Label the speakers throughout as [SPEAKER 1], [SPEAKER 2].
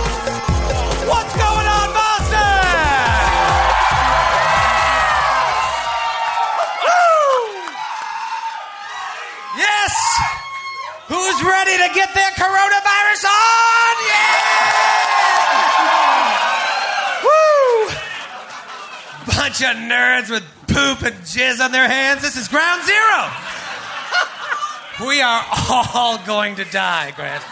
[SPEAKER 1] What's going on, Boston? Woo! Yes! Who's ready to get their coronavirus on? Yeah! Woo! Bunch of nerds with poop and jizz on their hands. This is ground zero. We are all going to die, Grant.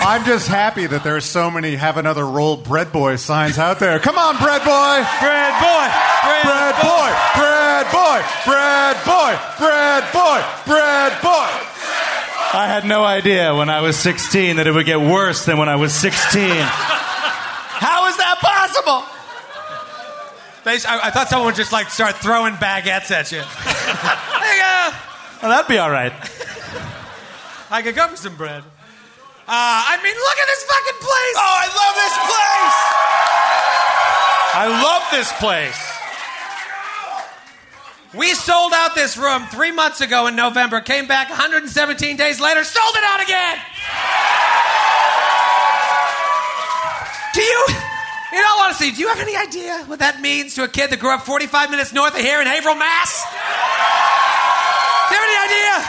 [SPEAKER 2] I'm just happy that there's so many have another roll bread boy signs out there. Come on, bread boy!
[SPEAKER 1] Bread boy! Bread,
[SPEAKER 2] Bread
[SPEAKER 1] boy.
[SPEAKER 2] boy! Bread boy! Bread boy! Bread boy! Bread boy!
[SPEAKER 3] I had no idea when I was 16 that it would get worse than when I was 16.
[SPEAKER 1] How is that possible? They, I, I thought someone would just like start throwing baguettes at you. there you go.
[SPEAKER 3] Well, that'd be all right.
[SPEAKER 1] I could go for some bread. Uh, I mean, look at this fucking place.
[SPEAKER 3] Oh, I love this place! I love this place.
[SPEAKER 1] We sold out this room three months ago in November. Came back 117 days later, sold it out again. Do you, in all honesty, do you have any idea what that means to a kid that grew up 45 minutes north of here in Haverhill, Mass? Do you have any idea?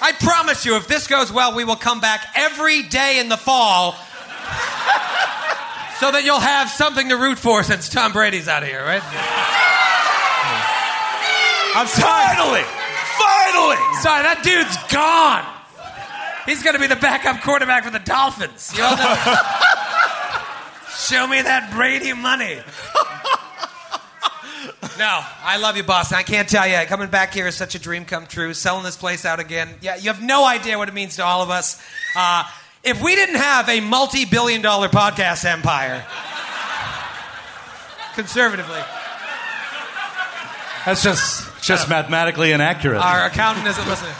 [SPEAKER 1] I promise you, if this goes well, we will come back every day in the fall so that you'll have something to root for since Tom Brady's out of here, right? I'm sorry.
[SPEAKER 3] Finally! Finally!
[SPEAKER 1] Sorry, that dude's gone. He's going to be the backup quarterback for the Dolphins. You all know. Show me that Brady money. no, I love you, Boston. I can't tell you. Coming back here is such a dream come true. Selling this place out again. Yeah, you have no idea what it means to all of us. Uh, if we didn't have a multi billion dollar podcast empire, conservatively,
[SPEAKER 3] That's just just mathematically inaccurate.
[SPEAKER 1] Our accountant isn't listening.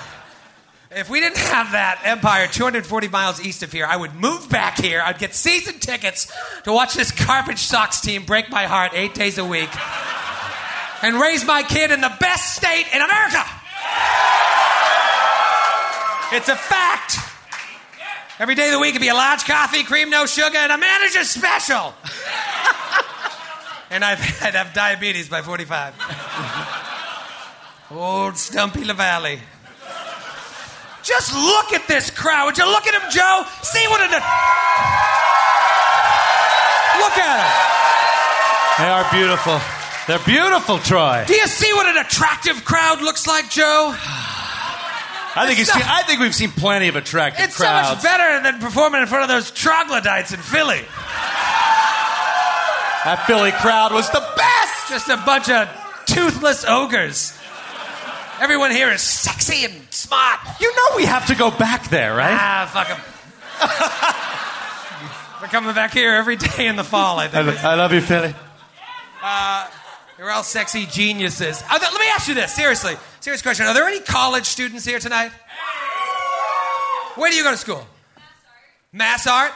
[SPEAKER 1] If we didn't have that empire 240 miles east of here, I would move back here. I'd get season tickets to watch this garbage Sox team break my heart eight days a week and raise my kid in the best state in America. It's a fact. Every day of the week, it'd be a large coffee, cream, no sugar, and a manager's special. and I'd, I'd have diabetes by 45. Old Stumpy LaValle. Just look at this crowd. Would you look at him, Joe? See what an. Look at him.
[SPEAKER 3] They are beautiful. They're beautiful, Troy.
[SPEAKER 1] Do you see what an attractive crowd looks like, Joe?
[SPEAKER 3] I think, you've seen, I think we've seen plenty of attractive
[SPEAKER 1] It's
[SPEAKER 3] crowds.
[SPEAKER 1] so much better than performing in front of those troglodytes in Philly.
[SPEAKER 3] That Philly crowd was the best!
[SPEAKER 1] Just a bunch of toothless ogres. Everyone here is sexy and smart.
[SPEAKER 3] You know we have to go back there, right?
[SPEAKER 1] Ah, fuck 'em. We're coming back here every day in the fall, I
[SPEAKER 3] I,
[SPEAKER 1] think.
[SPEAKER 3] I love you, Philly.
[SPEAKER 1] You're all sexy geniuses. Are there- let me ask you this, seriously. Serious question. Are there any college students here tonight? Where do you go to school? Mass art.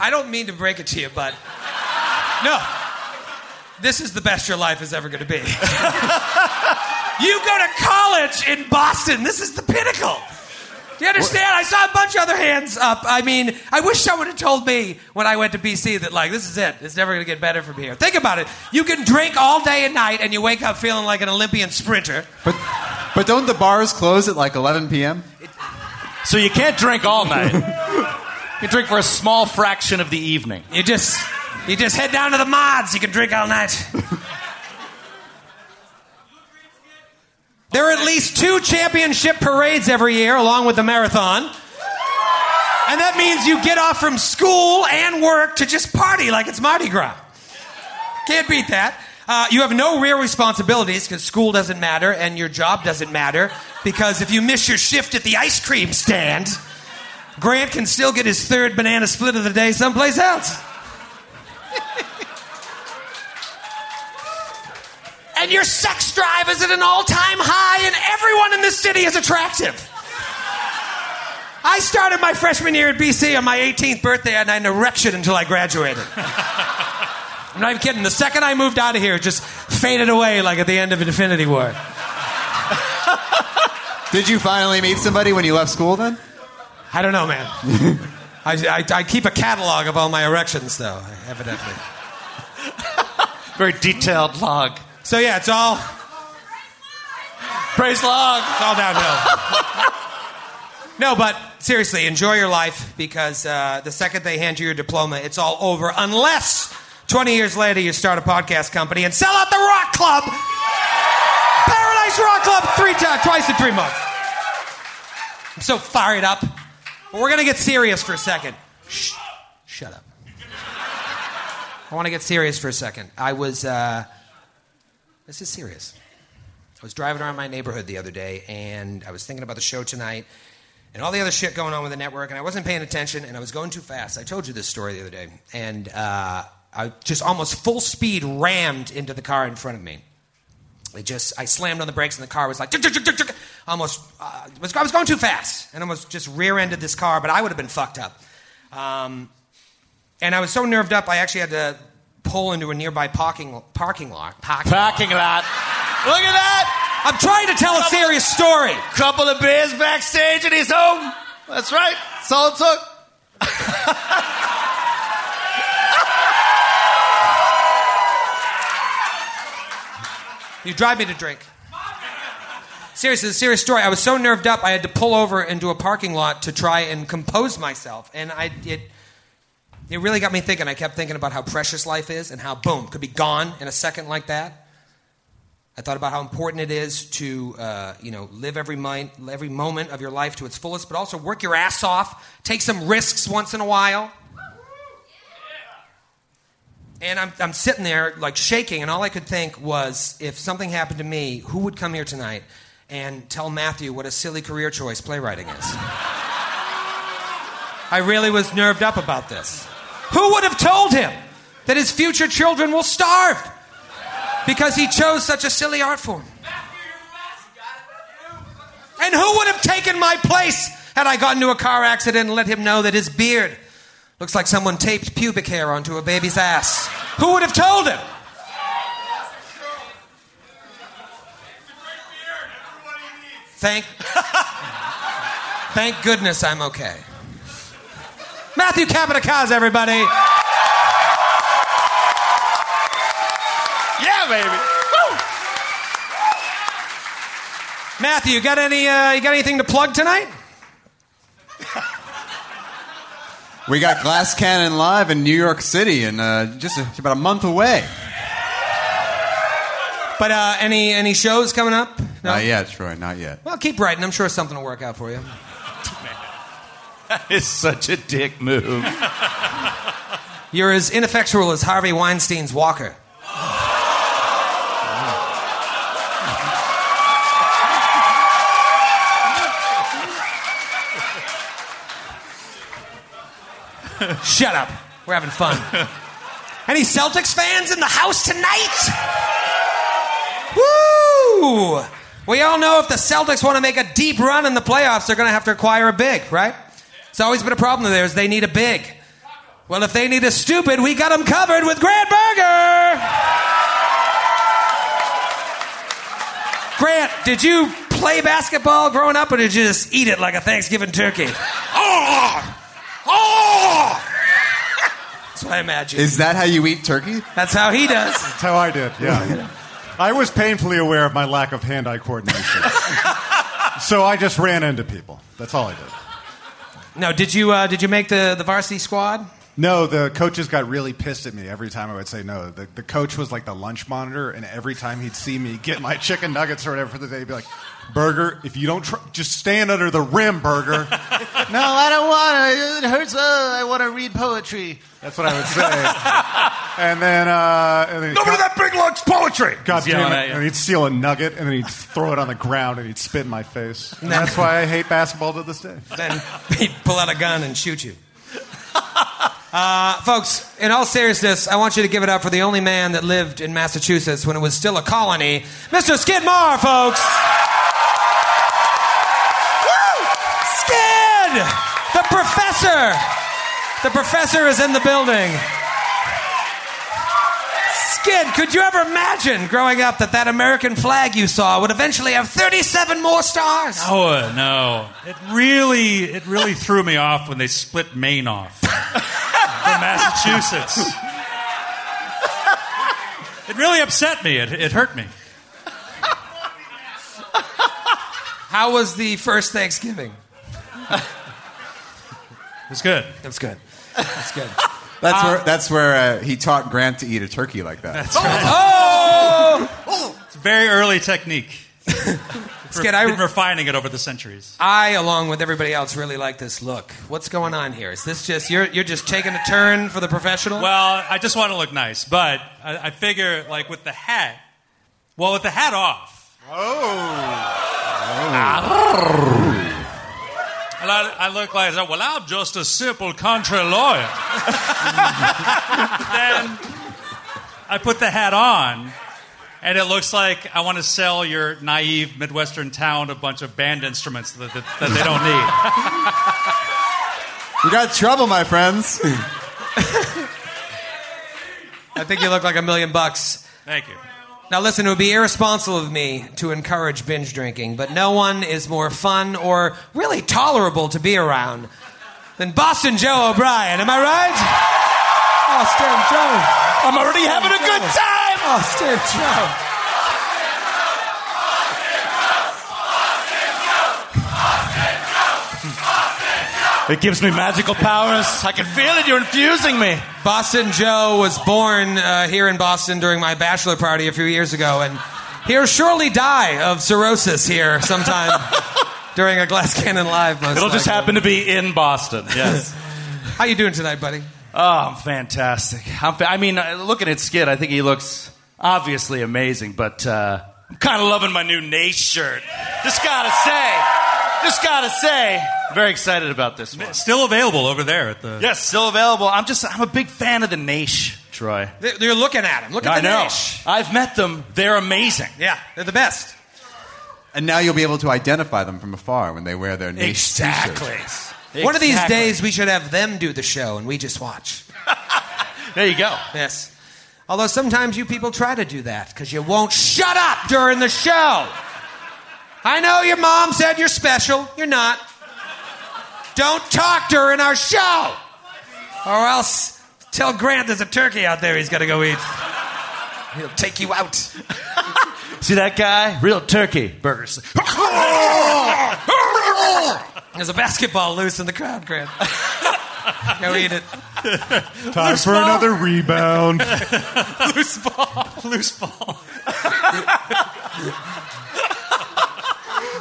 [SPEAKER 1] I don't mean to break it to you, but no. This is the best your life is ever going to be. you go to college in Boston. This is the pinnacle. You understand? I saw a bunch of other hands up. I mean, I wish someone had told me when I went to BC that, like, this is it. It's never going to get better from here. Think about it. You can drink all day and night, and you wake up feeling like an Olympian sprinter.
[SPEAKER 4] But, but don't the bars close at like 11 p.m.?
[SPEAKER 3] So you can't drink all night. You drink for a small fraction of the evening.
[SPEAKER 1] You just, you just head down to the mods. You can drink all night. There are at least two championship parades every year, along with the marathon. And that means you get off from school and work to just party like it's Mardi Gras. Can't beat that. Uh, you have no real responsibilities because school doesn't matter and your job doesn't matter. Because if you miss your shift at the ice cream stand, Grant can still get his third banana split of the day someplace else. and your sex drive is at an all time high, and everyone in this city is attractive. I started my freshman year at BC on my 18th birthday, and I had an erection until I graduated. I'm not even kidding. The second I moved out of here, it just faded away like at the end of Infinity War.
[SPEAKER 4] Did you finally meet somebody when you left school then?
[SPEAKER 1] I don't know, man. I, I, I keep a catalog of all my erections, though, evidently.
[SPEAKER 3] Very detailed log.
[SPEAKER 1] So, yeah, it's all,
[SPEAKER 3] Praise log.
[SPEAKER 1] it's all downhill. no, but seriously, enjoy your life because uh, the second they hand you your diploma, it's all over unless 20 years later you start a podcast company and sell out the Rock Club, Paradise Rock Club, three times, twice in three months. I'm so fired up. But we're gonna get serious for a second. Shh, shut up. I want to get serious for a second. I was. Uh, this is serious. I was driving around my neighborhood the other day and I was thinking about the show tonight and all the other shit going on with the network and I wasn't paying attention and I was going too fast. I told you this story the other day and uh, I just almost full speed rammed into the car in front of me. It just I slammed on the brakes and the car was like "Tick, tick, tick, tick, tick." almost uh, was, I was going too fast and almost just rear-ended this car, but I would have been fucked up. Um, and I was so nerved up, I actually had to pull into a nearby parking parking lot. Parking,
[SPEAKER 3] Packing
[SPEAKER 1] lot.
[SPEAKER 3] lot. Look at that.
[SPEAKER 1] I'm trying to tell a serious story.
[SPEAKER 3] Couple of beers backstage and he's home. That's right. That's all it took.
[SPEAKER 1] You drive me to drink. Seriously, it's a serious story. I was so nerved up, I had to pull over into a parking lot to try and compose myself, and I it it really got me thinking. I kept thinking about how precious life is and how boom could be gone in a second like that. I thought about how important it is to uh, you know live every mind, every moment of your life to its fullest, but also work your ass off, take some risks once in a while. And I'm, I'm sitting there like shaking, and all I could think was if something happened to me, who would come here tonight and tell Matthew what a silly career choice playwriting is? I really was nerved up about this. Who would have told him that his future children will starve because he chose such a silly art form? And who would have taken my place had I gotten into a car accident and let him know that his beard looks like someone taped pubic hair onto a baby's ass? Who would have told him? Thank, thank goodness I'm okay. Matthew Capitacaz, everybody.
[SPEAKER 3] Yeah, baby.
[SPEAKER 1] Matthew, you got any? Uh, you got anything to plug tonight?
[SPEAKER 4] We got Glass Cannon Live in New York City and uh, just about a month away.
[SPEAKER 1] But uh, any any shows coming up? No.
[SPEAKER 4] Not yet, Troy, not yet.
[SPEAKER 1] Well, keep writing. I'm sure something will work out for you.
[SPEAKER 3] That is such a dick move.
[SPEAKER 1] You're as ineffectual as Harvey Weinstein's walker. Shut up. We're having fun. Any Celtics fans in the house tonight? Woo! We all know if the Celtics want to make a deep run in the playoffs, they're going to have to acquire a big, right? It's always been a problem of theirs. They need a big. Well, if they need a stupid, we got them covered with Grant Burger. Grant, did you play basketball growing up, or did you just eat it like a Thanksgiving turkey? Oh, oh. That's what I imagine.
[SPEAKER 4] Is that how you eat turkey?
[SPEAKER 1] That's how he does.
[SPEAKER 2] That's how I did, yeah. I was painfully aware of my lack of hand eye coordination. so I just ran into people. That's all I did.
[SPEAKER 1] No, did you uh, did you make the, the varsity squad?
[SPEAKER 2] No, the coaches got really pissed at me every time I would say no. The, the coach was like the lunch monitor, and every time he'd see me get my chicken nuggets or whatever for the day, he'd be like, Burger, if you don't try, just stand under the rim, Burger.
[SPEAKER 5] No, I don't want to. It hurts. Uh, I want to read poetry.
[SPEAKER 2] That's what I would say. and then, uh, and then
[SPEAKER 1] Nobody that big looks poetry.
[SPEAKER 2] God
[SPEAKER 3] He's
[SPEAKER 2] damn
[SPEAKER 3] yelling
[SPEAKER 2] it.
[SPEAKER 3] at you.
[SPEAKER 2] And he'd steal a nugget, and then he'd throw it on the ground, and he'd spit in my face. And that's why I hate basketball to this day.
[SPEAKER 1] Then he'd pull out a gun and shoot you. Uh, folks, in all seriousness, I want you to give it up for the only man that lived in Massachusetts when it was still a colony, Mr. Skidmore, folks. Woo! Skid, the professor. The professor is in the building. Skid, could you ever imagine growing up that that American flag you saw would eventually have 37 more stars?
[SPEAKER 3] Oh no! It really, it really threw me off when they split Maine off from Massachusetts. It really upset me. It, it hurt me.
[SPEAKER 1] How was the first Thanksgiving?
[SPEAKER 3] It was good.
[SPEAKER 1] That's good. That's good.
[SPEAKER 4] That's where that's where uh, he taught Grant to eat a turkey like that.
[SPEAKER 1] oh!
[SPEAKER 3] It's a very early technique.
[SPEAKER 1] Skid, I-
[SPEAKER 3] been refining it over the centuries.
[SPEAKER 1] I, along with everybody else, really like this look. What's going on here? Is this just you're you're just taking a turn for the professional?
[SPEAKER 3] Well, I just want to look nice, but I, I figure like with the hat. Well, with the hat off. Oh. And I, I look like well, I'm just a simple country lawyer. then I put the hat on, and it looks like I want to sell your naive Midwestern town a bunch of band instruments that, that, that they don't need.
[SPEAKER 4] You got trouble, my friends.
[SPEAKER 1] I think you look like a million bucks.
[SPEAKER 3] Thank you.
[SPEAKER 1] Now listen, it would be irresponsible of me to encourage binge drinking, but no one is more fun or really tolerable to be around than Boston Joe O'Brien. Am I right? Boston Joe. I'm already having a good time. Boston Joe.
[SPEAKER 3] It gives me magical powers. I can feel it. You're infusing me.
[SPEAKER 1] Boston Joe was born uh, here in Boston during my bachelor party a few years ago, and he'll surely die of cirrhosis here sometime during a Glass Cannon Live. Most
[SPEAKER 3] It'll just
[SPEAKER 1] likely.
[SPEAKER 3] happen to be in Boston. Yes.
[SPEAKER 1] How you doing tonight, buddy?
[SPEAKER 3] oh, I'm fantastic. I'm fa- I mean, uh, looking at Skid, I think he looks obviously amazing, but uh, I'm kind of loving my new Nace shirt. Just gotta say. Just gotta say. Very excited about this one.
[SPEAKER 6] Still available over there at the.
[SPEAKER 3] Yes, still available. I'm just, I'm a big fan of the Nace, Troy.
[SPEAKER 1] They- They're looking at him. Look at
[SPEAKER 3] I
[SPEAKER 1] the
[SPEAKER 3] know.
[SPEAKER 1] Nash.
[SPEAKER 3] I've met them. They're amazing.
[SPEAKER 1] Yeah, they're the best.
[SPEAKER 4] and now you'll be able to identify them from afar when they wear their niche
[SPEAKER 3] Exactly.
[SPEAKER 1] One of these
[SPEAKER 3] Exactly.
[SPEAKER 1] days, we should have them do the show and we just watch.
[SPEAKER 3] There you go.
[SPEAKER 1] Yes. Although sometimes you people try to do that because you won't shut up during the show. I know your mom said you're special. You're not. Don't talk during our show. Or else tell Grant there's a turkey out there he's got to go eat. He'll take you out.
[SPEAKER 3] See that guy? Real turkey uh, burgers.
[SPEAKER 1] Oh. There's a basketball loose in the crowd, Grant. go eat it.
[SPEAKER 2] Time for another rebound.
[SPEAKER 3] Loose ball. Loose ball.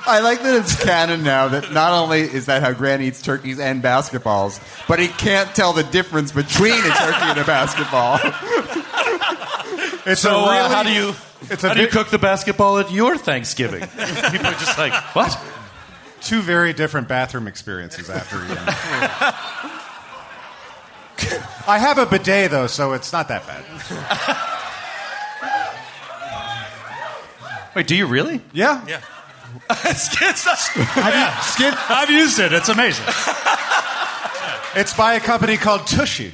[SPEAKER 4] I like that it's canon now that not only is that how Grant eats turkeys and basketballs, but he can't tell the difference between a turkey and a basketball.
[SPEAKER 2] It's
[SPEAKER 3] So
[SPEAKER 2] a really,
[SPEAKER 3] uh, how do you
[SPEAKER 2] It's a
[SPEAKER 3] how do you
[SPEAKER 2] big-
[SPEAKER 3] cook the basketball at your Thanksgiving? People are just like, what?
[SPEAKER 2] two very different bathroom experiences after eating. I have a bidet though, so it's not that bad.
[SPEAKER 3] Wait, do you really?
[SPEAKER 2] Yeah,
[SPEAKER 3] Yeah. Skid's not-
[SPEAKER 2] Skid-
[SPEAKER 3] I've used it. It's amazing.
[SPEAKER 2] it's by a company called Tushy.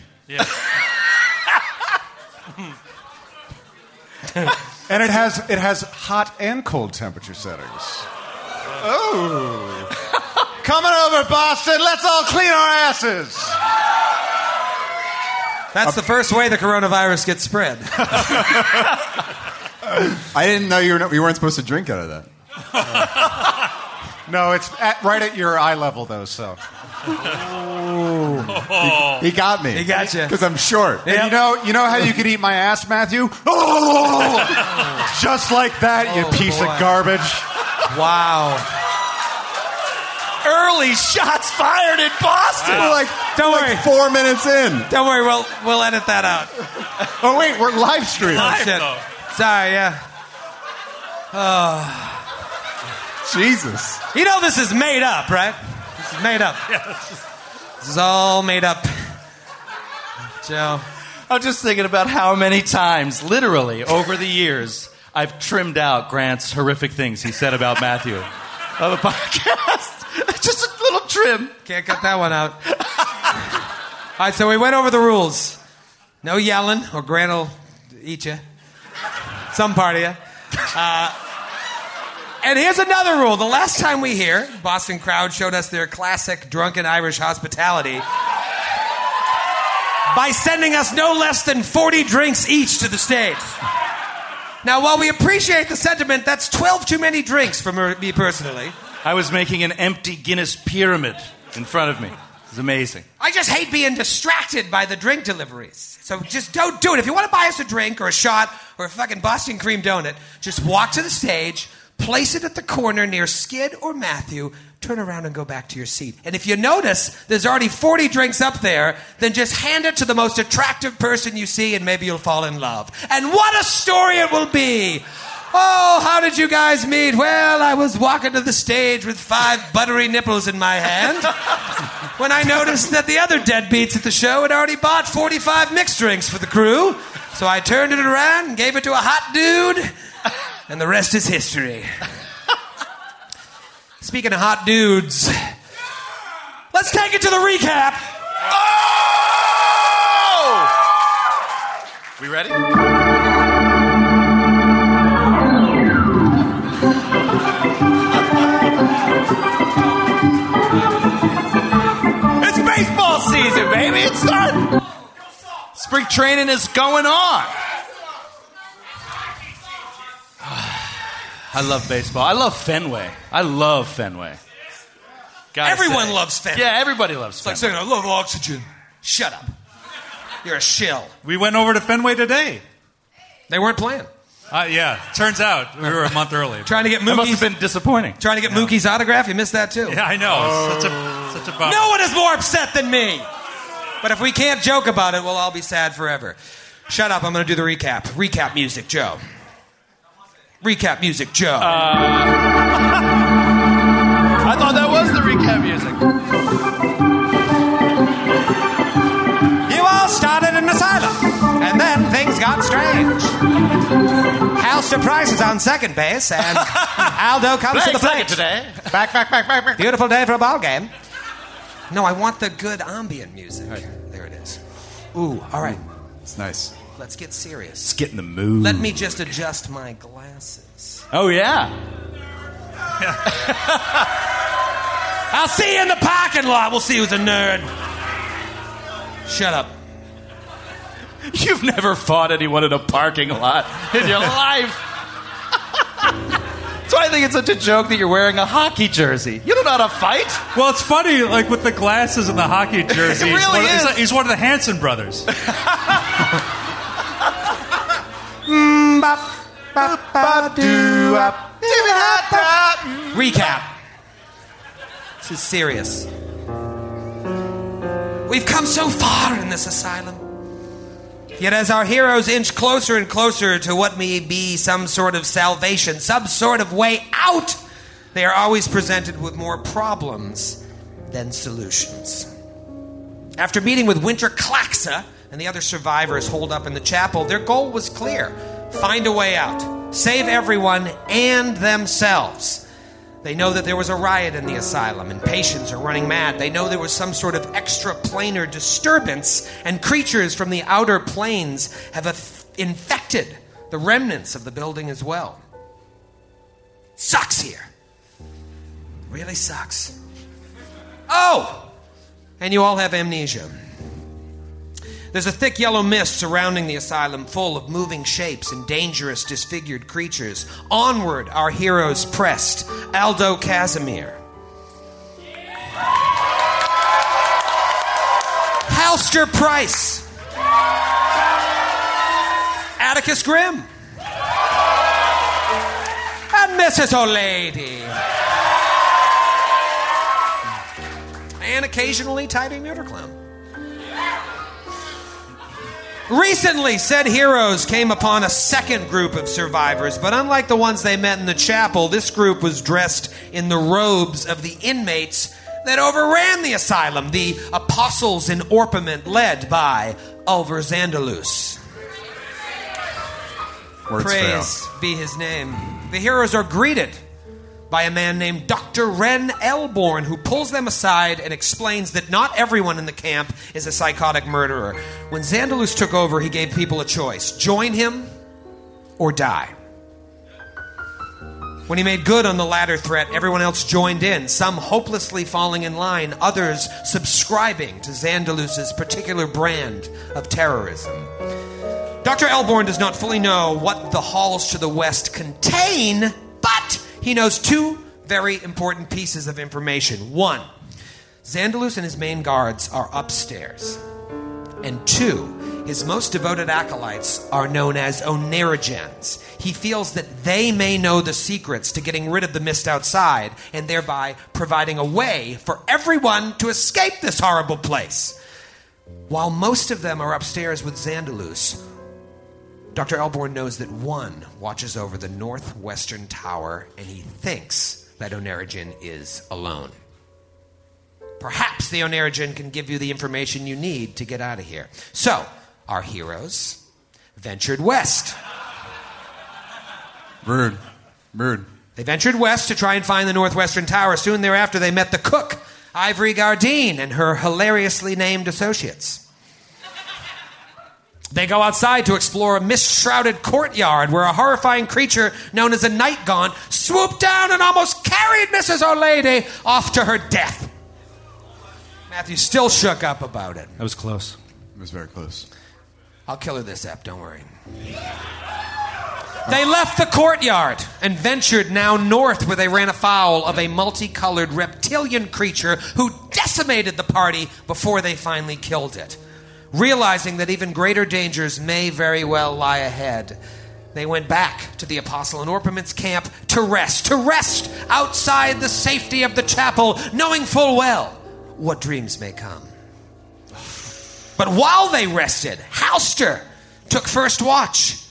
[SPEAKER 2] And it has it has hot and cold temperature settings. Oh. Coming over, Boston. Let's all clean our asses.
[SPEAKER 1] That's the first way the coronavirus gets spread.
[SPEAKER 4] I didn't know you, were not, you weren't supposed to drink out of that.
[SPEAKER 2] No, it's at, right at your eye level though, so.
[SPEAKER 3] Oh.
[SPEAKER 4] He, he got me.
[SPEAKER 1] Oh. He got you.
[SPEAKER 4] Because I'm short.
[SPEAKER 2] And you know, you know how you could eat my ass, Matthew? Just like that, you
[SPEAKER 1] Oh,
[SPEAKER 2] piece
[SPEAKER 1] boy.
[SPEAKER 2] of garbage.
[SPEAKER 1] Wow.
[SPEAKER 3] Early shots fired in Boston.
[SPEAKER 4] We're like,
[SPEAKER 1] Don't
[SPEAKER 4] like
[SPEAKER 1] worry.
[SPEAKER 4] four minutes in.
[SPEAKER 1] Don't worry, we'll we'll edit that out.
[SPEAKER 2] Oh wait, we're live streaming.
[SPEAKER 1] Oh, shit.
[SPEAKER 6] though.
[SPEAKER 1] Sorry, yeah.
[SPEAKER 4] Jesus.
[SPEAKER 1] Ah. You know this is made up, right? This is made up. This is all made up. Joe.
[SPEAKER 3] I'm just thinking about how many times, literally, over the years, I've trimmed out Grant's horrific things he said about Matthew on the podcast. just a little trim.
[SPEAKER 1] Can't cut that one out. All right, so we went over the rules. No yelling, or Grant will eat you. Some part of you. Uh, and here's another rule. The last time we here, Boston crowd showed us their classic drunken Irish hospitality by sending us no less than 40 drinks each to the stage. Now, while we appreciate the sentiment, that's 12 too many drinks for me personally.
[SPEAKER 3] I was making an empty Guinness pyramid in front of me. It was amazing.
[SPEAKER 1] I just hate being distracted by the drink deliveries. So just don't do it. If you want to buy us a drink or a shot or a fucking Boston cream donut, just walk to the stage, place it at the corner near Skid or Matthew, turn around and go back to your seat. And if you notice there's already 40 drinks up there, then just hand it to the most attractive person you see and maybe you'll fall in love. And what a story it will be! Oh, how did you guys meet? Well, I was walking to the stage with five buttery nipples in my hand when I noticed that the other deadbeats at the show had already bought 45 mixed drinks for the crew. So I turned it around and gave it to a hot dude, and the rest is history. Speaking of hot dudes, let's take it to the recap.
[SPEAKER 3] We ready? it's baseball season, baby. It's starting. Spring training is going on. I love baseball. I love Fenway. I love Fenway. Gotta
[SPEAKER 1] Everyone
[SPEAKER 3] say.
[SPEAKER 1] loves Fenway.
[SPEAKER 3] Yeah, everybody loves Fenway.
[SPEAKER 1] I love oxygen. Shut up. You're a shill.
[SPEAKER 6] We went over to Fenway today.
[SPEAKER 1] They weren't playing.
[SPEAKER 6] Uh, yeah, turns out we were a month early.
[SPEAKER 1] Trying to get
[SPEAKER 3] That must have
[SPEAKER 1] Mookie's,
[SPEAKER 3] been disappointing.
[SPEAKER 1] trying to get Mookie's autograph. You missed that too.
[SPEAKER 6] Yeah, I know. It's Such
[SPEAKER 3] Oh.
[SPEAKER 6] a such a bummer.
[SPEAKER 1] No one is more upset than me. But if we can't joke about it, we'll all be sad forever. Shut up. I'm going to do the recap. Recap music, Joe. Recap music, Joe.
[SPEAKER 4] Uh.
[SPEAKER 3] I thought that was the recap music.
[SPEAKER 1] you all started in asylum, and then things got strange. Hal surprises on second base, and Aldo comes to the plate.
[SPEAKER 3] today.
[SPEAKER 4] Back, back, back, back, back.
[SPEAKER 1] Beautiful day for a ball game. No, I want the good ambient music. There it is. Ooh, all right.
[SPEAKER 4] It's nice.
[SPEAKER 1] Let's get serious.
[SPEAKER 3] Get in the mood.
[SPEAKER 1] Let me just adjust my glasses.
[SPEAKER 3] Oh yeah.
[SPEAKER 1] I'll see you in the parking lot. We'll see who's a nerd. Shut up.
[SPEAKER 3] You've never fought anyone in a parking lot in your life. That's why I think it's such a joke that you're wearing a hockey jersey. You don't know how to fight.
[SPEAKER 6] Well, it's funny, like with the glasses and the hockey jersey.
[SPEAKER 3] It
[SPEAKER 6] he's
[SPEAKER 3] really
[SPEAKER 6] one of- he's
[SPEAKER 3] is.
[SPEAKER 6] like- He's one of the Hanson brothers.
[SPEAKER 1] Mm, Recap. This is serious. We've come so far in this asylum. Yet as our heroes inch closer and closer to what may be some sort of salvation, some sort of way out, they are always presented with more problems than solutions. After meeting with Winter Claxa and the other survivors holed up in the chapel, their goal was clear find a way out, save everyone and themselves. They know that there was a riot in the asylum and patients are running mad. They know there was some sort of extraplanar disturbance and creatures from the outer planes have aff- infected the remnants of the building as well. Sucks here. Really sucks. Oh! And you all have amnesia. There's a thick yellow mist surrounding the asylum, full of moving shapes and dangerous, disfigured creatures. Onward, our heroes pressed. Aldo Casimir. Halster Price. Atticus Grimm. And Mrs. O'Lady. And occasionally Tidy Murder Clown. Recently, said heroes came upon a second group of survivors, but unlike the ones they met in the chapel, this group was dressed in the robes of the inmates that overran the asylum, the apostles in orpiment led by Ulver Zandalus.
[SPEAKER 4] Words fail.
[SPEAKER 1] Praise be his name. The heroes are greeted by a man named Dr. Ren Elborn, who pulls them aside and explains that not everyone in the camp is a psychotic murderer. When Xandalus took over, he gave people a choice join him or die. When he made good on the latter threat, everyone else joined in, some hopelessly falling in line, others subscribing to Xandalus's particular brand of terrorism. Dr. Elborn does not fully know what the halls to the west contain, but he knows two very important pieces of information. One, Xandalus and his main guards are upstairs. And two, his most devoted acolytes are known as Onerogens. He feels that they may know the secrets to getting rid of the mist outside and thereby providing a way for everyone to escape this horrible place. While most of them are upstairs with Xandalus, Dr. Elborn knows that one watches over the northwestern tower and he thinks that Onerogen is alone. Perhaps the Onerogen can give you the information you need to get out of here. So, our heroes ventured west.
[SPEAKER 4] Rude. Rude.
[SPEAKER 1] They ventured west to try and find the Northwestern Tower. Soon thereafter, they met the cook, Ivory Gardine, and her hilariously named associates. They go outside to explore a mist shrouded courtyard where a horrifying creature known as a night gaunt swooped down and almost carried Mrs. O'Lady off to her death. Matthew still shook up about it.
[SPEAKER 3] That was close.
[SPEAKER 4] It was very close.
[SPEAKER 1] I'll kill her this app, don't worry. They left the courtyard and ventured now north where they ran afoul of a multicolored reptilian creature who decimated the party before they finally killed it. Realizing that even greater dangers may very well lie ahead, they went back to the Apostle and Orpament's camp to rest, to rest outside the safety of the chapel, knowing full well what dreams may come. But while they rested, Halster took first watch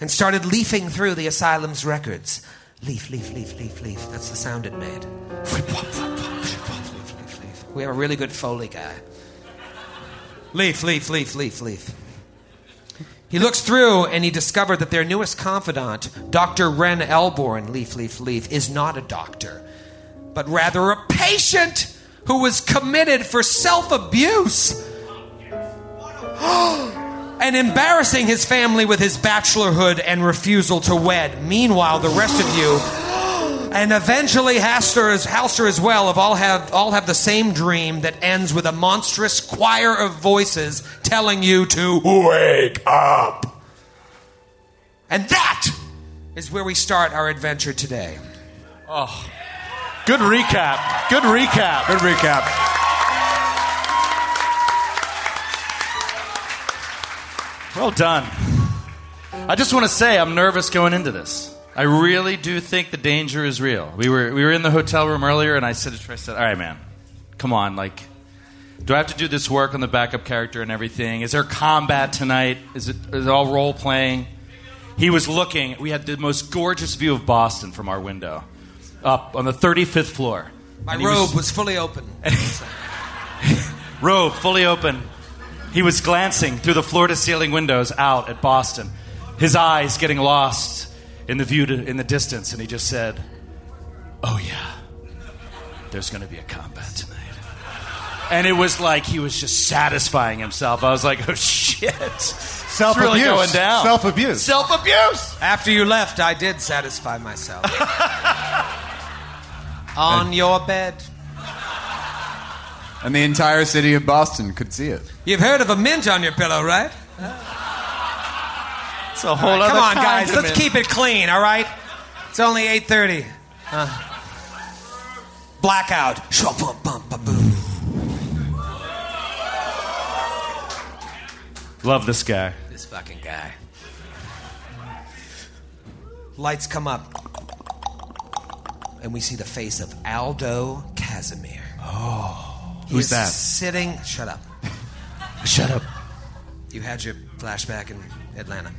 [SPEAKER 1] and started leafing through the asylum's records. Leaf, leaf, leaf, leaf, leaf. That's the sound it made. Flip, flop, flip, flop, flip, flop, leaf, leaf, leaf. We have a really good Foley guy. Leaf, leaf, leaf, leaf, leaf. He looks through and he discovered that their newest confidant, Dr. Ren Elborn, leaf, leaf, leaf, is not a doctor, but rather a patient who was committed for self abuse and embarrassing his family with his bachelorhood and refusal to wed. Meanwhile, the rest of you, and eventually Haster as, Halster as well, have all have all have the same dream that ends with a monstrous choir of voices telling you to wake up. And that is where we start our adventure today.
[SPEAKER 3] Oh. Good recap. Good recap.
[SPEAKER 4] Good recap.
[SPEAKER 3] Well done. I just want to say I'm nervous going into this. I really do think the danger is real. We were we were in the hotel room earlier, and I said to Troy, I said, "All right, man, come on. Like, do I have to do this work on the backup character and everything? Is there combat tonight? Is it is it all role playing?" He was looking. We had the most gorgeous view of Boston from our window, up on the 35th floor.
[SPEAKER 1] My
[SPEAKER 3] And he was-
[SPEAKER 1] robe was fully open.
[SPEAKER 3] robe fully open. He was glancing through the floor to ceiling windows out at Boston, his eyes getting lost in the view to, in the distance, and he just said, Oh, yeah, there's going to be a combat tonight. And it was like he was just satisfying himself. I was like, Oh, shit.
[SPEAKER 2] Self
[SPEAKER 3] really going
[SPEAKER 2] abuse.
[SPEAKER 3] down.
[SPEAKER 2] Self abuse.
[SPEAKER 3] Self abuse.
[SPEAKER 1] After you left, I did satisfy myself. On your bed.
[SPEAKER 4] And the entire city of Boston could see it.
[SPEAKER 1] You've heard of a mint on your pillow, right?
[SPEAKER 3] It's a whole other
[SPEAKER 1] Come on,
[SPEAKER 3] kind
[SPEAKER 1] guys.
[SPEAKER 3] of
[SPEAKER 1] Let's
[SPEAKER 3] it.
[SPEAKER 1] keep it clean, all right? It's only 8.30. Uh, blackout. Shwa-bum-bum-ba-boo.
[SPEAKER 3] Love this guy.
[SPEAKER 1] This fucking guy. Lights come up. And we see the face of Aldo Casimir. Oh.
[SPEAKER 3] Who's that?
[SPEAKER 1] Sitting. Shut up.
[SPEAKER 3] Shut up.
[SPEAKER 1] You had your flashback in Atlanta.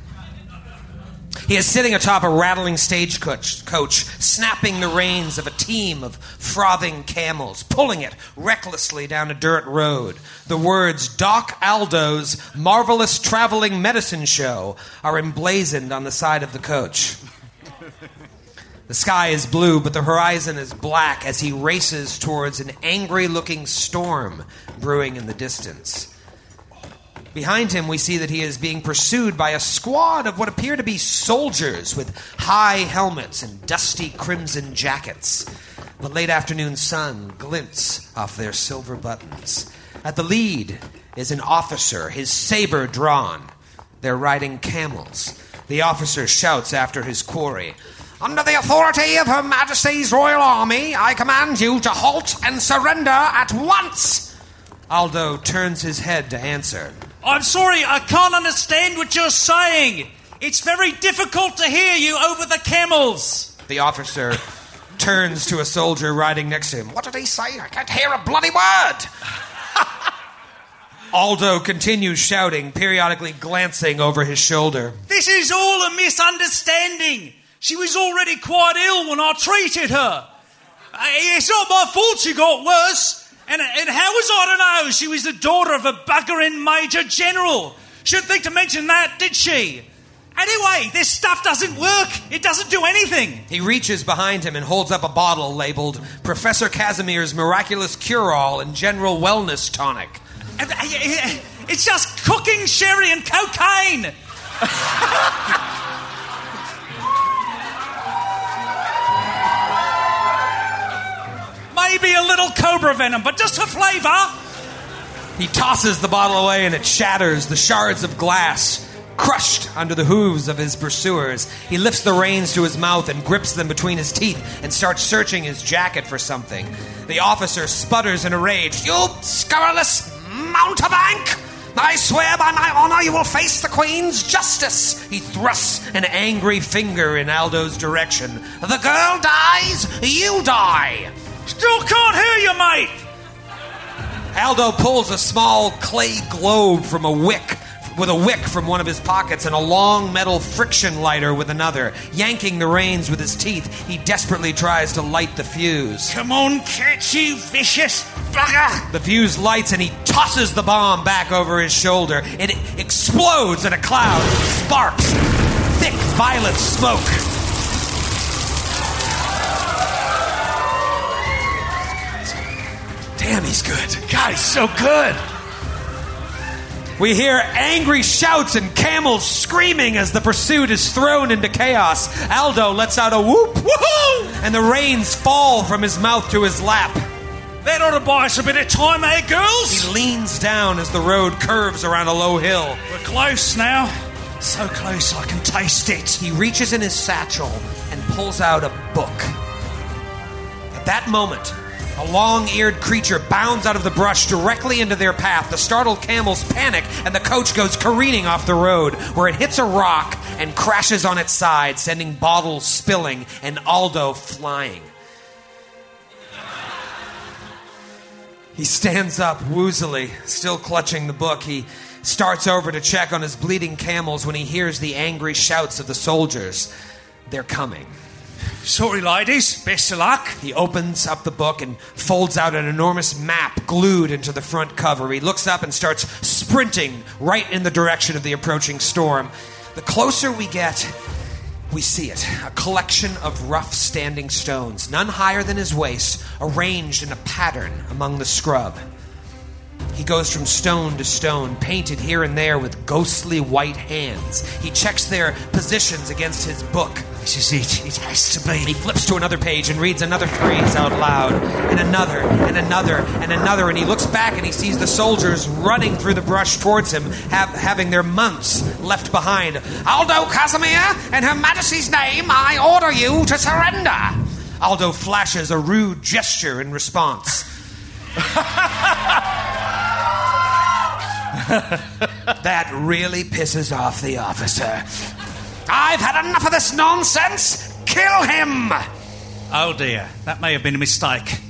[SPEAKER 1] He is sitting atop a rattling stagecoach, coach, snapping the reins of a team of frothing camels, pulling it recklessly down a dirt road. The words Doc Aldo's Marvelous Traveling Medicine Show are emblazoned on the side of the coach. The sky is blue, but the horizon is black as he races towards an angry looking storm brewing in the distance. Behind him, we see that he is being pursued by a squad of what appear to be soldiers with high helmets and dusty crimson jackets. The late afternoon sun glints off their silver buttons. At the lead is an officer, his saber drawn. They're riding camels. The officer shouts after his quarry Under the authority of Her Majesty's Royal Army, I command you to halt and surrender at once! Aldo turns his head to answer.
[SPEAKER 7] I'm sorry, I can't understand what you're saying. It's very difficult to hear you over the camels.
[SPEAKER 1] The officer turns to a soldier riding next to him. What did he say? I can't hear a bloody word. Aldo continues shouting, periodically glancing over his shoulder.
[SPEAKER 7] This is all a misunderstanding. She was already quite ill when I treated her. Uh, It's not my fault she got worse. And, and how was I to know she was the daughter of a buggering major general? Should think to mention that, did she? Anyway, this stuff doesn't work. It doesn't do anything.
[SPEAKER 1] He reaches behind him and holds up a bottle labeled Professor Casimir's Miraculous Cure All and General Wellness Tonic.
[SPEAKER 7] And, uh, uh, It's just cooking sherry and cocaine. Maybe a little cobra venom, but just for flavour.
[SPEAKER 1] He tosses the bottle away and it shatters, the shards of glass crushed under the hooves of his pursuers. He lifts the reins to his mouth and grips them between his teeth and starts searching his jacket for something. The officer sputters in a rage You scurrilous mountebank! I swear by my honor you will face the Queen's justice! He thrusts an angry finger in Aldo's direction. The girl dies, you die!
[SPEAKER 7] Still can't hear you, mate.
[SPEAKER 1] Aldo pulls a small clay globe from a wick with a wick from one of his pockets and a long metal friction lighter with another. Yanking the reins with his teeth, he desperately tries to light the fuse.
[SPEAKER 7] Come on, catch you vicious bugger.
[SPEAKER 1] The fuse lights and he tosses the bomb back over his shoulder. It explodes in a cloud of sparks, thick violet smoke. Damn, he's good. God, he's so good. We hear angry shouts and camels screaming as the pursuit is thrown into chaos. Aldo lets out a whoop, woohoo! And the reins fall from his mouth to his lap.
[SPEAKER 7] That ought to buy us a bit of time, eh,
[SPEAKER 1] He
[SPEAKER 7] girls?
[SPEAKER 1] leans down as the road curves around a low hill.
[SPEAKER 7] We're close now. So close, I can taste it.
[SPEAKER 1] He reaches in his satchel and pulls out a book. At that moment, a long eared creature bounds out of the brush directly into their path. The startled camels panic, and the coach goes careening off the road, where it hits a rock and crashes on its side, sending bottles spilling and Aldo flying. He stands up woozily, still clutching the book. He starts over to check on his bleeding camels when he hears the angry shouts of the soldiers. They're coming.
[SPEAKER 7] Sorry, ladies. Best of luck.
[SPEAKER 1] He opens up the book and folds out an enormous map glued into the front cover. He looks up and starts sprinting right in the direction of the approaching storm. The closer we get, we see it a collection of rough standing stones, none higher than his waist, arranged in a pattern among the scrub. He goes from stone to stone, painted here and there with ghostly white hands. He checks their positions against his book. This is it. It has to be. He flips to another page and reads another phrase out loud, and another, and another, and another. And he looks back and he sees the soldiers running through the brush towards him, have, having their months left behind. Aldo Casimir, in Her Majesty's name, I order you to surrender. Aldo flashes a rude gesture in response. that really pisses off the officer. I've had enough of this nonsense. Kill him!
[SPEAKER 7] Oh dear, that may have been a mistake.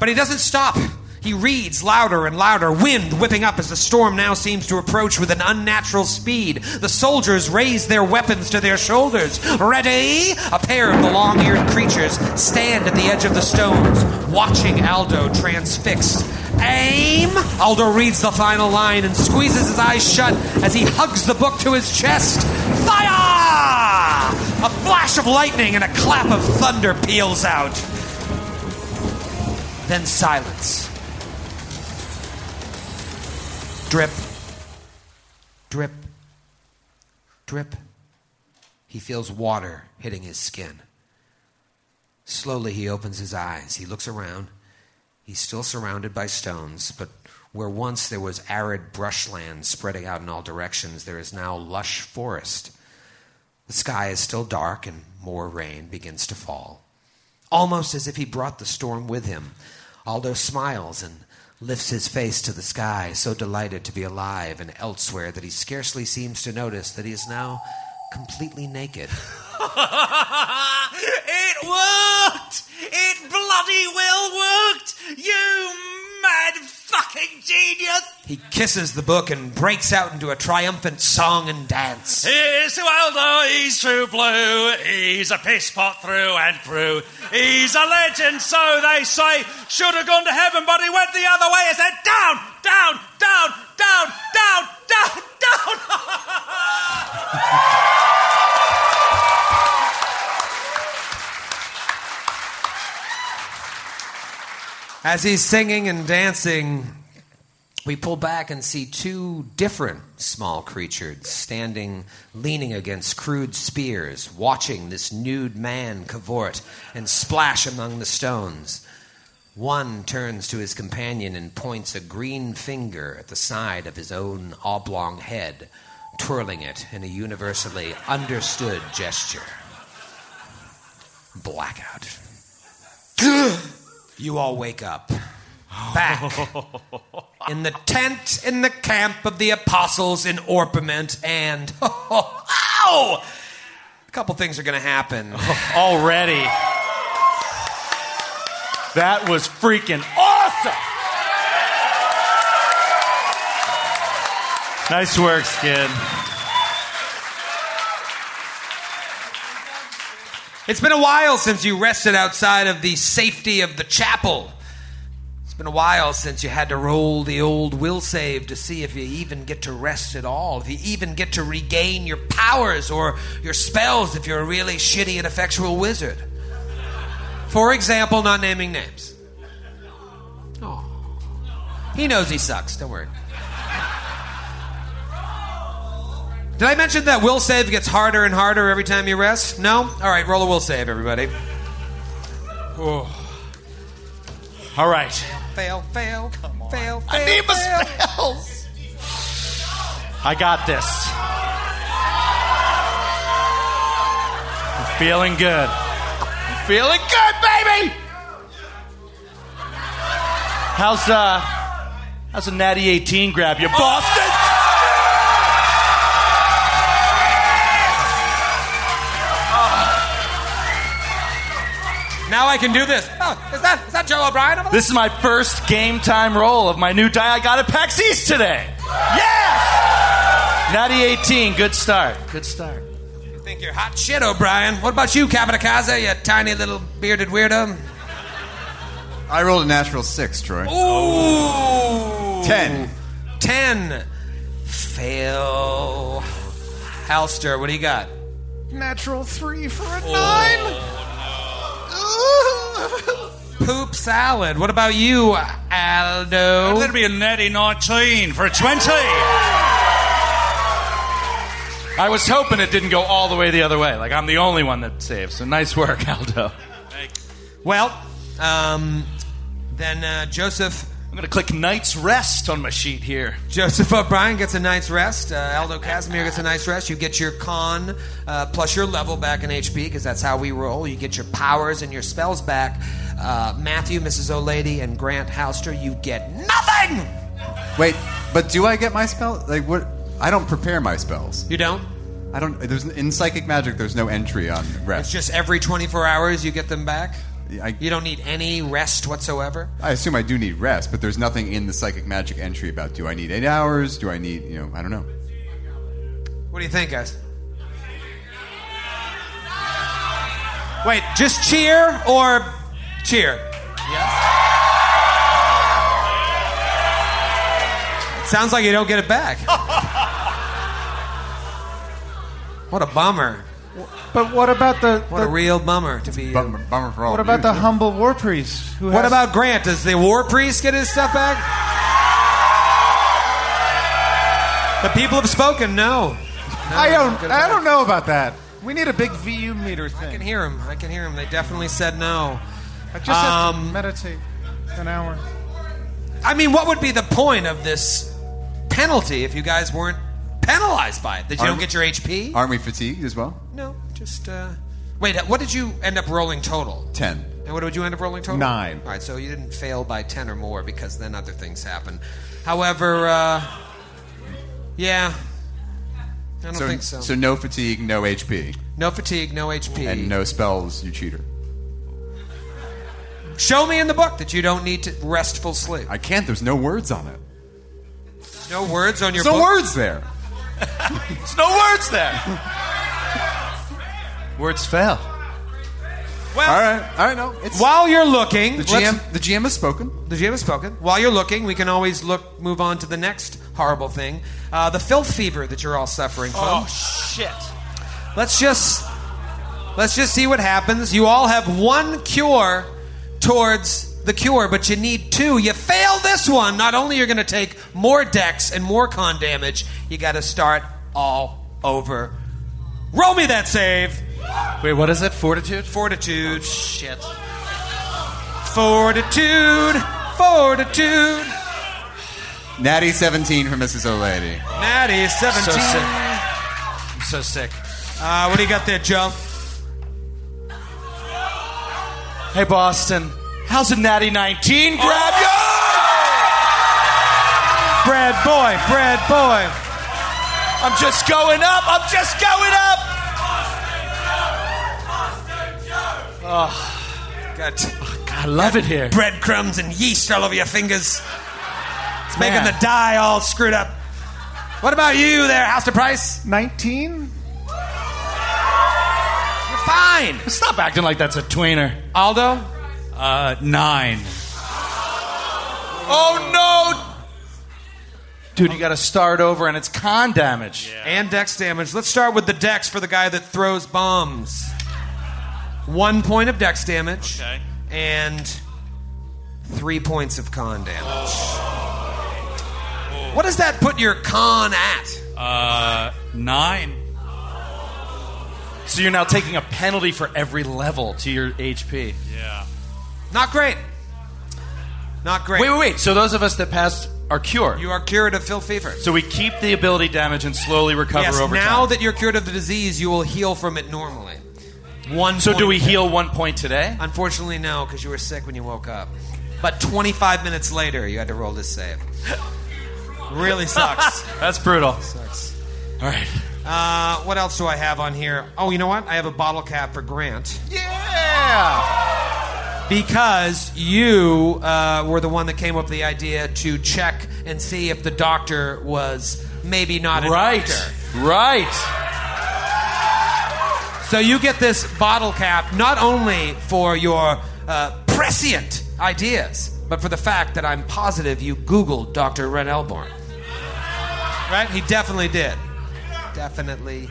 [SPEAKER 1] But he doesn't stop. He reads louder and louder, wind whipping up as the storm now seems to approach with an unnatural speed. The soldiers raise their weapons to their shoulders. Ready? A pair of the long eared creatures stand at the edge of the stones, watching Aldo transfixed. Aim! Aldo reads the final line and squeezes his eyes shut as he hugs the book to his chest. Fire! A flash of lightning and a clap of thunder peals out. Then silence. Drip. Drip. Drip. He feels water hitting his skin. Slowly he opens his eyes. He looks around. He's still surrounded by stones, but where once there was arid brushland spreading out in all directions, there is now lush forest. The sky is still dark, and more rain begins to fall. Almost as if he brought the storm with him, Aldo smiles and lifts his face to the sky, so delighted to be alive and elsewhere that he scarcely seems to notice that he is now completely naked.
[SPEAKER 7] it worked! It bloody well worked! You mad fucking genius!
[SPEAKER 1] He kisses the book and breaks out into a triumphant song and dance.
[SPEAKER 7] Here's to Aldo, he's true blue, he's a piss pot through and through. He's a legend, so they say. Should have gone to heaven, but he went the other way. He said, down, down, down, down, down, down, down.
[SPEAKER 1] As he's singing and dancing, we pull back and see two different small creatures standing, leaning against crude spears, watching this nude man cavort and splash among the stones. One turns to his companion and points a green finger at the side of his own oblong head, twirling it in a universally understood gesture. Blackout. You all wake up. Back in the tent in the camp of the apostles in Orpiment, and ow! A couple things are going to happen.
[SPEAKER 3] Already. That was freaking awesome. Nice work, Skid.
[SPEAKER 1] It's been a while since you rested outside of the safety of the chapel. It's been a while since you had to roll the old will save to see if you even get to rest at all, if you even get to regain your powers or your spells if you're a really shitty and effectual wizard. For example, not naming names. Oh. He knows he sucks, don't worry. Did I mention that will save gets harder and harder every time you rest? No? All right, roll a will save, everybody.
[SPEAKER 3] All right.
[SPEAKER 1] Fail, fail, fail, fail.
[SPEAKER 3] I need my
[SPEAKER 1] fail.
[SPEAKER 3] spells. I got this. I'm feeling good. I'm feeling good, baby. How's uh, how's a natty eighteen grab you, Boston?
[SPEAKER 1] Now I can do this. Oh, is that is that Joe O'Brien? over there?
[SPEAKER 3] This is my first game time roll of my new die I got at PAX East today. Yes! Natty 18, good start. Good start.
[SPEAKER 1] You think you're hot shit, O'Brien? What about you, Kabatakaza, you tiny little bearded weirdo?
[SPEAKER 4] I rolled a natural six, Troy.
[SPEAKER 1] Ooh,
[SPEAKER 4] Ten.
[SPEAKER 1] ten. Fail. Halster, what do you got? Oh,
[SPEAKER 4] Natural three for a nine.
[SPEAKER 1] poop salad. What about you, Aldo?
[SPEAKER 7] That'd be a natty 19 for a 20.
[SPEAKER 3] I was hoping it didn't go all the way the other way. Like I'm the only one that saves. So nice work, Aldo.
[SPEAKER 1] Well, um, then uh, Joseph
[SPEAKER 3] I'm gonna click night's rest on my sheet here.
[SPEAKER 1] Joseph O'Brien gets a night's rest. Uh, Aldo Casimir gets a night's rest. You get your con uh, plus your level back in HP because that's how we roll. You get your powers and your spells back. Uh, Matthew, Mrs. O'Lady, and Grant Houster, you get nothing.
[SPEAKER 4] Wait, but do I get my spell? Like what? I don't prepare my spells.
[SPEAKER 1] You don't.
[SPEAKER 4] I don't. There's in psychic magic. There's no entry on
[SPEAKER 1] It's
[SPEAKER 4] rest.
[SPEAKER 1] just every 24 hours you get them back.
[SPEAKER 4] I,
[SPEAKER 1] You don't need any rest whatsoever.
[SPEAKER 4] I assume I do need rest, but there's nothing in the psychic magic entry about do I need eight hours? Do I need you know? I don't know.
[SPEAKER 1] What do you think, guys? Wait, just cheer or cheer? Yes. Sounds like you don't get it back. what a bummer.
[SPEAKER 8] But what about the,
[SPEAKER 1] What a
[SPEAKER 8] the-
[SPEAKER 1] real bummer to be.
[SPEAKER 4] Bummer, bummer for all.
[SPEAKER 8] what
[SPEAKER 4] of
[SPEAKER 8] about
[SPEAKER 4] you.
[SPEAKER 8] the humble war priest? Who
[SPEAKER 1] What
[SPEAKER 8] has-
[SPEAKER 1] about Grant? Does the war priest get his stuff back? The people have spoken. No.
[SPEAKER 8] I don't.
[SPEAKER 1] Good
[SPEAKER 8] I
[SPEAKER 1] about
[SPEAKER 8] don't know about that. We need a big VU meter thing.
[SPEAKER 1] I can hear him. I can hear him. They definitely said no.
[SPEAKER 8] I just have
[SPEAKER 1] Um,
[SPEAKER 8] to meditate an hour.
[SPEAKER 1] I mean, what would be the point of this penalty if you guys weren't penalized by it? That you
[SPEAKER 4] Are
[SPEAKER 1] don't
[SPEAKER 4] we-
[SPEAKER 1] get your HP?
[SPEAKER 4] Aren't we fatigued as well?
[SPEAKER 1] no, just uh, wait. What did you end up rolling total?
[SPEAKER 4] Ten.
[SPEAKER 1] And what would you end up rolling total?
[SPEAKER 8] Nine.
[SPEAKER 1] All right, so you didn't fail by ten or more because then other things happen. However, uh, yeah, I don't think so.
[SPEAKER 4] no fatigue, no HP,
[SPEAKER 1] No fatigue, no HP,
[SPEAKER 4] and no spells. You cheater.
[SPEAKER 1] Show me in the book that you don't need to restful sleep.
[SPEAKER 4] I can't. There's no words on it.
[SPEAKER 1] No words on your
[SPEAKER 4] There's no
[SPEAKER 1] book.
[SPEAKER 4] words there.
[SPEAKER 3] There's no words there. words fail.
[SPEAKER 4] All right. All right. No. It's
[SPEAKER 1] While you're looking,
[SPEAKER 4] the
[SPEAKER 1] let's-
[SPEAKER 4] GM. The GM has spoken.
[SPEAKER 1] The GM has spoken. While you're looking, we can always look move on to the next horrible thing, uh, the filth fever that you're all suffering from.
[SPEAKER 3] Oh shit.
[SPEAKER 1] Let's just let's just see what happens. You all have one cure towards the cure, but you need two. You fail this one. Not only you're going to take more dex and more con damage, you got to start all over. Roll me that save.
[SPEAKER 3] Wait, what is it? Fortitude?
[SPEAKER 1] Fortitude. shit. Fortitude. Fortitude.
[SPEAKER 4] Natty 17 for Mrs. O'Lady.
[SPEAKER 1] Natty, 17.
[SPEAKER 3] So sick. I'm so sick.
[SPEAKER 1] Uh, what do you got there, Joe?
[SPEAKER 3] Hey Boston, how's a natty 19 grab
[SPEAKER 1] Oh! Brad boy, Brad boy.
[SPEAKER 3] you? I'm just going up. I'm just going up.
[SPEAKER 1] Got
[SPEAKER 3] I love it here.
[SPEAKER 1] breadcrumbs and yeast all over your fingers. It's making the die all screwed up. What about you there, House to Price?
[SPEAKER 8] Nineteen.
[SPEAKER 1] You're fine.
[SPEAKER 3] Stop acting like that's a tweener.
[SPEAKER 1] Aldo?
[SPEAKER 6] Uh, nine.
[SPEAKER 3] Oh no! Dude, you gotta start over and it's con damage.
[SPEAKER 1] And dex damage. Let's start with the dex for the guy that throws bombs. One point of dex damage.
[SPEAKER 7] Okay.
[SPEAKER 1] And three points of con damage. What does that put your con at?
[SPEAKER 6] Uh, nine.
[SPEAKER 3] So you're now taking a penalty for every level to your HP.
[SPEAKER 6] Yeah.
[SPEAKER 1] Not great. Not great.
[SPEAKER 3] Wait, wait, wait. So those of us that passed are cured.
[SPEAKER 1] You are cured of Phil fever.
[SPEAKER 3] so we keep the ability damage and slowly recover
[SPEAKER 1] yes,
[SPEAKER 3] over
[SPEAKER 1] now
[SPEAKER 3] time.
[SPEAKER 1] that you're cured of the disease, you will heal from it normally. One.
[SPEAKER 3] so do
[SPEAKER 1] point-
[SPEAKER 3] we heal one point today?
[SPEAKER 1] Unfortunately, no, because you were sick when you woke up. But 25 minutes later, you had to roll this save. really sucks.
[SPEAKER 3] That's brutal.
[SPEAKER 1] sucks.
[SPEAKER 3] All right.
[SPEAKER 1] Uh, what else do I have on here? Oh, you know what? I have a bottle cap for Grant
[SPEAKER 3] Yeah.
[SPEAKER 1] because you uh, were the one that came up with the idea to check and see if the doctor was maybe not a doctor.
[SPEAKER 3] Right. Right.
[SPEAKER 1] So you get this bottle cap not only for your uh, prescient ideas, but for the fact that I'm positive you Googled Dr. Ren Elborn. Right? He definitely did. Definitely.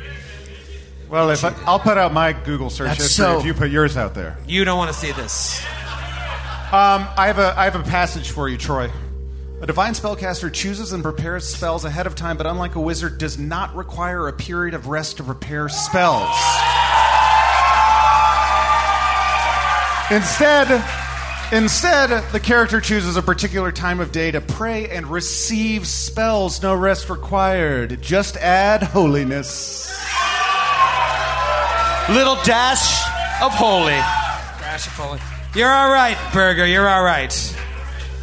[SPEAKER 8] Well, if I, I'll put out my Google search
[SPEAKER 3] That's
[SPEAKER 8] history,
[SPEAKER 3] so-
[SPEAKER 8] if you put yours out there,
[SPEAKER 1] You don't want to see this.
[SPEAKER 2] Um, I have a I have a passage for you, Troy. A divine spellcaster chooses and prepares spells ahead of time, but unlike a wizard, does not require a period of rest to prepare spells. Instead, instead, the character chooses a particular time of day to pray and receive spells, no rest required. Just add holiness.
[SPEAKER 3] Little dash of holy.
[SPEAKER 1] Dash of holy. You're all right, Burger. You're all right.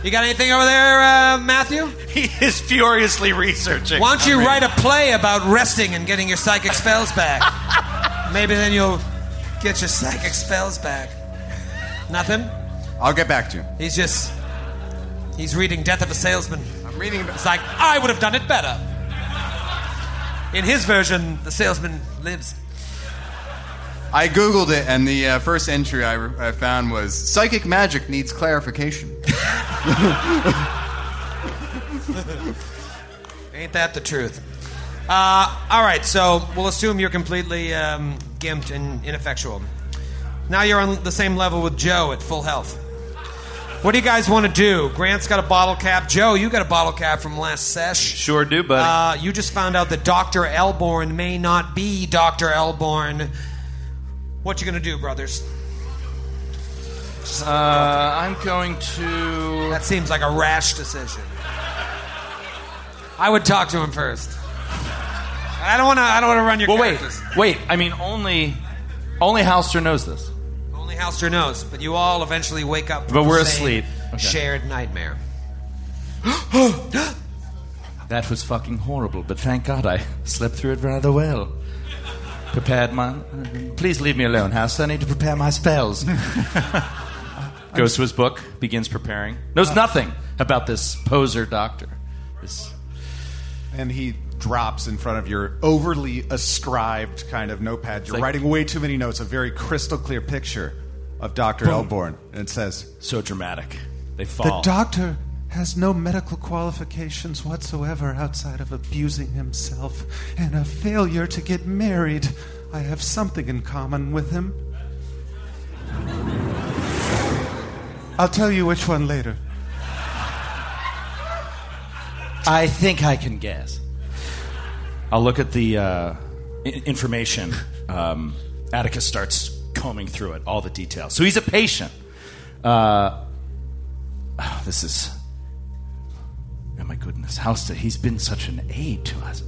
[SPEAKER 1] You got anything over there, uh, Matthew?
[SPEAKER 3] He is furiously researching.
[SPEAKER 1] Why don't you write a play about resting and getting your psychic spells back? Maybe then you'll get your psychic spells back. Nothing?
[SPEAKER 4] I'll get back to you.
[SPEAKER 1] He's just. He's reading Death of a Salesman.
[SPEAKER 4] I'm reading.
[SPEAKER 1] It's like, I would have done it better. In his version, the salesman lives.
[SPEAKER 4] I googled it, and the uh, first entry I, re- I found was psychic magic needs clarification.
[SPEAKER 1] Ain't that the truth? Uh, all right, so we'll assume you're completely um, gimped and ineffectual. Now you're on the same level with Joe at full health. What do you guys want to do? Grant's got a bottle cap. Joe, you got a bottle cap from last sesh.
[SPEAKER 3] Sure do, buddy.
[SPEAKER 1] Uh, you just found out that Dr. Elborn may not be Dr. Elborn. What you gonna do, brothers?
[SPEAKER 3] Uh, I'm going to.
[SPEAKER 1] That seems like a rash decision. I would talk to him first. I don't want to. I don't want to run your
[SPEAKER 3] Well, wait,
[SPEAKER 1] characters.
[SPEAKER 3] wait. I mean, only, only Halster knows this.
[SPEAKER 1] Only Halster knows, but you all eventually wake up.
[SPEAKER 3] But
[SPEAKER 1] with
[SPEAKER 3] we're
[SPEAKER 1] the same
[SPEAKER 3] asleep. Okay.
[SPEAKER 1] Shared nightmare.
[SPEAKER 3] That was fucking horrible, but thank God I slept through it rather well. Prepared my. Please leave me alone, House. I need to prepare my spells. Goes to his book, begins preparing. Knows nothing about this poser doctor. This
[SPEAKER 2] and he drops in front of your overly ascribed kind of notepad. You're
[SPEAKER 3] like-
[SPEAKER 2] writing way too many notes. A very crystal clear picture of Doctor Elborn, and it says,
[SPEAKER 3] so dramatic. They
[SPEAKER 2] "The
[SPEAKER 3] fall.
[SPEAKER 2] doctor has no medical qualifications whatsoever outside of abusing himself and a failure to get married. I have something in common with him. I'll tell you which one later."
[SPEAKER 3] I think I can guess. I'll look at the uh, i- information. Um, Atticus starts combing through it, all the details. So he's a patient. Uh, oh, this is. Oh my goodness, Halster, he's been such an aid to us.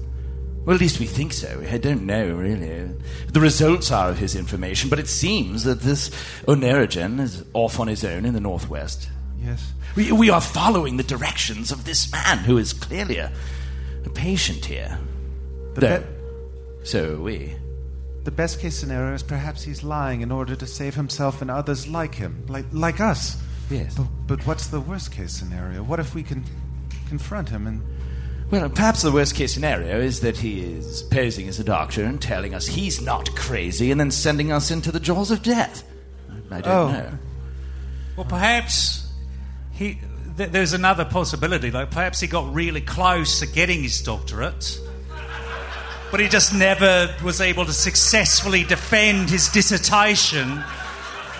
[SPEAKER 3] Well, at least we think so. I don't know, really. The results are of his information, but it seems that this Onerogen is off on his own in the northwest.
[SPEAKER 2] Yes.
[SPEAKER 3] We, we are following the directions of this man who is clearly a, a patient here.
[SPEAKER 2] The
[SPEAKER 3] No.
[SPEAKER 2] vet-
[SPEAKER 3] So are we.
[SPEAKER 2] The best case scenario is perhaps he's lying in order to save himself and others like him, like like us.
[SPEAKER 3] Yes.
[SPEAKER 2] But, but what's the worst case scenario? What if we can confront him and
[SPEAKER 3] Well, perhaps the worst case scenario is that he is posing as a doctor and telling us he's not crazy and then sending us into the jaws of death. I don't
[SPEAKER 2] Oh.
[SPEAKER 3] know.
[SPEAKER 7] Well, perhaps he. Th- there's another possibility. Like perhaps he got really close to getting his doctorate, but he just never was able to successfully defend his dissertation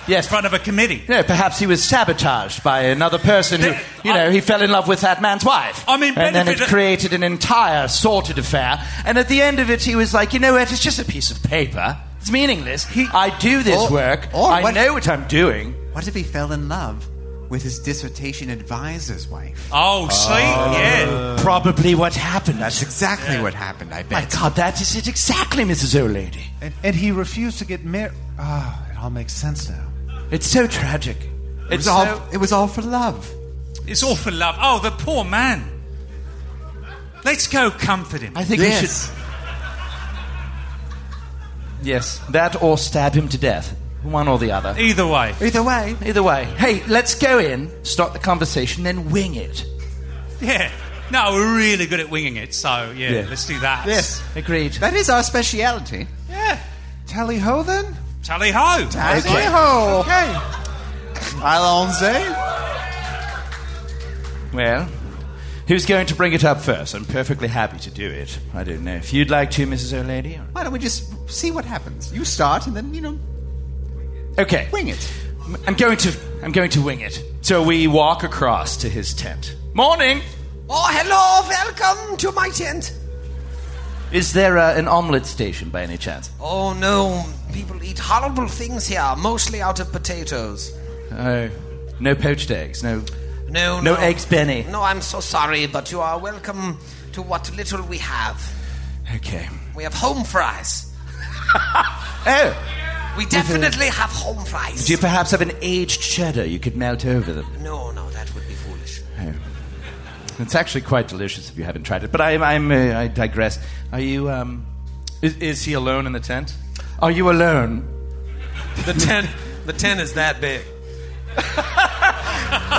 [SPEAKER 3] Yes.
[SPEAKER 7] in front of a committee.
[SPEAKER 3] no, perhaps he was sabotaged by another person who,
[SPEAKER 7] There-
[SPEAKER 3] you know,
[SPEAKER 7] I-
[SPEAKER 3] he fell in love with that man's wife.
[SPEAKER 7] I mean,
[SPEAKER 3] and then it
[SPEAKER 7] benefit-
[SPEAKER 3] created an entire sordid affair. And at the end of it, he was like, you know what? It's just a piece of paper. It's meaningless. I do this
[SPEAKER 4] Or-
[SPEAKER 3] work.
[SPEAKER 4] or
[SPEAKER 3] I
[SPEAKER 4] what-
[SPEAKER 3] know what I'm doing.
[SPEAKER 4] What if he fell in love with his dissertation advisor's wife?
[SPEAKER 7] Oh, see, yeah.
[SPEAKER 3] Probably what happened.
[SPEAKER 4] That's exactly what happened, I
[SPEAKER 3] My
[SPEAKER 4] bet.
[SPEAKER 3] God, that is it exactly, Mrs. O'Lady.
[SPEAKER 2] and, and he refused to get married? Ah, it all makes sense now.
[SPEAKER 3] It's so tragic.
[SPEAKER 4] It
[SPEAKER 3] It's
[SPEAKER 4] was, all,
[SPEAKER 3] so-
[SPEAKER 4] it was all for love.
[SPEAKER 7] It's all for love. Oh, the poor man. Let's go comfort him.
[SPEAKER 3] I think we should.
[SPEAKER 4] Yes.
[SPEAKER 3] Yes, that or stab him to death. One or the other.
[SPEAKER 7] Either way,
[SPEAKER 4] Either way,
[SPEAKER 3] Either way. Hey, let's go in, start the conversation, then wing it.
[SPEAKER 7] yeah. No, we're really good at winging it, so yeah,
[SPEAKER 3] Yeah.
[SPEAKER 7] let's do that.
[SPEAKER 4] Yes.
[SPEAKER 3] Agreed.
[SPEAKER 4] that is our speciality.
[SPEAKER 2] Tally ho then?
[SPEAKER 7] Tally ho.
[SPEAKER 4] Tally-ho. Allons, eh?
[SPEAKER 3] Well, who's going to bring it up first? I'm perfectly happy to do it. I don't know if you'd like to, Mrs. O'Lady. or-
[SPEAKER 4] Why don't we just see what happens? You start, and then, you know,
[SPEAKER 3] Okay.
[SPEAKER 4] wing it.
[SPEAKER 3] I'm going to I'm going to wing it. So we walk across to his tent. Morning.
[SPEAKER 1] Oh, hello, welcome to my tent.
[SPEAKER 3] Is there uh, an omelet station by any chance?
[SPEAKER 1] Oh no, people eat horrible things here, mostly out of potatoes.
[SPEAKER 3] Oh, no poached eggs. No.
[SPEAKER 1] No, no.
[SPEAKER 3] No eggs, Benny.
[SPEAKER 1] No, I'm so sorry, but you are welcome to what little we have.
[SPEAKER 3] Okay.
[SPEAKER 1] We have home fries.
[SPEAKER 3] Oh,
[SPEAKER 1] We definitely have home fries.
[SPEAKER 3] do you perhaps have an aged cheddar you could melt over them?
[SPEAKER 1] No, no, that would be foolish.
[SPEAKER 3] It's actually quite delicious if you haven't tried it. But I, I'm, uh, I digress. Are you? Um, is, is he alone in the tent? Are you alone?
[SPEAKER 9] The tent, the tent is that big.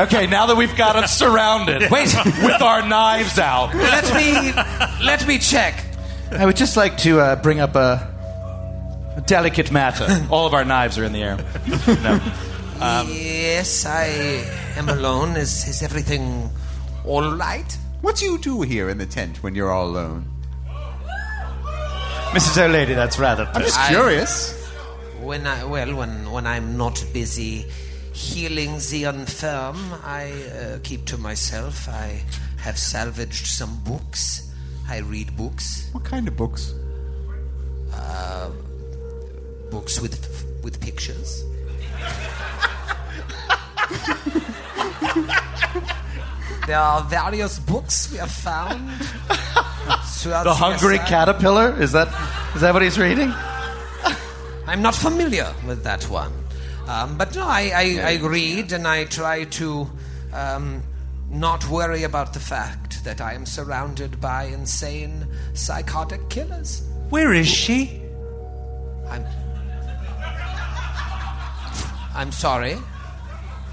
[SPEAKER 3] Okay, now that we've got him surrounded, wait, with our knives out.
[SPEAKER 1] Let me, let me check.
[SPEAKER 3] I would just like to uh, bring up a, a delicate matter. All of our knives are in the air. No. Um,
[SPEAKER 1] yes, I am alone. Is is everything all right?
[SPEAKER 4] What do you do here in the tent when you're all alone?
[SPEAKER 3] Mrs. O'Lady, that's rather.
[SPEAKER 4] I'm just
[SPEAKER 1] I-
[SPEAKER 4] curious.
[SPEAKER 1] When I well, when when I'm not busy healing the infirm, I uh, keep to myself. I have salvaged some books. I read books, Uh,
[SPEAKER 4] What kind of books?
[SPEAKER 1] books with with pictures. there are various books we have found. throughout
[SPEAKER 3] The hungry
[SPEAKER 1] asylum.
[SPEAKER 3] caterpillar? Is that is that what he's reading?
[SPEAKER 1] I'm not familiar with that one. Um, but no, I, I, I read and I try to um, not worry about the fact that I am surrounded by insane psychotic killers.
[SPEAKER 7] Where is she?
[SPEAKER 1] I'm. I'm sorry.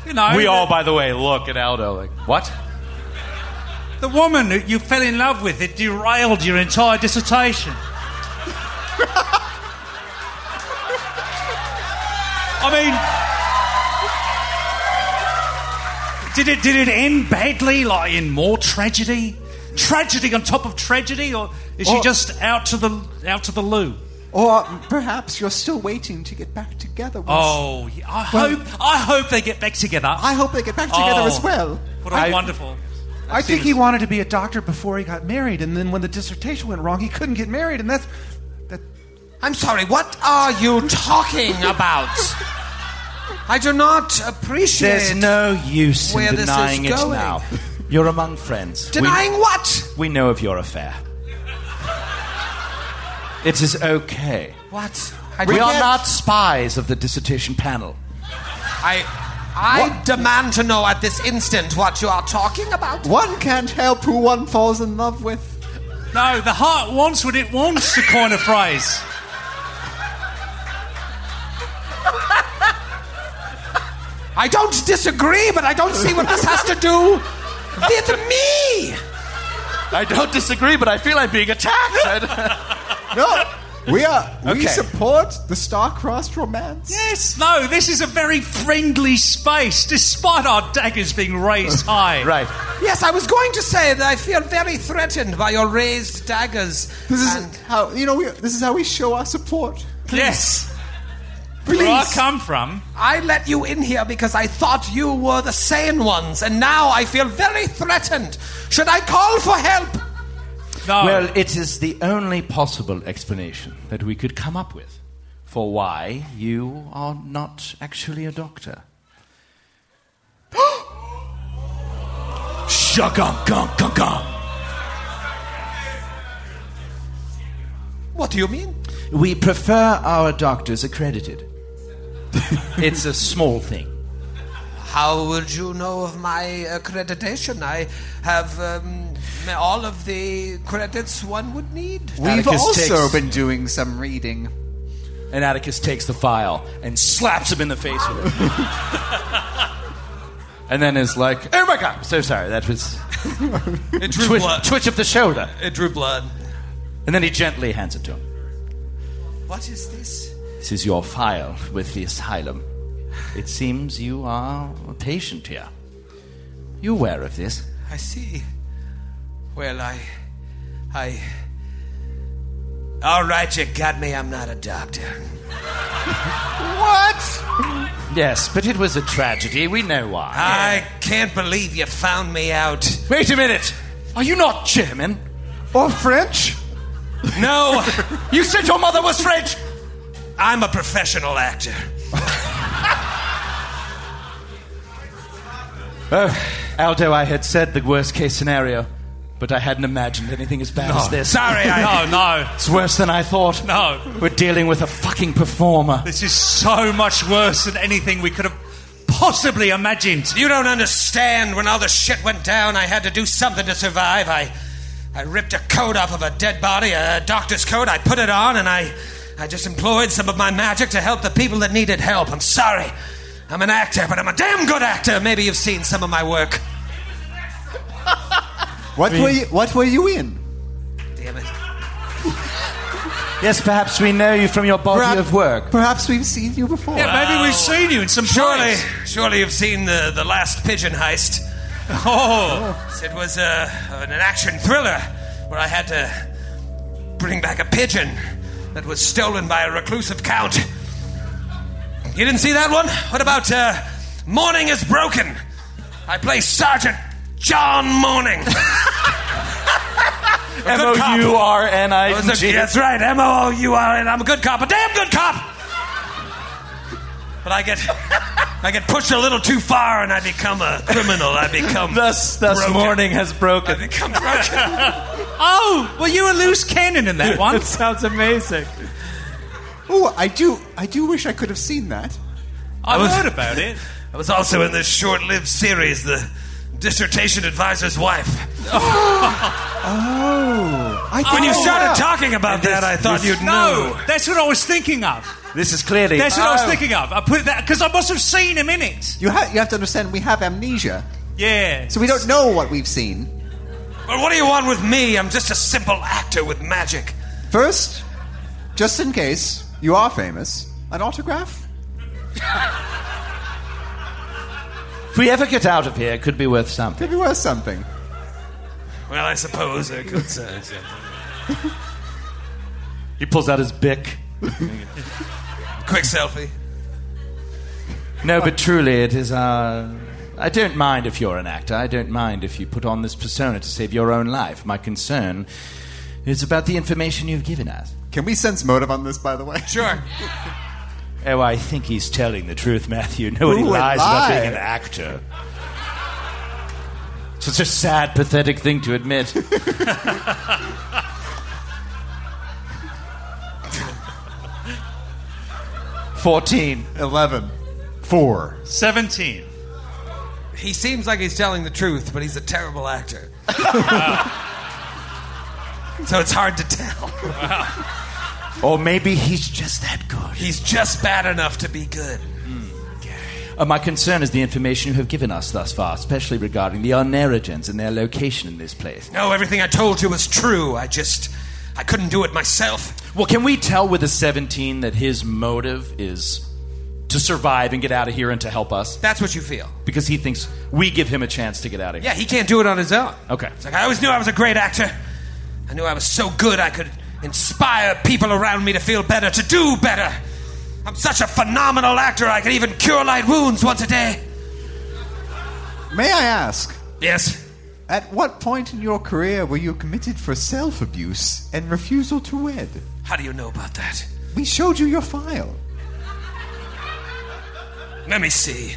[SPEAKER 7] You know,
[SPEAKER 3] We
[SPEAKER 7] the,
[SPEAKER 3] all, by the way, look at Aldo like, what?
[SPEAKER 7] the woman that you fell in love with. It derailed your entire dissertation. I mean, did it did it end badly? Like in more tragedy, tragedy on top of tragedy, or is she
[SPEAKER 4] Or-
[SPEAKER 7] just out to the out to the loo?
[SPEAKER 4] Or perhaps you're still waiting to get back together. With
[SPEAKER 7] Oh, yeah, I hope I hope they get back together.
[SPEAKER 4] I hope they get back together
[SPEAKER 7] Oh.
[SPEAKER 4] as well.
[SPEAKER 7] What a wonderful.
[SPEAKER 8] I think he wanted to be a doctor before he got married, and then when the dissertation went wrong, he couldn't get married, and that's that.
[SPEAKER 1] I'm sorry, what are you talking about? I do not appreciate
[SPEAKER 3] There's no use
[SPEAKER 1] Where
[SPEAKER 3] in
[SPEAKER 1] this is
[SPEAKER 3] denying it
[SPEAKER 1] going.
[SPEAKER 3] now. You're among friends.
[SPEAKER 1] denying what?
[SPEAKER 3] We, we know of your affair. It is okay.
[SPEAKER 1] What? I
[SPEAKER 3] we
[SPEAKER 1] do
[SPEAKER 3] are
[SPEAKER 1] not-
[SPEAKER 3] not spies of the dissertation panel.
[SPEAKER 1] I I demand to know at this instant what you are talking about.
[SPEAKER 7] Oh.
[SPEAKER 4] One can't help who one falls in love with.
[SPEAKER 7] No, the heart wants what it wants. To coin a phrase.
[SPEAKER 1] I don't disagree, but I don't see what this has to do with me.
[SPEAKER 3] I don't disagree, but I feel I'm being attacked.
[SPEAKER 4] No, we are. We
[SPEAKER 3] Okay.
[SPEAKER 4] support the star-crossed romance.
[SPEAKER 7] Yes, no, this is a very friendly space, despite our daggers being raised high.
[SPEAKER 3] right.
[SPEAKER 1] Yes, I was going to say that I feel very threatened by your raised daggers.
[SPEAKER 4] This is
[SPEAKER 1] and
[SPEAKER 4] how you know. We, this is how we show our support.
[SPEAKER 7] Yes.
[SPEAKER 4] Please.
[SPEAKER 7] Where I come from.
[SPEAKER 1] I let you in here because I thought you were the sane ones, and now I feel very threatened. Should I call for help?
[SPEAKER 7] No.
[SPEAKER 3] Well, it is the only possible explanation that we could come up with for why you are not actually a doctor. Shugum, gum, gum, gum.
[SPEAKER 1] What do you mean?
[SPEAKER 3] We prefer our doctors accredited. it's a small thing.
[SPEAKER 1] How would you know of my accreditation? I have um, all of the credits one would need.
[SPEAKER 4] We've
[SPEAKER 3] Atticus
[SPEAKER 4] also
[SPEAKER 3] takes-
[SPEAKER 4] been doing some reading.
[SPEAKER 3] And Atticus takes the file and slaps him in the face with it. and then is like, oh my god, so sorry, that was
[SPEAKER 9] It drew
[SPEAKER 3] twitch,
[SPEAKER 9] blood.
[SPEAKER 3] twitch of the shoulder.
[SPEAKER 9] It drew blood.
[SPEAKER 3] And then he gently hands it to him.
[SPEAKER 1] What is this?
[SPEAKER 3] This is your file with the asylum. It seems you are a patient here. You aware of this?
[SPEAKER 1] I see. Well, I. I. All right, you got me. I'm not a doctor.
[SPEAKER 4] What?
[SPEAKER 3] Yes, but it was a tragedy. We know why.
[SPEAKER 9] Ah,
[SPEAKER 1] I can't believe you found me out.
[SPEAKER 3] Wait a minute. Are you not German?
[SPEAKER 10] Or French?
[SPEAKER 1] No.
[SPEAKER 3] you said your mother was French.
[SPEAKER 1] I'm a professional actor.
[SPEAKER 3] Oh, Aldo, I had said the worst case scenario, but I hadn't imagined anything as bad
[SPEAKER 7] No.
[SPEAKER 3] as this.
[SPEAKER 7] Sorry, I- No, no.
[SPEAKER 3] It's worse than I thought.
[SPEAKER 7] No.
[SPEAKER 3] We're dealing with a fucking performer.
[SPEAKER 7] This is so much worse than anything we could have possibly imagined.
[SPEAKER 1] You don't understand. When all the shit went down, I had to do something to survive. I, I ripped a coat off of a dead body, a doctor's coat. I put it on, and I, I just employed some of my magic to help the people that needed help. I'm sorry. I'm an actor, but I'm a damn good actor. Maybe you've seen some of my work.
[SPEAKER 4] What were you, what were you in?
[SPEAKER 1] Damn it.
[SPEAKER 3] Yes, perhaps we know you from your body
[SPEAKER 4] Perhaps-
[SPEAKER 3] of work.
[SPEAKER 4] Perhaps we've seen you before.
[SPEAKER 7] Yeah, maybe we've seen you in some
[SPEAKER 1] Surely,
[SPEAKER 7] place.
[SPEAKER 1] surely you've seen the, the last pigeon heist.
[SPEAKER 7] Oh,
[SPEAKER 1] It was uh, an action thriller where I had to bring back a pigeon that was stolen by a reclusive count. You didn't see that one? What about uh, Morning is Broken? I play Sergeant John Morning.
[SPEAKER 3] M O U R N I
[SPEAKER 1] I was a-
[SPEAKER 3] G.
[SPEAKER 1] that's right, M O O U R N. I'm a good cop, a damn good cop. But I get, I get pushed a little too far, and I become a criminal. I become
[SPEAKER 3] Thus, thus
[SPEAKER 1] broken.
[SPEAKER 3] morning has
[SPEAKER 1] I
[SPEAKER 3] broken.
[SPEAKER 1] become broken.
[SPEAKER 7] oh, well, you were loose cannon in that one.
[SPEAKER 11] That sounds amazing.
[SPEAKER 4] Oh, I do. I do wish I could have seen that.
[SPEAKER 7] I
[SPEAKER 1] was-
[SPEAKER 7] heard about it.
[SPEAKER 1] I was also in this short lived series, The Dissertation Advisor's Wife.
[SPEAKER 4] Oh, I
[SPEAKER 1] When you
[SPEAKER 4] think-
[SPEAKER 1] started talking about that, I thought you'd
[SPEAKER 7] No,
[SPEAKER 1] know.
[SPEAKER 7] that's what I was thinking of.
[SPEAKER 3] This is clearly.
[SPEAKER 7] That's what I was
[SPEAKER 4] Oh.
[SPEAKER 7] thinking of. I put that because I must have seen him in it.
[SPEAKER 4] you have you have to understand we have amnesia,
[SPEAKER 7] Yeah.
[SPEAKER 4] so we don't know what we've seen.
[SPEAKER 1] Well, what do you want with me? I'm just a simple actor with magic.
[SPEAKER 4] First, just in case you are famous, an autograph.
[SPEAKER 3] If we ever get out of here, it could be worth something.
[SPEAKER 4] Could be worth something.
[SPEAKER 1] Well, I suppose I could say so.
[SPEAKER 3] He pulls out his bick.
[SPEAKER 1] Quick selfie.
[SPEAKER 3] No, but truly, it is. Uh, I don't mind if you're an actor. I don't mind if you put on this persona to save your own life. My concern is about the information you've given us.
[SPEAKER 4] Can we sense motive on this, by the way?
[SPEAKER 1] Sure.
[SPEAKER 3] Oh, I think he's telling the truth, Matthew. Nobody
[SPEAKER 4] Who would
[SPEAKER 3] lies about
[SPEAKER 4] lie?
[SPEAKER 3] being an actor. Such a sad, pathetic thing to admit. Fourteen.
[SPEAKER 4] Eleven.
[SPEAKER 2] Four.
[SPEAKER 7] Seventeen.
[SPEAKER 1] He seems like he's telling the truth, but he's a terrible actor. so it's hard to tell.
[SPEAKER 3] Or maybe he's just that good.
[SPEAKER 1] He's just bad enough to be good.
[SPEAKER 7] Hmm.
[SPEAKER 3] Uh, my concern is the information you have given us thus far, especially regarding the Arnerigens and their location in this place.
[SPEAKER 1] No, everything I told you was true. I just. I couldn't do it myself.
[SPEAKER 3] Well, can we tell with the 17 that his motive is to survive and get out of here and to help us?
[SPEAKER 1] That's what you feel.
[SPEAKER 3] Because he thinks we give him a chance to get out of here.
[SPEAKER 1] Yeah, he can't do it on his own.
[SPEAKER 3] Okay.
[SPEAKER 1] It's like I always knew I was a great actor. I knew I was so good I could inspire people around me to feel better, to do better. I'm such a phenomenal actor, I could even cure light wounds once a day.
[SPEAKER 4] May I ask,
[SPEAKER 1] Yes.
[SPEAKER 4] at what point in your career were you committed for self abuse and refusal to wed?
[SPEAKER 1] How do you know about that?
[SPEAKER 4] We showed you your file.
[SPEAKER 1] Let me see.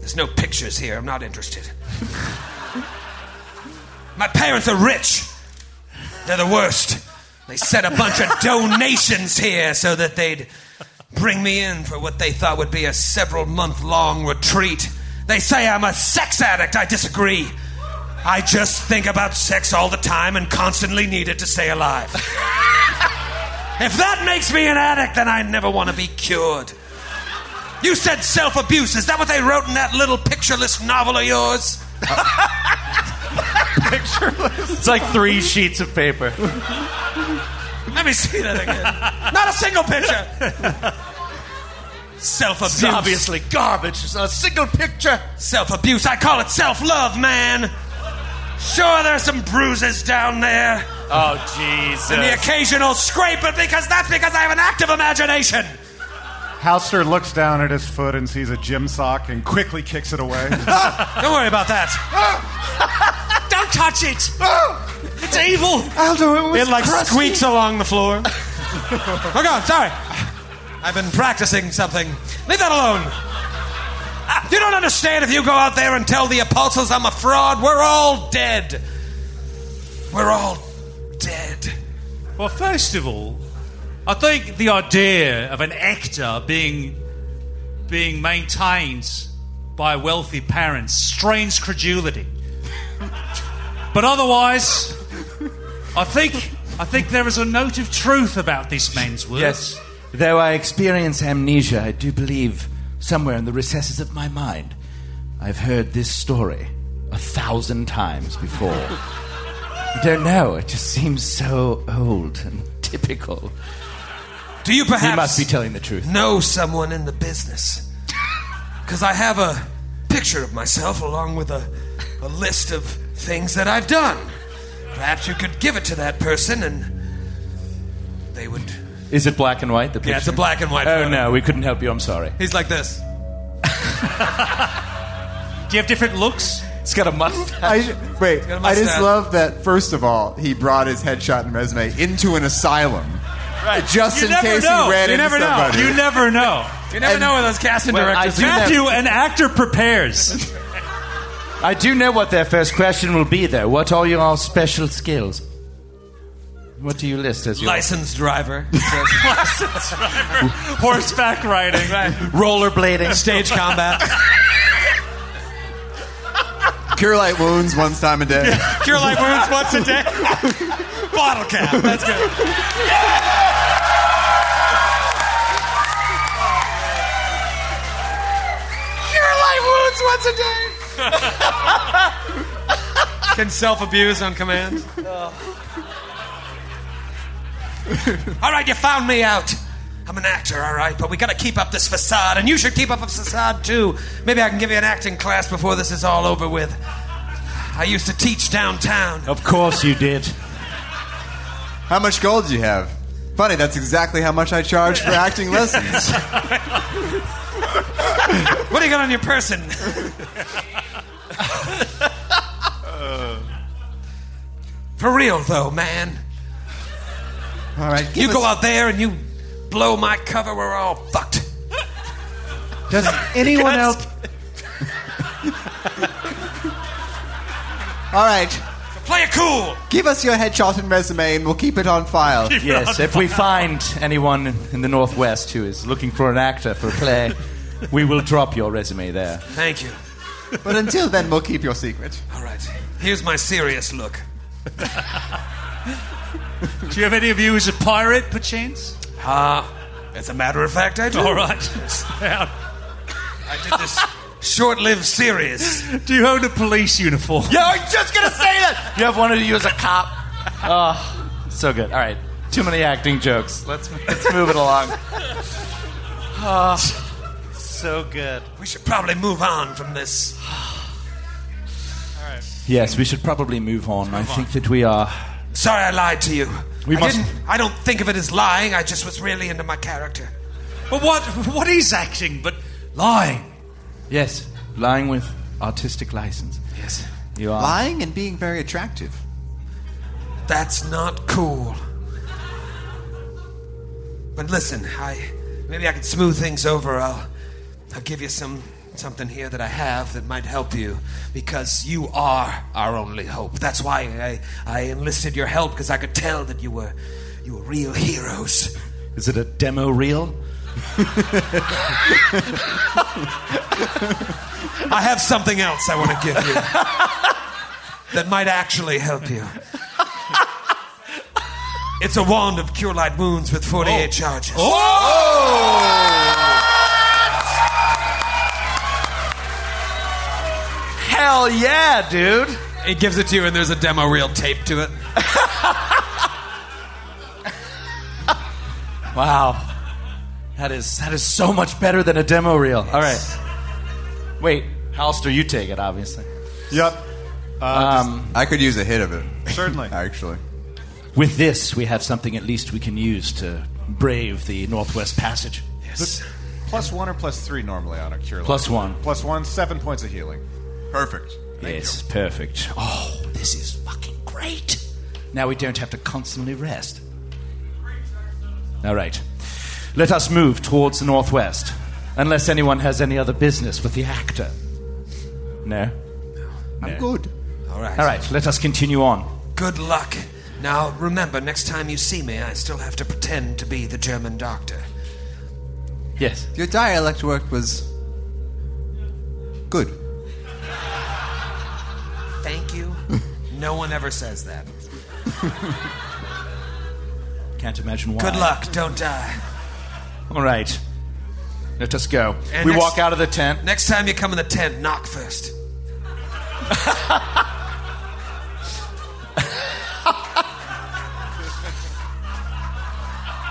[SPEAKER 1] There's no pictures here. I'm not interested. My parents are rich. They're the worst. They sent a bunch of donations here so that they'd bring me in for what they thought would be a several month long retreat. They say I'm a sex addict. I disagree. I just think about sex all the time and constantly need it to stay alive. if that makes me an addict, then I never want to be cured. You said self abuse. Is that what they wrote in that little pictureless novel of yours?
[SPEAKER 3] It's like three sheets of paper.
[SPEAKER 1] Let me see that again. Not a single picture. Self
[SPEAKER 3] It's
[SPEAKER 1] abuse.
[SPEAKER 3] obviously garbage. It's not a single picture.
[SPEAKER 1] Self abuse. I call it self love, man. Sure, there's some bruises down there
[SPEAKER 3] Oh, Jesus.
[SPEAKER 1] and the occasional scrape, but because that's because I have an active imagination.
[SPEAKER 2] Halster looks down at his foot and sees a gym sock and quickly kicks it away.
[SPEAKER 1] Don't worry about that.
[SPEAKER 7] Don't touch it! It's evil!
[SPEAKER 8] Aldo,
[SPEAKER 1] It like squeaks along the floor. oh God, sorry. I've been practicing something. Leave that alone. Ah, You don't understand if you go out there and tell the apostles I'm a fraud. We're all dead. We're all dead.
[SPEAKER 6] Well, first of all, I think the idea of an actor being being maintained by wealthy parents strains credulity. but otherwise, I think I think there is a note of truth about this man's words.
[SPEAKER 3] Yes. Though I experience amnesia, I do believe somewhere in the recesses of my mind, I've heard this story a thousand times before. I don't know, it just seems so old and typical.
[SPEAKER 1] Do you perhaps
[SPEAKER 3] He must be telling the truth.
[SPEAKER 1] know someone in the business? Because I have a picture of myself along with a, a list of things that I've done. Perhaps you could give it to that person and they would.
[SPEAKER 3] Is it black and white? The picture?
[SPEAKER 1] Yeah, it's a black and white
[SPEAKER 3] Oh
[SPEAKER 1] photo.
[SPEAKER 3] no, we couldn't help you. I'm sorry.
[SPEAKER 1] He's like this.
[SPEAKER 6] Do you have different looks?
[SPEAKER 3] It's got a mustache.
[SPEAKER 4] I, wait,
[SPEAKER 1] got a
[SPEAKER 4] I just
[SPEAKER 1] mustache.
[SPEAKER 4] love that. First of all, he brought his headshot and resume into an asylum, right? Just
[SPEAKER 6] You
[SPEAKER 4] in
[SPEAKER 6] never
[SPEAKER 4] case
[SPEAKER 6] know.
[SPEAKER 4] he ran
[SPEAKER 6] You
[SPEAKER 4] into
[SPEAKER 6] never know.
[SPEAKER 4] somebody.
[SPEAKER 6] You never know.
[SPEAKER 1] You never
[SPEAKER 4] And-
[SPEAKER 1] know with those casting
[SPEAKER 3] Well, I
[SPEAKER 1] directors.
[SPEAKER 3] do
[SPEAKER 1] man.
[SPEAKER 3] that-
[SPEAKER 6] Matthew, an actor prepares.
[SPEAKER 3] I do know what their first question will be, though. What are your special skills? What do you list as your
[SPEAKER 1] Licensed driver,
[SPEAKER 6] Horseback riding.
[SPEAKER 3] rollerblading?
[SPEAKER 1] stage combat,
[SPEAKER 4] Cure light wounds once time a day.
[SPEAKER 1] cure light wounds once a day, bottle cap. That's good. Can self abuse on command. all right, you found me out. I'm an actor, all right, but we gotta keep up this facade, and you should keep up a facade too. Maybe I can give you an acting class before this is all over with. I used to teach downtown.
[SPEAKER 3] Of course you did.
[SPEAKER 4] How much gold do you have? Funny, that's exactly how much I charge for acting lessons.
[SPEAKER 1] What do you got on your person? For real, though, man.
[SPEAKER 4] All right, give
[SPEAKER 1] You go
[SPEAKER 4] us-
[SPEAKER 1] out there and you blow my cover, we're all fucked.
[SPEAKER 8] Does anyone else?
[SPEAKER 4] All right,
[SPEAKER 1] Play it cool.
[SPEAKER 4] give us your headshot and resume, and we'll keep it on file.
[SPEAKER 3] Yes, if we find anyone in the Northwest who is looking for an actor for a play, we will drop your resume there.
[SPEAKER 1] Thank you.
[SPEAKER 4] But until then, we'll keep your secret.
[SPEAKER 1] All right. Here's my serious look.
[SPEAKER 6] Do you have any of you as a pirate, perchance?
[SPEAKER 1] As a matter of fact, I do.
[SPEAKER 6] All right.
[SPEAKER 1] I did this short-lived series.
[SPEAKER 6] Do you own a police uniform?
[SPEAKER 3] Yeah, I was just gonna say that. You have one of you as a cop. Oh, so good. All right, too many acting jokes. Let's let's move it along. Oh, so good.
[SPEAKER 1] We should probably move on from this.
[SPEAKER 3] Yes, we should probably move on. I think that we are.
[SPEAKER 1] Sorry, I lied to you.
[SPEAKER 3] We
[SPEAKER 1] I
[SPEAKER 3] must-
[SPEAKER 1] didn't. I don't think of it as lying. I just was really into my character.
[SPEAKER 6] But what what is acting but lying?
[SPEAKER 3] Yes, lying with artistic license.
[SPEAKER 1] Yes.
[SPEAKER 3] You are.
[SPEAKER 4] Lying and being very attractive.
[SPEAKER 1] That's not cool. But listen, I maybe I can smooth things over. I'll I'll give you some something here that I have that might help you because you are our only hope. That's why I I enlisted your help because I could tell that you were you were real heroes.
[SPEAKER 3] Is it a demo reel?
[SPEAKER 1] I have something else I want to give you that might actually help you. It's a wand of cure light wounds with 48 charges.
[SPEAKER 3] Hell yeah, dude!
[SPEAKER 1] It gives it to you, and there's a demo reel taped to it.
[SPEAKER 3] Wow, that is that is so much better than a demo reel. All right, wait, Halster, you take it, obviously.
[SPEAKER 2] Yep, Uh,
[SPEAKER 3] Um,
[SPEAKER 4] I could use a hit of it,
[SPEAKER 2] certainly.
[SPEAKER 4] actually.
[SPEAKER 3] with this, we have something at least we can use to brave the Northwest Passage.
[SPEAKER 1] Yes.
[SPEAKER 2] plus one or plus three normally on a cure?
[SPEAKER 3] Plus
[SPEAKER 2] level?
[SPEAKER 3] one.
[SPEAKER 2] Plus one, seven points of healing. Perfect.
[SPEAKER 3] yes, perfect. Oh, this is fucking great. Now we don't have to constantly rest. All right. Let us move towards the northwest, unless anyone has any other business with the actor. No?
[SPEAKER 4] I'm
[SPEAKER 3] No.
[SPEAKER 4] good.
[SPEAKER 1] All right.
[SPEAKER 3] All right, let us continue on.
[SPEAKER 1] Good luck. Now, remember, next time you see me, I still have to pretend to be the German doctor.
[SPEAKER 3] Yes.
[SPEAKER 4] Your dialect work was good.
[SPEAKER 1] Thank you. no one ever says that.
[SPEAKER 3] Can't imagine why.
[SPEAKER 1] Good luck. Don't die.
[SPEAKER 3] All right. Let us go.
[SPEAKER 1] And
[SPEAKER 3] we
[SPEAKER 1] next-
[SPEAKER 3] walk out of the tent.
[SPEAKER 1] Next time you come in the tent, knock first.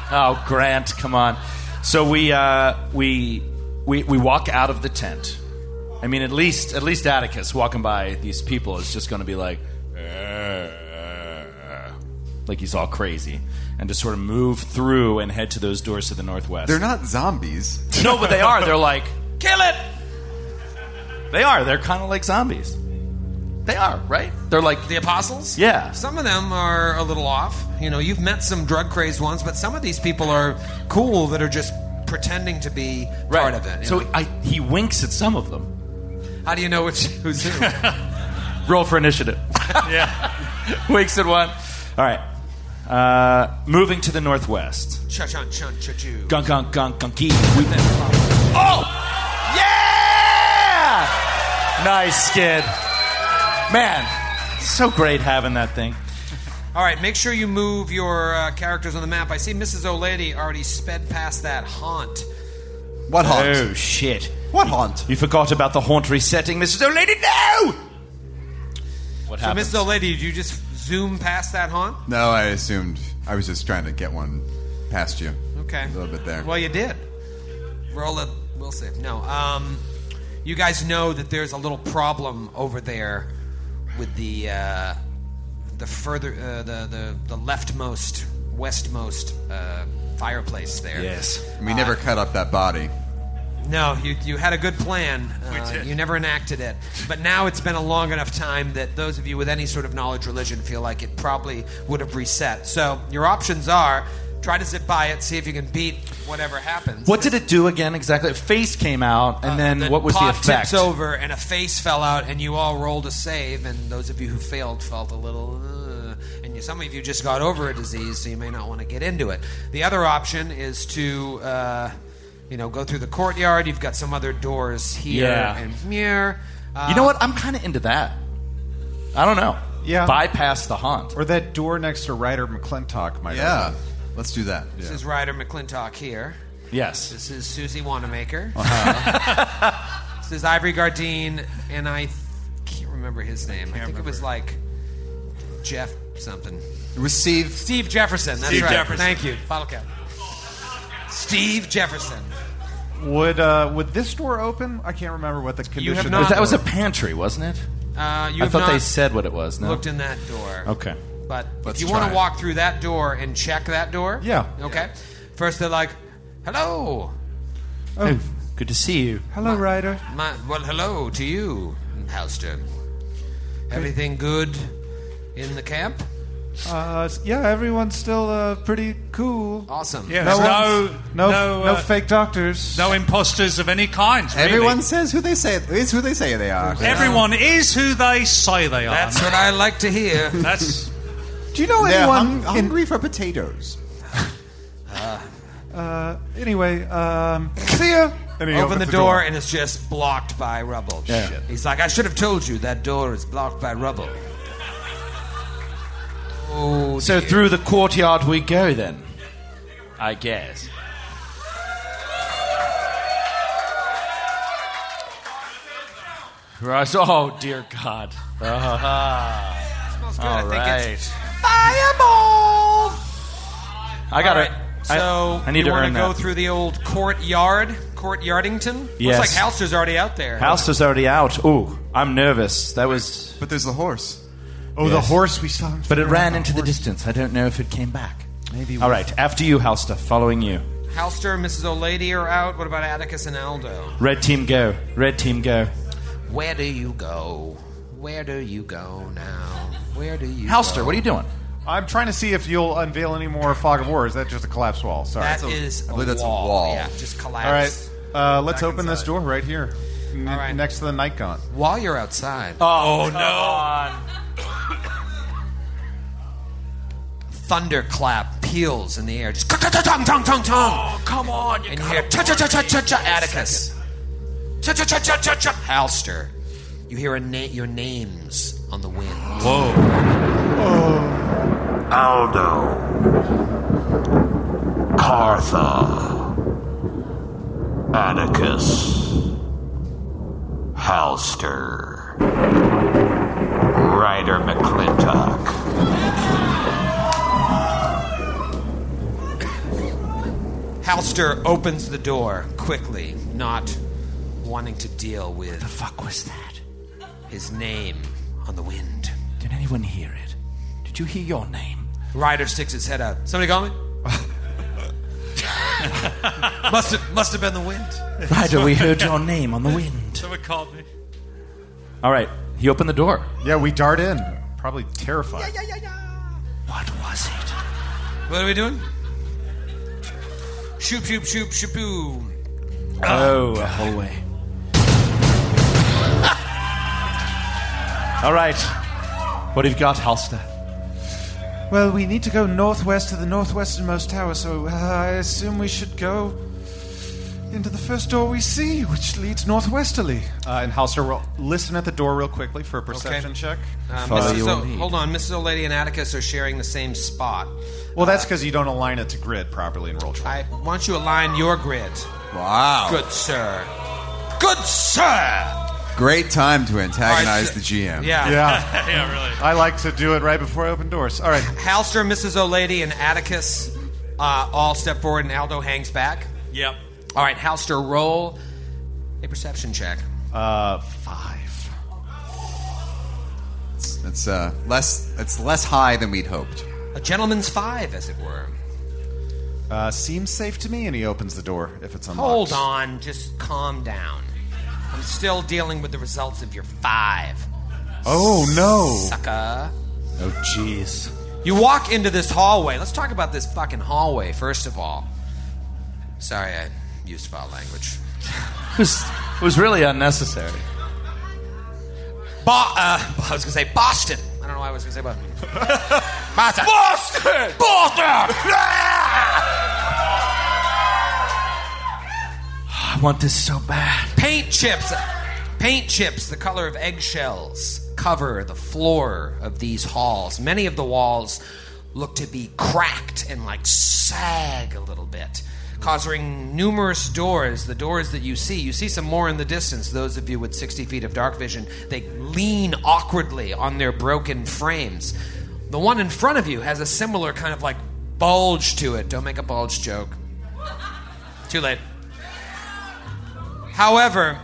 [SPEAKER 3] Oh, Grant, come on. So we uh, we we we walk out of the tent. I mean, at least at least Atticus walking by these people is just going to be like, "Uh," like he's all crazy, and just sort of move through and head to those doors to the northwest.
[SPEAKER 4] They're not zombies.
[SPEAKER 3] No, but they are. They're like, kill it. They are. They're kind of like zombies. They are, right? They're like
[SPEAKER 1] the apostles.
[SPEAKER 3] Yeah.
[SPEAKER 1] Some of them are a little off. You know, you've met some drug crazed ones, but some of these people are cool that are just pretending to be part of it. you
[SPEAKER 3] So
[SPEAKER 1] know.
[SPEAKER 3] I, he winks at some of them.
[SPEAKER 1] how do you know which who's who?
[SPEAKER 3] Roll for initiative. yeah. winks at one. All right. Uh, moving to the northwest.
[SPEAKER 1] Cha chun chun cha choo.
[SPEAKER 3] Gunk, gunk, gunk, gunky. We- oh! Yeah! Nice, kid. Man, so great having that thing.
[SPEAKER 1] All right, make sure you move your uh, characters on the map. I see Mrs. O'Lady already sped past that haunt.
[SPEAKER 4] What haunt?
[SPEAKER 3] Oh, shit.
[SPEAKER 4] What haunt?
[SPEAKER 3] You forgot about the haunt resetting, Mrs. O'Lady. No! What
[SPEAKER 1] So,
[SPEAKER 3] happened?
[SPEAKER 1] Mrs. O'Lady, did you just zoom past that haunt?
[SPEAKER 4] No, I assumed. I was just trying to get one past you.
[SPEAKER 1] Okay.
[SPEAKER 4] A little bit there.
[SPEAKER 1] Well, you did. Roll a will save. No. Um, you guys know that there's a little problem over there with the uh, the further uh, the, the the leftmost westmost uh, fireplace there.
[SPEAKER 3] Yes.
[SPEAKER 4] we never cut up that body.
[SPEAKER 1] No, you, you had a good plan. Uh,
[SPEAKER 7] did.
[SPEAKER 1] You never enacted it. But now it's been a long enough time that those of you with any sort of knowledge religion feel like it probably would have reset. So your options are try to zip by it, see if you can beat whatever happens.
[SPEAKER 3] What did it do again exactly? Face came out, and then what was the
[SPEAKER 1] pot
[SPEAKER 3] effect?
[SPEAKER 1] Uh, tips over and a face fell out and you all rolled a save and those of you who failed felt a little uh, and you, some of you just got over a disease so you may not want to get into it the other option is to uh, you know go through the courtyard you've got some other doors here
[SPEAKER 3] Yeah.
[SPEAKER 1] and here uh,
[SPEAKER 3] you know what? I'm kind of into that. I don't know.
[SPEAKER 2] Yeah.
[SPEAKER 3] Bypass the haunt.
[SPEAKER 2] Or that door next to Ryder McClintock might
[SPEAKER 4] Yeah. Let's do that.
[SPEAKER 1] this is ryder mcclintock here
[SPEAKER 3] Yes. Uh-huh.
[SPEAKER 1] this is susie wanamaker this is ivory gardine and i th- can't remember his name i, think it was like jeff something
[SPEAKER 4] Receive.
[SPEAKER 1] Steve Jefferson. That's
[SPEAKER 7] Steve
[SPEAKER 1] right.
[SPEAKER 7] Jefferson.
[SPEAKER 1] Thank you. Bottle cap. Steve Jefferson.
[SPEAKER 2] Would uh, would this door open? I can't remember what the condition.
[SPEAKER 1] have
[SPEAKER 2] of
[SPEAKER 1] not-
[SPEAKER 2] the
[SPEAKER 3] that was a
[SPEAKER 2] door-
[SPEAKER 3] pantry, wasn't it?
[SPEAKER 1] Uh, you
[SPEAKER 3] I
[SPEAKER 1] have
[SPEAKER 3] thought
[SPEAKER 1] not
[SPEAKER 3] they said what it was. No.
[SPEAKER 1] looked in that door.
[SPEAKER 3] okay.
[SPEAKER 1] But
[SPEAKER 4] Let's
[SPEAKER 1] if you want
[SPEAKER 4] try
[SPEAKER 1] to
[SPEAKER 4] it.
[SPEAKER 1] walk through that door and check that door,
[SPEAKER 2] Yeah.
[SPEAKER 1] Okay. First, they're like, "Hello,
[SPEAKER 3] Oh, good to see you.
[SPEAKER 2] Hello, Ryder.
[SPEAKER 1] my well, hello to you, Halster. Everything good in the camp?
[SPEAKER 2] Uh, s- yeah, everyone's still uh, pretty cool.
[SPEAKER 1] Awesome.
[SPEAKER 7] Yeah, there's no,
[SPEAKER 2] no,
[SPEAKER 7] no,
[SPEAKER 2] no
[SPEAKER 7] uh,
[SPEAKER 2] fake doctors.
[SPEAKER 7] no imposters of any kind. really.
[SPEAKER 4] Everyone says who they say is who they say they are.
[SPEAKER 7] everyone is who they say they are.
[SPEAKER 1] That's what I like to hear.
[SPEAKER 7] That's
[SPEAKER 2] Do you know
[SPEAKER 4] They're
[SPEAKER 2] anyone?
[SPEAKER 4] hung-
[SPEAKER 2] in-
[SPEAKER 4] hungry for potatoes.
[SPEAKER 1] Ah,
[SPEAKER 2] uh, anyway, um, see ya. And he
[SPEAKER 1] Open
[SPEAKER 2] opens
[SPEAKER 1] the door and it's just blocked by rubble. Shit. He's like, I should have told you that door is blocked by rubble. Oh,
[SPEAKER 3] So through the courtyard we go then. I guess. Right. so- Oh dear God. Ah.
[SPEAKER 1] smells good. I
[SPEAKER 3] All
[SPEAKER 1] think
[SPEAKER 3] right.
[SPEAKER 1] it's fireball.
[SPEAKER 3] I got it. I-
[SPEAKER 1] So
[SPEAKER 3] I, need
[SPEAKER 1] you
[SPEAKER 3] to
[SPEAKER 1] want
[SPEAKER 3] earn
[SPEAKER 1] to go
[SPEAKER 3] that.
[SPEAKER 1] through the old courtyard, Court Yardington?
[SPEAKER 3] Yes.
[SPEAKER 1] Looks like Halster's already out there.
[SPEAKER 3] House is already out. Ooh, I'm nervous. That was.
[SPEAKER 4] But there's the horse.
[SPEAKER 2] Oh, the
[SPEAKER 3] Yes.
[SPEAKER 2] horse we saw. him
[SPEAKER 3] But it
[SPEAKER 2] figure
[SPEAKER 3] ran
[SPEAKER 2] out
[SPEAKER 3] into the
[SPEAKER 2] horse.
[SPEAKER 3] distance. I don't know if it came back.
[SPEAKER 4] Maybe.
[SPEAKER 3] All right, after you, Halster, following you.
[SPEAKER 1] Halster, Mrs. O'Lady are out. What about Atticus and Aldo?
[SPEAKER 3] Red team go. Red team go.
[SPEAKER 1] Where do you go? Where do you go now? Where do you
[SPEAKER 3] Halster,
[SPEAKER 1] go?
[SPEAKER 3] what are you doing?
[SPEAKER 2] I'm trying to see if you'll unveil any more fog of war. Is that just a collapsed wall? Sorry,
[SPEAKER 1] That is
[SPEAKER 2] I
[SPEAKER 1] a wall. Yeah, just collapse.
[SPEAKER 2] All right, uh, let's
[SPEAKER 1] Back
[SPEAKER 2] open this door right here, n- next to the Nikon.
[SPEAKER 1] While you're outside,
[SPEAKER 3] Oh,
[SPEAKER 1] no. thunderclap peals in the air. Just tong tong tong tong.
[SPEAKER 3] Oh, Come on,
[SPEAKER 1] And you hear cha cha cha cha cha cha Atticus. Cha cha cha cha cha cha Halster. You hear a na- your names on the wind.
[SPEAKER 6] Whoa.
[SPEAKER 10] Aldo. Cartha. Atticus. Halster. Ryder McClintock.
[SPEAKER 1] Halster opens the door quickly, not wanting to deal with. What the
[SPEAKER 3] fuck was that?
[SPEAKER 1] His name on the wind.
[SPEAKER 3] Did anyone hear it? Did you hear your name?
[SPEAKER 1] Ryder sticks his head out. Somebody call me? must, have, must have been the wind.
[SPEAKER 3] Ryder, we heard your name on the wind.
[SPEAKER 6] Someone called me.
[SPEAKER 3] All right, he opened the door.
[SPEAKER 2] Yeah, we dart in. Probably terrified.
[SPEAKER 3] What was it?
[SPEAKER 1] What are we doing? Shoop, shoop, shoop, shoop, boom.
[SPEAKER 3] Oh, a hallway. All right. What have you got, Halster?
[SPEAKER 8] Well, we need to go northwest to the northwesternmost tower, so uh, I assume we should go into the first door we see, which leads northwesterly.
[SPEAKER 2] Uh, and Halster will listen at the door real quickly for a perception check.
[SPEAKER 1] Uh,
[SPEAKER 2] Follow
[SPEAKER 1] Mrs.
[SPEAKER 2] you
[SPEAKER 1] O-
[SPEAKER 2] indeed.
[SPEAKER 1] hold on, Mrs. O'Lady and Atticus are sharing the same spot.
[SPEAKER 2] Well, that's because you don't align it to grid properly in roll twenty.
[SPEAKER 1] I Why don't you align your grid?
[SPEAKER 4] Wow.
[SPEAKER 1] Good sir. Good sir!
[SPEAKER 4] Great time to antagonize
[SPEAKER 1] All right,
[SPEAKER 4] the GM.
[SPEAKER 1] Yeah.
[SPEAKER 2] Yeah.
[SPEAKER 1] yeah, really.
[SPEAKER 2] I like to do it right before I open doors. All right.
[SPEAKER 1] Halster, Mrs. O'Lady, and Atticus uh, all step forward, and Aldo hangs back.
[SPEAKER 6] Yep.
[SPEAKER 1] All right, Halster, roll a perception check.
[SPEAKER 2] Uh, five.
[SPEAKER 4] It's uh, less. It's less high than we'd hoped.
[SPEAKER 1] A gentleman's five, as it were.
[SPEAKER 2] Uh, seems safe to me, and he opens the door if it's unlocked.
[SPEAKER 1] Hold on, just calm down. I'm still dealing with the results of your five.
[SPEAKER 2] Oh no!
[SPEAKER 1] Sucker.
[SPEAKER 3] Oh jeez.
[SPEAKER 1] You walk into this hallway. Let's talk about this fucking hallway, first of all. Sorry, I used foul language.
[SPEAKER 3] It was, it was really unnecessary.
[SPEAKER 1] Bo- uh, I was going to say Boston. I don't know why I was going to say Boston. Boston!
[SPEAKER 3] Boston! I want this so bad.
[SPEAKER 1] Paint chips. Paint chips, the color of eggshells, cover the floor of these halls. Many of the walls look to be cracked and like sag a little bit, causing numerous doors. The doors that you see, you see some more in the distance. Those of you with 60 feet of dark vision, they lean awkwardly on their broken frames. The one in front of you has a similar kind of like bulge to it. Don't make a bulge joke. Too late. However,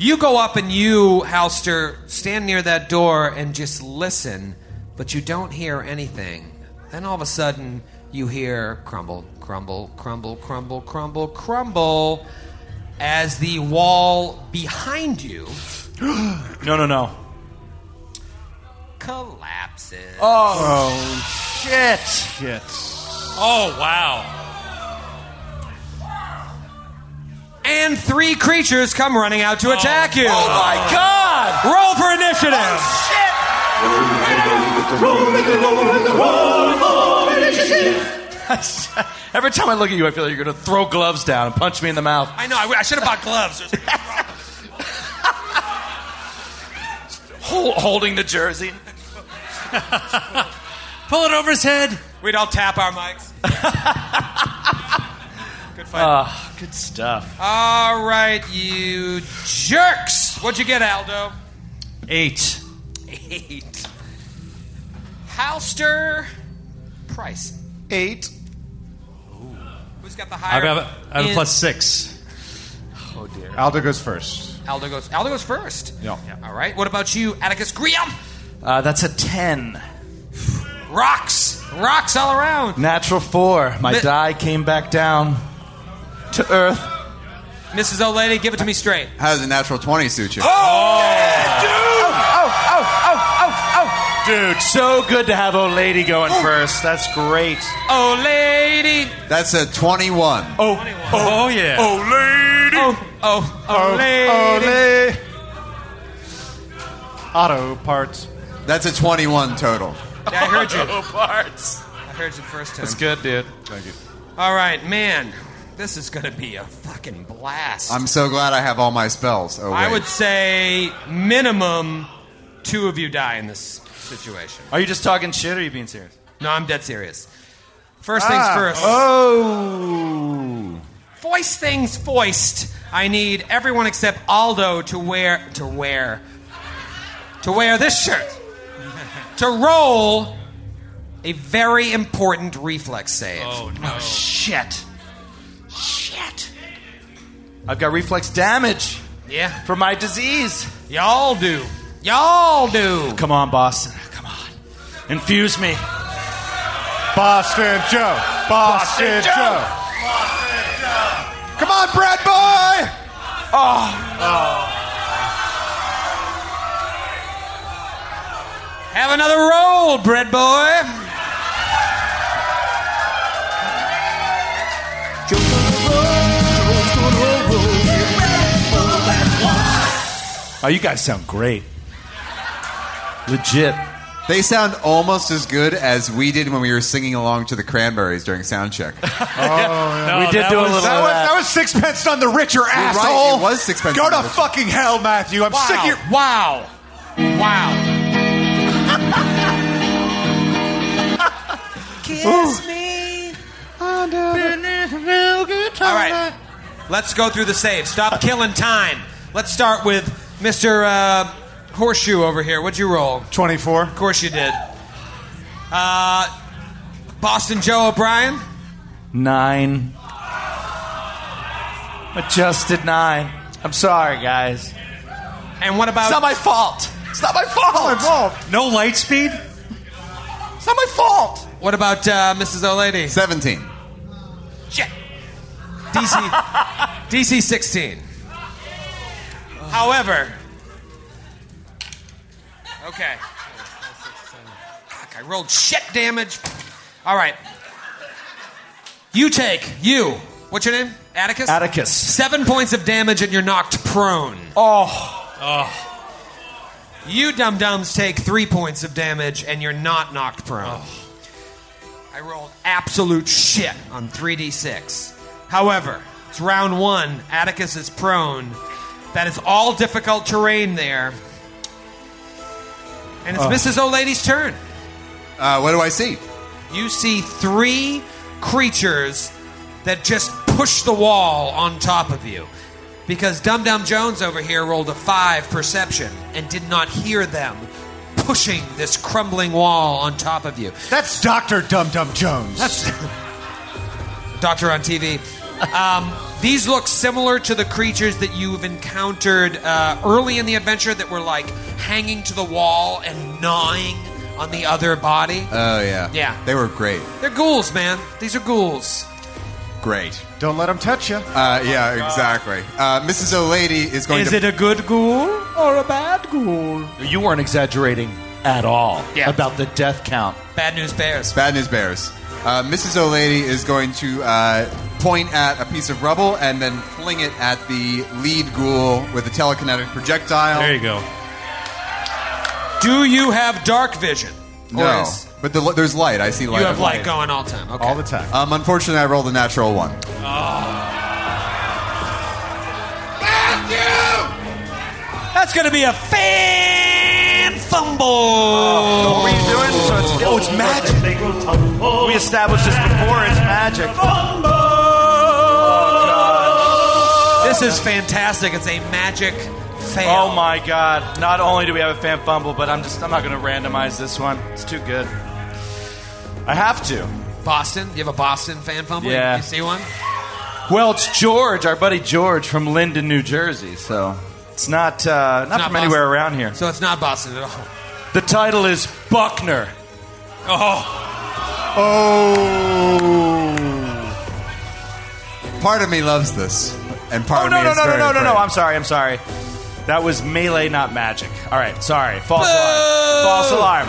[SPEAKER 1] you go up and you, Halster, stand near that door and just listen, but you don't hear anything. Then all of a sudden, you hear crumble, crumble, crumble, crumble, crumble, crumble as the wall behind you
[SPEAKER 3] No, no, no.
[SPEAKER 1] collapses.
[SPEAKER 3] Oh, shit.
[SPEAKER 2] Shit.
[SPEAKER 6] Oh, wow.
[SPEAKER 1] And three creatures come running out to attack you.
[SPEAKER 3] Oh my god! Oh,
[SPEAKER 1] Roll for initiative.
[SPEAKER 3] Every time I look at you, I feel like you're going to throw gloves down and punch me in the mouth.
[SPEAKER 12] I know. I, I should have bought gloves. There's-
[SPEAKER 3] Hol- holding the jersey.
[SPEAKER 6] Pull it over his head.
[SPEAKER 12] We'd all tap our mics. Good fight.
[SPEAKER 3] Ah, good stuff.
[SPEAKER 1] All right, you jerks. What'd you get, Aldo?
[SPEAKER 6] Eight.
[SPEAKER 1] Eight. Halster Price.
[SPEAKER 2] Eight.
[SPEAKER 1] Who's got the
[SPEAKER 6] I
[SPEAKER 1] higher?
[SPEAKER 6] have, I have a
[SPEAKER 1] in-
[SPEAKER 6] plus six.
[SPEAKER 1] Oh dear.
[SPEAKER 2] Aldo goes first.
[SPEAKER 1] Aldo goes. Aldo goes first.
[SPEAKER 2] Yeah.
[SPEAKER 1] All right. What about you, Atticus Graham?
[SPEAKER 3] Uh, that's a 10.
[SPEAKER 1] Rocks. Rocks all around.
[SPEAKER 3] Natural four. My die came back down to earth.
[SPEAKER 1] Mrs. Old Lady, give it to me straight.
[SPEAKER 4] How does a natural 20 suit you?
[SPEAKER 10] Oh,
[SPEAKER 3] Oh, oh, oh, oh, oh. Dude, so good to have old lady going first. That's great.
[SPEAKER 1] Oh, lady.
[SPEAKER 4] That's a 21.
[SPEAKER 3] Oh,
[SPEAKER 1] oh, yeah.
[SPEAKER 3] Oh, lady.
[SPEAKER 1] Oh, oh, oh, lady.
[SPEAKER 4] Auto parts. That's a 21 total.
[SPEAKER 1] Yeah, I heard you.
[SPEAKER 3] Oh, parts.
[SPEAKER 1] I heard you the first time.
[SPEAKER 3] That's good, dude.
[SPEAKER 4] Thank you.
[SPEAKER 1] All right, man. This is going to be a fucking blast.
[SPEAKER 4] I'm so glad I have all my spells. Oh, wait.
[SPEAKER 1] I would say minimum two of you die in this situation.
[SPEAKER 3] Are you just talking shit or are you being serious?
[SPEAKER 1] No, I'm dead serious. First things
[SPEAKER 3] Ah.
[SPEAKER 1] first.
[SPEAKER 3] Oh.
[SPEAKER 1] Voice things voiced. I need everyone except Aldo to wear to wear to wear this shirt. to roll a very important reflex save. Oh
[SPEAKER 6] no.
[SPEAKER 3] Shit. Shit. I've got reflex damage.
[SPEAKER 1] Yeah.
[SPEAKER 3] For my disease.
[SPEAKER 1] Y'all do. Y'all do.
[SPEAKER 3] Come on, Boston. Come on. Infuse me.
[SPEAKER 2] Boston Joe. Boston, Joe. Come on, Brad boy.
[SPEAKER 3] Oh.
[SPEAKER 1] Have another roll, bread boy.
[SPEAKER 3] Oh, you guys sound great. Legit.
[SPEAKER 4] They sound almost as good as we did when we were singing along to the Cranberries during sound check.
[SPEAKER 3] we did do a little of
[SPEAKER 2] Oh, that was,
[SPEAKER 3] that.
[SPEAKER 2] that was sixpence on the richer asshole.
[SPEAKER 4] it was sixpence
[SPEAKER 2] Go
[SPEAKER 4] on the
[SPEAKER 2] to
[SPEAKER 4] richer.
[SPEAKER 2] fucking hell, Matthew. I'm sick of your.
[SPEAKER 1] Wow. Wow.
[SPEAKER 5] Kiss me under the real guitar.
[SPEAKER 1] All right. Let's go through the save. Stop killing time. Let's start with Mr. Uh, Horseshoe over here. What'd you roll?
[SPEAKER 2] 24.
[SPEAKER 1] Of course you did. Uh, Boston Joe O'Brien.
[SPEAKER 3] Nine. Adjusted nine. I'm sorry, guys.
[SPEAKER 1] And what about.
[SPEAKER 3] It's not my fault. It's not my fault.
[SPEAKER 1] Oh,
[SPEAKER 3] It's not my fault.
[SPEAKER 6] No light speed?
[SPEAKER 3] It's not my fault.
[SPEAKER 1] What about uh, Mrs. O'Lady?
[SPEAKER 4] 17.
[SPEAKER 1] Shit. DC, DC 16. However. Okay. Fuck, I rolled shit damage. All right. You take, you. What's your name? Atticus?
[SPEAKER 3] Atticus.
[SPEAKER 1] Seven points of damage and you're knocked prone.
[SPEAKER 3] Oh.
[SPEAKER 1] You dum dums take three points of damage and you're not knocked prone. I rolled absolute shit on 3d6. However, it's round one. Atticus is prone. That is all difficult terrain there. And it's Mrs. O'Lady's turn.
[SPEAKER 4] Uh, what do I see?
[SPEAKER 1] You see three creatures that just push the wall on top of you. Because Dum Dum Jones over here rolled a five perception and did not hear them pushing this crumbling wall on top of you.
[SPEAKER 2] That's Doctor Dum Dum Jones.
[SPEAKER 1] That's Doctor on TV. Um, these look similar to the creatures that you've encountered uh, early in the adventure that were like hanging to the wall and gnawing on the other body.
[SPEAKER 4] Oh, yeah.
[SPEAKER 1] Yeah.
[SPEAKER 4] They were great.
[SPEAKER 1] They're ghouls, man. These are ghouls.
[SPEAKER 4] Great.
[SPEAKER 2] Don't let him touch you.
[SPEAKER 4] Uh, yeah, exactly. Uh, Mrs. O'Lady is going
[SPEAKER 1] Is
[SPEAKER 4] to.
[SPEAKER 1] it a good ghoul or a bad ghoul?
[SPEAKER 3] You weren't exaggerating at all
[SPEAKER 1] Yeah.
[SPEAKER 3] about the death count.
[SPEAKER 1] Bad news bears.
[SPEAKER 4] Bad news bears. Uh, Mrs. O'Lady is going to uh, point at a piece of rubble and then fling it at the lead ghoul with a telekinetic projectile.
[SPEAKER 6] There you go.
[SPEAKER 1] Do you have dark vision? Or
[SPEAKER 4] No,
[SPEAKER 1] is-
[SPEAKER 4] but the, there's light. I see
[SPEAKER 1] you
[SPEAKER 4] light.
[SPEAKER 1] have light going all time. Okay.
[SPEAKER 2] All the time.
[SPEAKER 4] Um, unfortunately, I rolled a natural one.
[SPEAKER 1] That's going to be a fan fumble.
[SPEAKER 3] What are you doing? So it's, oh, it's magic. We established this before. It's magic.
[SPEAKER 1] This is fantastic. It's a magic fail.
[SPEAKER 3] Oh my god. Not only do we have a fan fumble, but I'm just I'm not gonna randomize this one. It's too good. I have to.
[SPEAKER 1] Boston. You have a Boston fan fumble?
[SPEAKER 3] Yeah.
[SPEAKER 1] You see one?
[SPEAKER 3] Well, it's George, our buddy George from Linden, New Jersey, so it's not uh, not,
[SPEAKER 1] not
[SPEAKER 3] from anywhere
[SPEAKER 1] Boston.
[SPEAKER 3] around here.
[SPEAKER 1] So it's not Boston at all.
[SPEAKER 3] The title is Buckner.
[SPEAKER 1] Oh.
[SPEAKER 4] Oh. Part of me loves this, and part
[SPEAKER 3] Oh
[SPEAKER 4] of
[SPEAKER 3] no
[SPEAKER 4] me
[SPEAKER 3] no
[SPEAKER 4] is
[SPEAKER 3] no no
[SPEAKER 4] very
[SPEAKER 3] no no no!
[SPEAKER 4] afraid.
[SPEAKER 3] I'm sorry. I'm sorry. That was melee, not magic. All right. Sorry. False alarm. False alarm.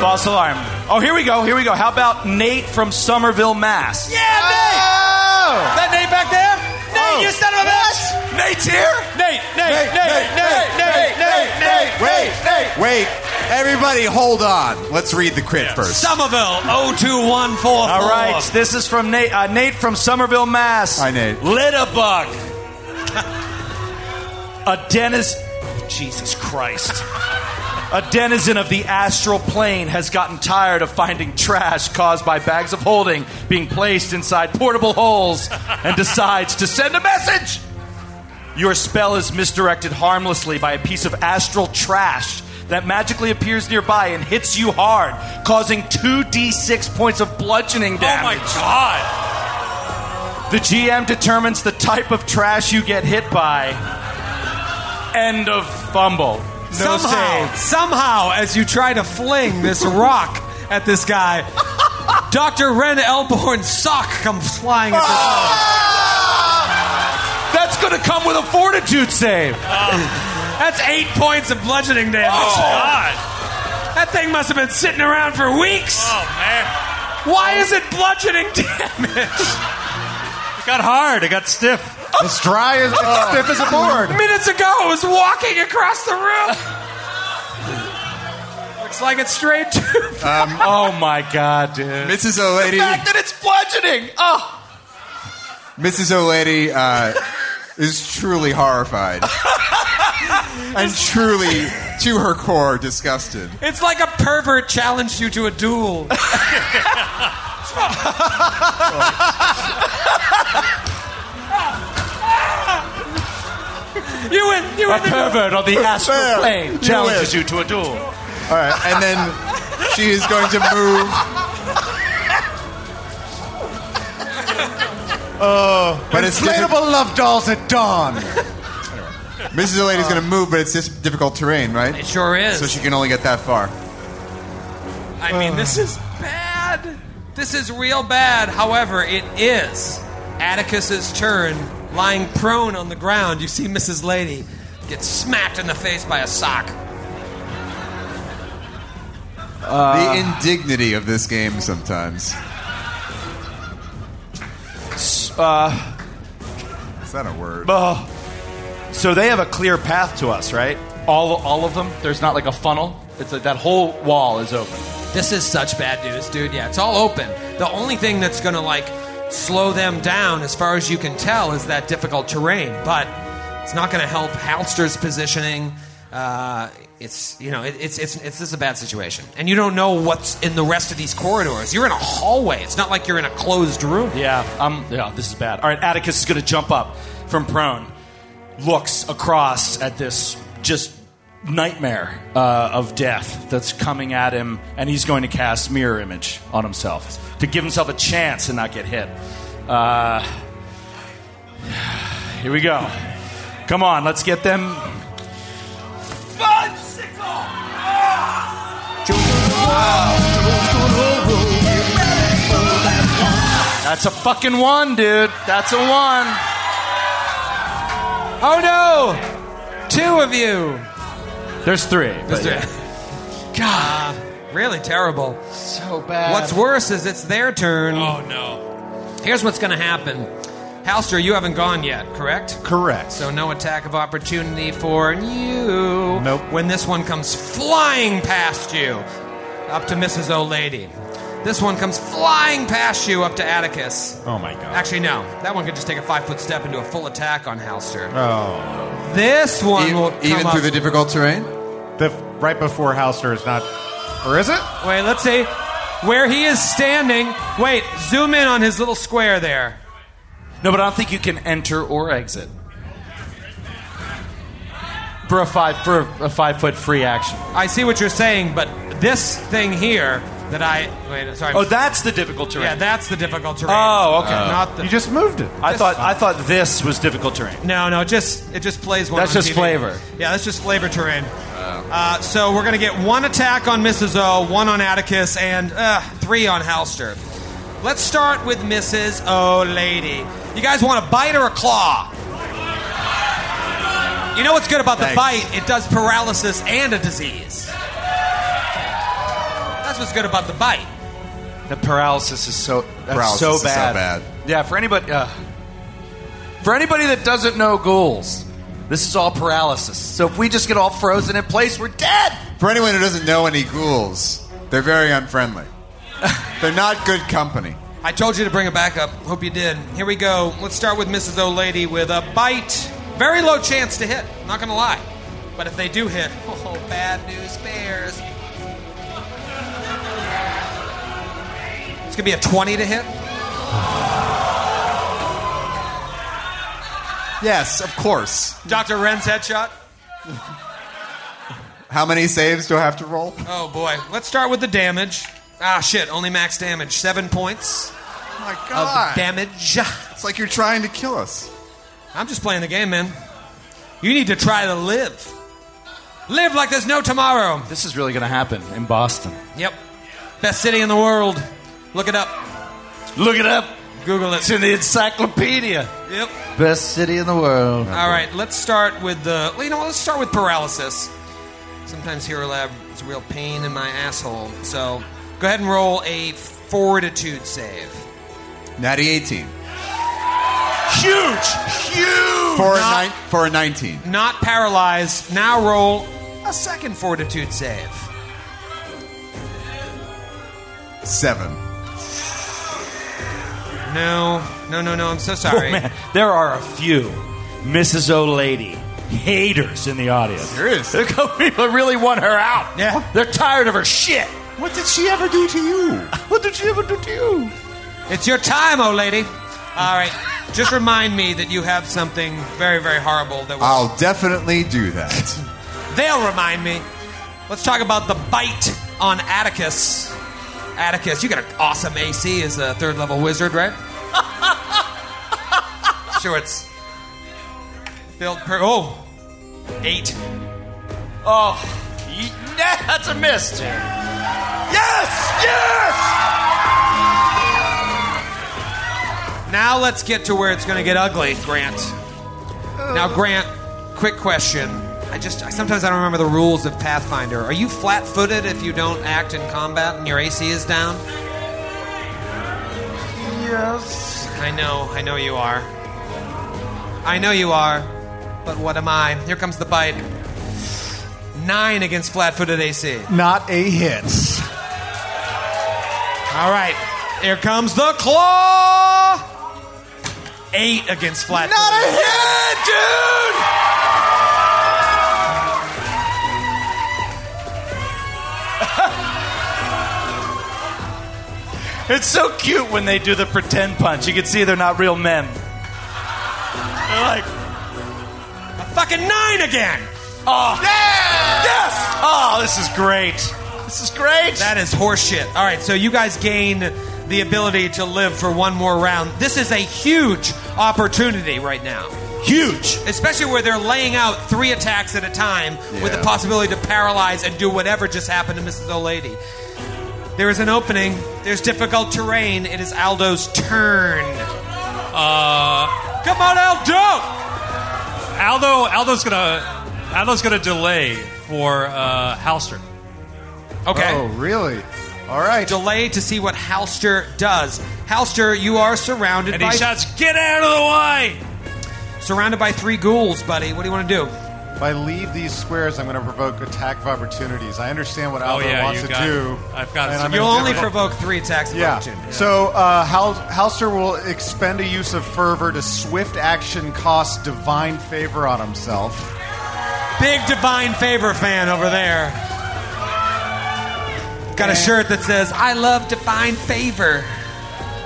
[SPEAKER 3] False alarm. Oh, here we go. Here we go. How about Nate from Somerville, Mass? Yeah, Nate. That Nate back there. Nate, you son of a bitch. Nate's here. Oh. Nate. Nate. Nate. Nate. Nate. Nate. Nate.
[SPEAKER 4] Wait, wait, everybody, hold on. Let's read the crit first.
[SPEAKER 3] Somerville 02144. All right, this is from Nate, uh, Nate from Somerville, Mass.
[SPEAKER 4] Hi, Nate.
[SPEAKER 3] Lit a bug. a denizen. Jesus Christ. A denizen of the astral plane has gotten tired of finding trash caused by bags of holding being placed inside portable holes and decides to send a message. Your spell is misdirected harmlessly by a piece of astral trash that magically appears nearby and hits you hard, causing 2d6 points of bludgeoning damage. Oh my god! The GM determines the type of trash you get hit by. End of fumble. No
[SPEAKER 1] somehow,
[SPEAKER 3] save.
[SPEAKER 1] somehow, as you try to fling this rock at this guy, Dr. Ren Elborn's sock comes flying at
[SPEAKER 3] Ah!
[SPEAKER 1] this
[SPEAKER 3] That's going to come with a fortitude save.
[SPEAKER 1] That's eight points of bludgeoning damage.
[SPEAKER 7] Oh, God.
[SPEAKER 1] That thing must have been sitting around for weeks.
[SPEAKER 7] Oh, man.
[SPEAKER 1] Why is it bludgeoning damage?
[SPEAKER 6] It got hard. It got stiff. Oh.
[SPEAKER 2] It's dry as it's stiff as a board.
[SPEAKER 1] Minutes ago, it was walking across the room. Looks like it's straight to.
[SPEAKER 3] oh my god, dude.
[SPEAKER 4] Mrs. O'Lady,
[SPEAKER 3] that it's bludgeoning. Oh,
[SPEAKER 4] Mrs. O'Lady uh, is truly horrified and truly, to her core, disgusted.
[SPEAKER 1] It's like a pervert challenged you to a duel. you win. You
[SPEAKER 3] a
[SPEAKER 1] win. The duel.
[SPEAKER 3] pervert on the astral
[SPEAKER 4] Fair.
[SPEAKER 3] plane
[SPEAKER 4] You
[SPEAKER 3] challenges you to a duel.
[SPEAKER 4] All right, and then she is going to move. Oh, but it's diffi-
[SPEAKER 2] Uh, Inflatable love dolls at dawn.
[SPEAKER 4] Mrs. O'Lady's going to move, but it's just difficult terrain, right?
[SPEAKER 1] It sure is.
[SPEAKER 4] So she can only get that far.
[SPEAKER 1] I mean, this is bad. This is real bad. However, it is Atticus's turn, lying prone on the ground. You see Mrs. Lady get smacked in the face by a sock.
[SPEAKER 2] Uh.
[SPEAKER 4] the indignity of this game sometimes.
[SPEAKER 3] Uh,
[SPEAKER 4] Is that a word?
[SPEAKER 3] oh. So they have a clear path to us, right? All, all of them. There's not like a funnel. It's like that whole wall is open.
[SPEAKER 1] This is such bad news, dude. Yeah, it's all open. The only thing that's gonna like slow them down, as far as you can tell, is that difficult terrain. But it's not gonna help Halster's positioning. Uh, it's you know it, it's it's it's this is a bad situation, and you don't know what's in the rest of these corridors. You're in a hallway. It's not like you're in a closed room.
[SPEAKER 3] Yeah, um, yeah, this is bad. All right, Atticus is going to jump up from prone, looks across at this just nightmare uh, of death that's coming at him, and he's going to cast Mirror Image on himself to give himself a chance and not get hit. Uh, here we go. Come on, let's get them. That's a fucking one, dude. That's a one.
[SPEAKER 1] Oh no! Two of you.
[SPEAKER 3] There's three. but-
[SPEAKER 1] God, really terrible.
[SPEAKER 3] So bad.
[SPEAKER 1] What's worse is it's their turn.
[SPEAKER 6] Oh, no.
[SPEAKER 1] Here's what's going to happen. Halster, you haven't gone yet, correct?
[SPEAKER 2] Correct.
[SPEAKER 1] So no attack of opportunity for you.
[SPEAKER 2] Nope.
[SPEAKER 1] When this one comes flying past you, up to Mrs. O'Lady. This one comes flying past you up to Atticus.
[SPEAKER 2] Oh my god.
[SPEAKER 1] Actually, no. That one could just take a five foot step into a full attack on Halster.
[SPEAKER 2] Oh.
[SPEAKER 1] This one
[SPEAKER 4] E-
[SPEAKER 1] will come
[SPEAKER 4] even through
[SPEAKER 1] up-
[SPEAKER 4] the difficult terrain?
[SPEAKER 2] The right before Halster is not, or is it?
[SPEAKER 1] Wait, let's see. Where he is standing. Wait, zoom in on his little square there.
[SPEAKER 3] No, but I don't think you can enter or exit for a five for a five foot free action.
[SPEAKER 1] I see what you're saying, but this thing here that I wait. Sorry.
[SPEAKER 3] Oh, that's the difficult terrain.
[SPEAKER 1] Yeah, that's the difficult terrain. Uh,
[SPEAKER 3] Oh, okay.
[SPEAKER 1] Not the,
[SPEAKER 3] You just
[SPEAKER 8] moved it.
[SPEAKER 3] I thought I thought this was difficult terrain.
[SPEAKER 1] No, no, it just it just plays one.
[SPEAKER 3] That's
[SPEAKER 1] on
[SPEAKER 3] just
[SPEAKER 1] TV.
[SPEAKER 3] flavor. Oh.
[SPEAKER 1] Yeah, that's just flavor terrain. Uh, so we're gonna get one attack on Mrs. O, one on Atticus, and uh, three on Halster. Let's start with Mrs. O, lady. You guys want a bite or a claw? You know what's good about the
[SPEAKER 10] Thanks.
[SPEAKER 1] bite? It does paralysis and a disease. That's what's good about the bite.
[SPEAKER 3] The paralysis is so that's
[SPEAKER 4] Paralysis
[SPEAKER 3] so
[SPEAKER 4] is so
[SPEAKER 3] bad.
[SPEAKER 4] bad.
[SPEAKER 3] Yeah, for anybody uh, for anybody that doesn't know ghouls, this is all paralysis. So if we just get all frozen in place, we're dead.
[SPEAKER 4] For anyone who doesn't know any ghouls, they're very unfriendly. they're not good company.
[SPEAKER 1] I told you to bring it back up. Hope you did. Here we go. Let's start with Mrs. O'Lady with a bite. Very low chance to hit. Not gonna lie. But if they do hit, oh, bad news bears. It's gonna be a 20 to hit.
[SPEAKER 4] Yes, of course.
[SPEAKER 1] Dr. Ren's headshot.
[SPEAKER 4] How many saves do I have to roll?
[SPEAKER 1] Oh boy. Let's start with the damage. Ah shit, only max damage. Seven points.
[SPEAKER 4] my
[SPEAKER 1] Of damage. It's
[SPEAKER 4] like you're trying to kill us.
[SPEAKER 1] I'm just playing the game, man. You need to try to live. Live like there's no tomorrow.
[SPEAKER 3] This is really going to happen in Boston.
[SPEAKER 1] Yep. Best city in the world. Look it up.
[SPEAKER 3] Look it up.
[SPEAKER 1] Google it.
[SPEAKER 3] It's in the encyclopedia.
[SPEAKER 1] Yep.
[SPEAKER 5] Best city in the world.
[SPEAKER 1] All right, let's start with the. well, You know, what, let's start with paralysis. Sometimes Hero Lab is a real pain in my asshole. So go ahead and roll a fortitude save.
[SPEAKER 4] Natty 18.
[SPEAKER 1] Huge! Huge!
[SPEAKER 4] For,
[SPEAKER 1] Not-
[SPEAKER 4] a nine, for a 19.
[SPEAKER 1] Not paralyzed. Now roll a second fortitude save.
[SPEAKER 4] Seven.
[SPEAKER 1] No, no, no, no. I'm so sorry.
[SPEAKER 3] Oh, man. There are a few Mrs. O'Lady haters in the audience. There
[SPEAKER 4] is.
[SPEAKER 3] There are people that really want her out. Yeah. They're tired of her shit.
[SPEAKER 4] What did she ever do to you? What did she ever do to you?
[SPEAKER 1] It's your time, old lady. All right. Just remind me that you have something very, very horrible that will
[SPEAKER 4] I'll definitely do that.
[SPEAKER 1] They'll remind me. Let's talk about the bite on Atticus. Atticus, you got an awesome AC as a third level wizard, right? sure, it's built per. Oh, eight.
[SPEAKER 3] Oh, ye- nah, that's a miss, Jerry. Yes! Yes!
[SPEAKER 1] Now let's get to where it's going to get ugly, Grant. Now, Grant, quick question. I just I, sometimes I don't remember the rules of Pathfinder. Are you flat-footed if you don't act in combat and your AC is down?
[SPEAKER 8] Yes.
[SPEAKER 1] I know, I know you are. I know you are, but what am I? Here comes the bite. Nine against flat footed AC.
[SPEAKER 8] Not a hit.
[SPEAKER 1] All right, here comes the claw. Eight against flat
[SPEAKER 5] Not a
[SPEAKER 1] hit, dude!
[SPEAKER 3] It's so cute when they do the pretend punch. You can see they're not real men. They're like,
[SPEAKER 1] a fucking nine again!
[SPEAKER 3] Oh, yes! Oh, this is great. This is great.
[SPEAKER 1] That is horseshit. All right, so you guys gain the ability to live for one more round. This is a huge opportunity right now.
[SPEAKER 3] Huge.
[SPEAKER 1] Especially where they're laying out three attacks at a time with the
[SPEAKER 3] Yeah.
[SPEAKER 1] possibility to paralyze and do whatever just happened to Mrs. O'Lady. There is an opening. There's difficult terrain. It is Aldo's turn.
[SPEAKER 3] Oh,
[SPEAKER 6] Uh,
[SPEAKER 1] Come on, Aldo!
[SPEAKER 6] Aldo, Aldo's gonna, Aldo's gonna delay for uh, Halster.
[SPEAKER 1] Okay.
[SPEAKER 2] Oh, really? All right.
[SPEAKER 1] Delay to see what Halster does. Halster, you are surrounded
[SPEAKER 6] And
[SPEAKER 1] by
[SPEAKER 6] he shouts, "Get out of the way!"
[SPEAKER 1] surrounded by three ghouls, buddy. What do you want to do?
[SPEAKER 2] If I leave these squares, I'm going to provoke attack of opportunities. I understand what
[SPEAKER 1] Oh,
[SPEAKER 2] Aldo
[SPEAKER 1] yeah,
[SPEAKER 2] wants
[SPEAKER 1] you
[SPEAKER 2] to
[SPEAKER 1] got
[SPEAKER 2] do.
[SPEAKER 1] it. I've got
[SPEAKER 2] and
[SPEAKER 1] it.
[SPEAKER 2] I'm
[SPEAKER 1] You'll
[SPEAKER 2] gonna
[SPEAKER 1] only
[SPEAKER 2] do it.
[SPEAKER 1] provoke three attacks of
[SPEAKER 2] Yeah.
[SPEAKER 1] opportunity.
[SPEAKER 2] So uh, Hal- Halster will expend a use of fervor to swift action cost divine favor on himself.
[SPEAKER 1] Big divine favor fan over there. Got a shirt that says "I love divine favor."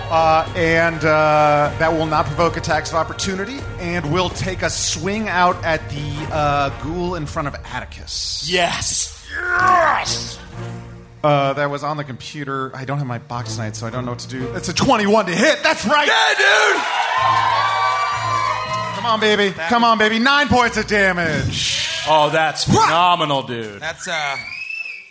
[SPEAKER 2] Uh, and uh, that will not provoke attacks of opportunity, and will take a swing out at the uh, ghoul in front of Atticus.
[SPEAKER 3] Yes. Yes.
[SPEAKER 2] Uh, that was on the computer. I don't have my box tonight, so I don't know what to do. It's a 21 to hit. That's right.
[SPEAKER 3] Yeah,
[SPEAKER 2] dude. Come on, baby. Come on, baby. Nine points of damage.
[SPEAKER 3] Oh, that's phenomenal, dude.
[SPEAKER 1] That's uh,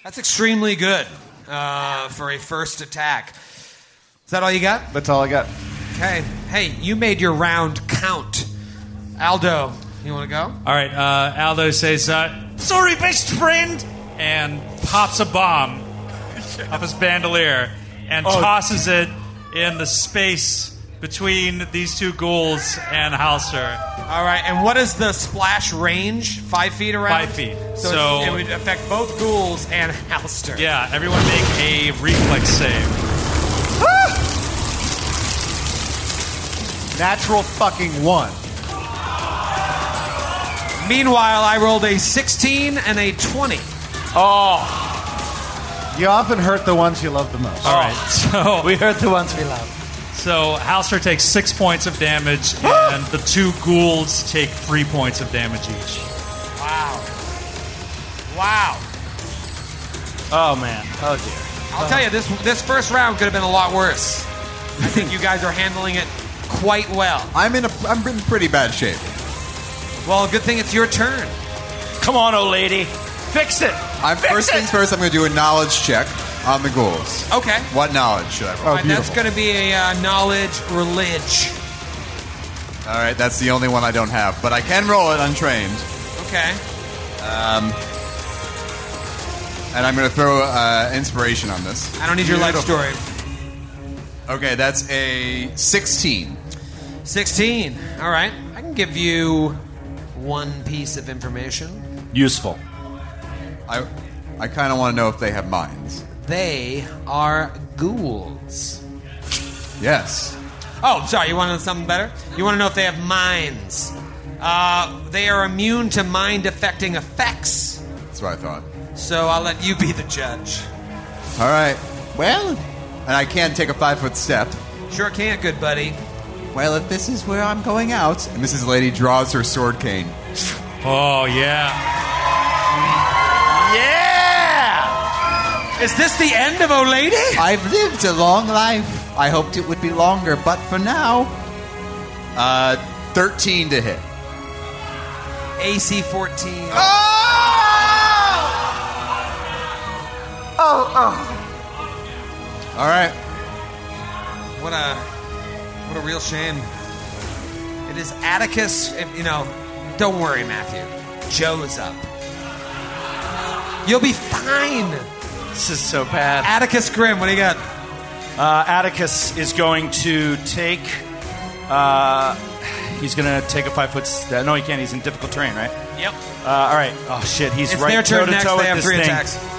[SPEAKER 1] that's extremely good uh, for a first attack. Is that all you got?
[SPEAKER 2] That's all I got.
[SPEAKER 1] Okay. Hey, you made your round count, Aldo. You want to go?
[SPEAKER 6] All right, uh, Aldo says, uh, "Sorry, best friend," and pops a bomb off his bandolier and
[SPEAKER 3] Oh.
[SPEAKER 6] tosses it in the space between these two ghouls and Halser.
[SPEAKER 1] All right. And what is the splash range? Five feet around.
[SPEAKER 6] Five feet.
[SPEAKER 1] So,
[SPEAKER 6] So-
[SPEAKER 1] it's- it would affect both ghouls and Halster.
[SPEAKER 6] Yeah, everyone make a reflex save.
[SPEAKER 2] Ah! Natural fucking one.
[SPEAKER 1] Meanwhile, I rolled a 16 and a 20.
[SPEAKER 3] Oh.
[SPEAKER 2] You often hurt the ones you love the most.
[SPEAKER 6] All right,
[SPEAKER 1] Oh.
[SPEAKER 6] so
[SPEAKER 3] we hurt the ones we love.
[SPEAKER 6] So Halster takes six points of damage, and the two ghouls take three points of damage each.
[SPEAKER 1] Wow. Wow.
[SPEAKER 3] Oh man. Oh dear.
[SPEAKER 1] I'll tell you, this this first round could have been a lot worse. I think you guys are handling it quite well.
[SPEAKER 4] I'm in a. I'm in pretty bad shape.
[SPEAKER 1] Well, good thing it's your turn.
[SPEAKER 3] Come on, old lady. Fix it.
[SPEAKER 4] I'm first things first. I'm going to do a knowledge check on the ghouls.
[SPEAKER 1] Okay.
[SPEAKER 2] Oh,
[SPEAKER 4] What knowledge should I roll?
[SPEAKER 1] All right, Oh. that's going to be a uh, knowledge religion.
[SPEAKER 4] All right, that's the only one I don't have, but I can roll it untrained.
[SPEAKER 1] Okay.
[SPEAKER 4] Um, and I'm going to throw uh, inspiration on this.
[SPEAKER 1] I don't need your life
[SPEAKER 4] Beautiful.
[SPEAKER 1] story.
[SPEAKER 4] Okay, that's a 16.
[SPEAKER 1] 16. All right. I can give you one piece of information.
[SPEAKER 3] Useful.
[SPEAKER 4] I, I kind of want to know if they have minds.
[SPEAKER 1] They are ghouls.
[SPEAKER 4] Yes.
[SPEAKER 1] Oh, sorry. You want to know something better? You want to know if they have minds? Uh, they are immune to mind affecting effects.
[SPEAKER 4] That's what I thought.
[SPEAKER 1] So I'll let you be the judge.
[SPEAKER 4] All right. Well, and I can take a five foot step.
[SPEAKER 1] Sure can't, good buddy.
[SPEAKER 4] Well, if this is where I'm going out, and Mrs. Lady draws her sword cane.
[SPEAKER 6] Oh yeah.
[SPEAKER 3] Yeah.
[SPEAKER 1] Is this the end of O'Lady?
[SPEAKER 4] I've lived a long life. I hoped it would be longer, but for now, uh, thirteen to hit.
[SPEAKER 1] AC 14.
[SPEAKER 5] Oh, oh.
[SPEAKER 4] All right.
[SPEAKER 1] What a what a real shame. It is Atticus. If, you know, don't worry, Matthew. Joe's up. You'll be fine.
[SPEAKER 3] This is so bad.
[SPEAKER 1] Atticus Grimm, what do you got?
[SPEAKER 3] Uh, Atticus is going to take. Uh, he's going to take a five foot. St- no, he can't. He's in difficult terrain, right?
[SPEAKER 1] Yep.
[SPEAKER 3] Uh, all right. Oh shit. He's
[SPEAKER 1] it's
[SPEAKER 3] right
[SPEAKER 1] their
[SPEAKER 3] toe
[SPEAKER 1] turn
[SPEAKER 3] to
[SPEAKER 1] next.
[SPEAKER 3] toe
[SPEAKER 1] They
[SPEAKER 3] with
[SPEAKER 1] have
[SPEAKER 3] this
[SPEAKER 1] three
[SPEAKER 3] thing.
[SPEAKER 1] attacks.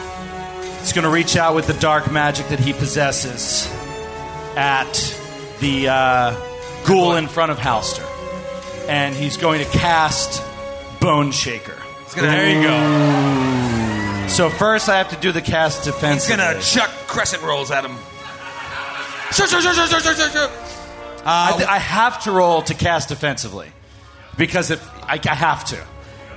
[SPEAKER 3] It's going to reach out with the dark magic that he possesses at the uh, ghoul in front of Halster, and he's going to cast Bone Shaker.
[SPEAKER 1] gonna-
[SPEAKER 3] there you go. So first, I have to do the cast defense.
[SPEAKER 1] He's gonna chuck crescent rolls at him. Shoot, shoot, shoot, shoot, shoot, shoot, shoot, shoot. Uh,
[SPEAKER 3] I, th- I have to roll to cast defensively because if I, I have to,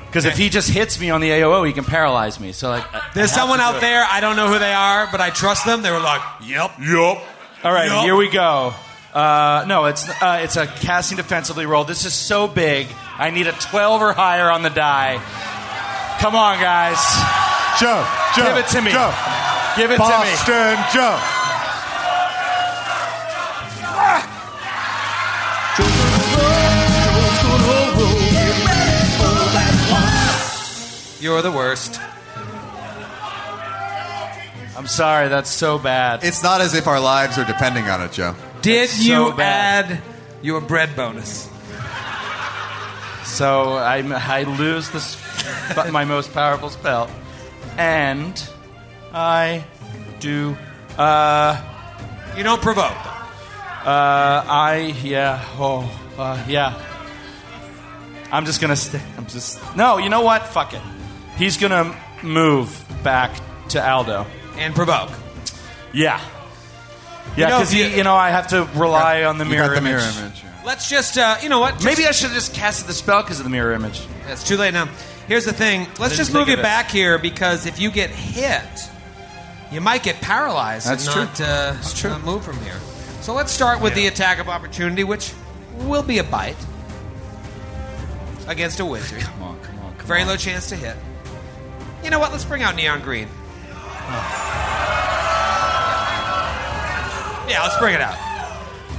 [SPEAKER 3] because if he just hits me on the AOO, he can paralyze me. So like, I- I
[SPEAKER 1] There's
[SPEAKER 3] have
[SPEAKER 1] someone
[SPEAKER 3] to do
[SPEAKER 1] out
[SPEAKER 3] it.
[SPEAKER 1] there. I don't know who they are, but I trust them. They were like, "Yep, yep."
[SPEAKER 3] All right,
[SPEAKER 1] Yup.
[SPEAKER 3] here we go. Uh, no, it's uh, it's a casting defensively roll. This is so big. I need a twelve or higher on the die. Come on, guys.
[SPEAKER 2] Joe, Joe,
[SPEAKER 3] Give it to me.
[SPEAKER 2] Joe.
[SPEAKER 3] Give it to me.
[SPEAKER 2] Boston Joe.
[SPEAKER 1] You're the worst.
[SPEAKER 3] I'm sorry, that's so bad.
[SPEAKER 4] It's not as if our lives are depending on it, Joe.
[SPEAKER 1] Did
[SPEAKER 3] so
[SPEAKER 1] you
[SPEAKER 3] bad.
[SPEAKER 1] add your bread bonus?
[SPEAKER 3] So I I lose this but my most powerful spell, and I do. Uh,
[SPEAKER 1] You don't provoke.
[SPEAKER 3] Uh, I yeah oh uh, yeah. I'm just gonna stay. I'm just no. You know what? Fuck it. He's gonna move back to Aldo.
[SPEAKER 1] And provoke.
[SPEAKER 3] Yeah. Yeah,
[SPEAKER 1] You know,
[SPEAKER 3] because
[SPEAKER 1] if
[SPEAKER 3] you,
[SPEAKER 1] you-
[SPEAKER 3] you know Oh, I have to rely on the
[SPEAKER 4] You got
[SPEAKER 3] mirror
[SPEAKER 4] the
[SPEAKER 3] image.
[SPEAKER 4] mirror image. yeah.
[SPEAKER 1] Let's just, uh, you know what? Just-
[SPEAKER 3] Maybe I should have just casted the spell because of the mirror image.
[SPEAKER 1] It's too late now. Here's the thing. Let's
[SPEAKER 3] didn't
[SPEAKER 1] just move
[SPEAKER 3] think
[SPEAKER 1] you
[SPEAKER 3] of it.
[SPEAKER 1] back here because if you get hit, You might get paralyzed
[SPEAKER 10] That's
[SPEAKER 1] and
[SPEAKER 10] true.
[SPEAKER 1] not, uh, not move from here. So let's start with the attack of opportunity, which will be a bite against a wizard. come on, come on, Very low chance to hit. You know what? Let's bring out neon green. Oh. Yeah, let's bring it out.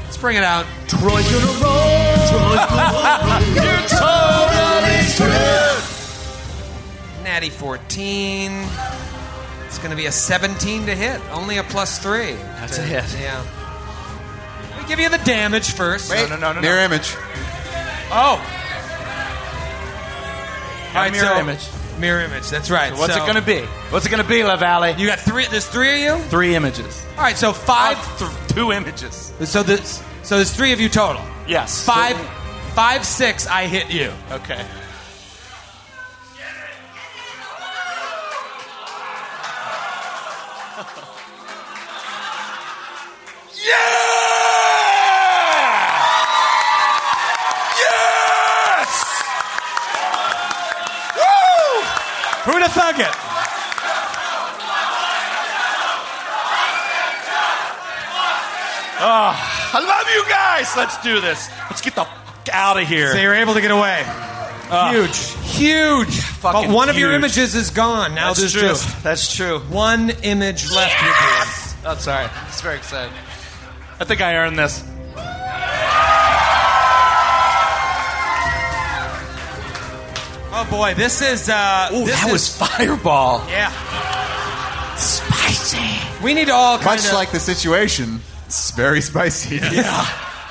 [SPEAKER 1] Let's bring it out. Troy's gonna roll. You're totally screwed. Natty 14. It's gonna be a 17 to hit. Only a plus three. That's
[SPEAKER 10] a hit.
[SPEAKER 1] Yeah. We give you the damage first.
[SPEAKER 10] Wait, No, no, no, no, mirror no.
[SPEAKER 1] image. Oh. All right,
[SPEAKER 3] mirror
[SPEAKER 1] so-
[SPEAKER 3] image.
[SPEAKER 1] Mirror image. That's right.
[SPEAKER 3] what's
[SPEAKER 1] so-
[SPEAKER 3] it gonna be? What's it gonna be, La Valley?
[SPEAKER 1] You got three. There's three of you.
[SPEAKER 3] Three images. Oh.
[SPEAKER 1] All right, so five,
[SPEAKER 3] two images.
[SPEAKER 1] So this, so there's three of you total.
[SPEAKER 3] Ah. Yes.
[SPEAKER 1] Five, five, six. I hit you.
[SPEAKER 3] Okay.
[SPEAKER 13] Yes!
[SPEAKER 1] Woo! Who'da thunk it?
[SPEAKER 3] Oh, I love you guys. Let's do this. Let's get the fuck out of here.
[SPEAKER 1] So you're able to get away. huge, huge.
[SPEAKER 3] Fucking
[SPEAKER 1] but one of your
[SPEAKER 3] huge.
[SPEAKER 1] images is gone. Now
[SPEAKER 3] That's
[SPEAKER 1] there's
[SPEAKER 3] true.
[SPEAKER 1] just
[SPEAKER 3] that's true.
[SPEAKER 1] One image left with
[SPEAKER 3] you. That's all right. It's very exciting. I think I earned this.
[SPEAKER 1] Oh boy, this is. Uh,
[SPEAKER 3] Ooh,
[SPEAKER 1] this
[SPEAKER 3] that
[SPEAKER 1] is-
[SPEAKER 3] was fireball.
[SPEAKER 1] Yeah. Spicy. We need to all kind
[SPEAKER 4] Much
[SPEAKER 1] of.
[SPEAKER 4] like the situation, it's very spicy.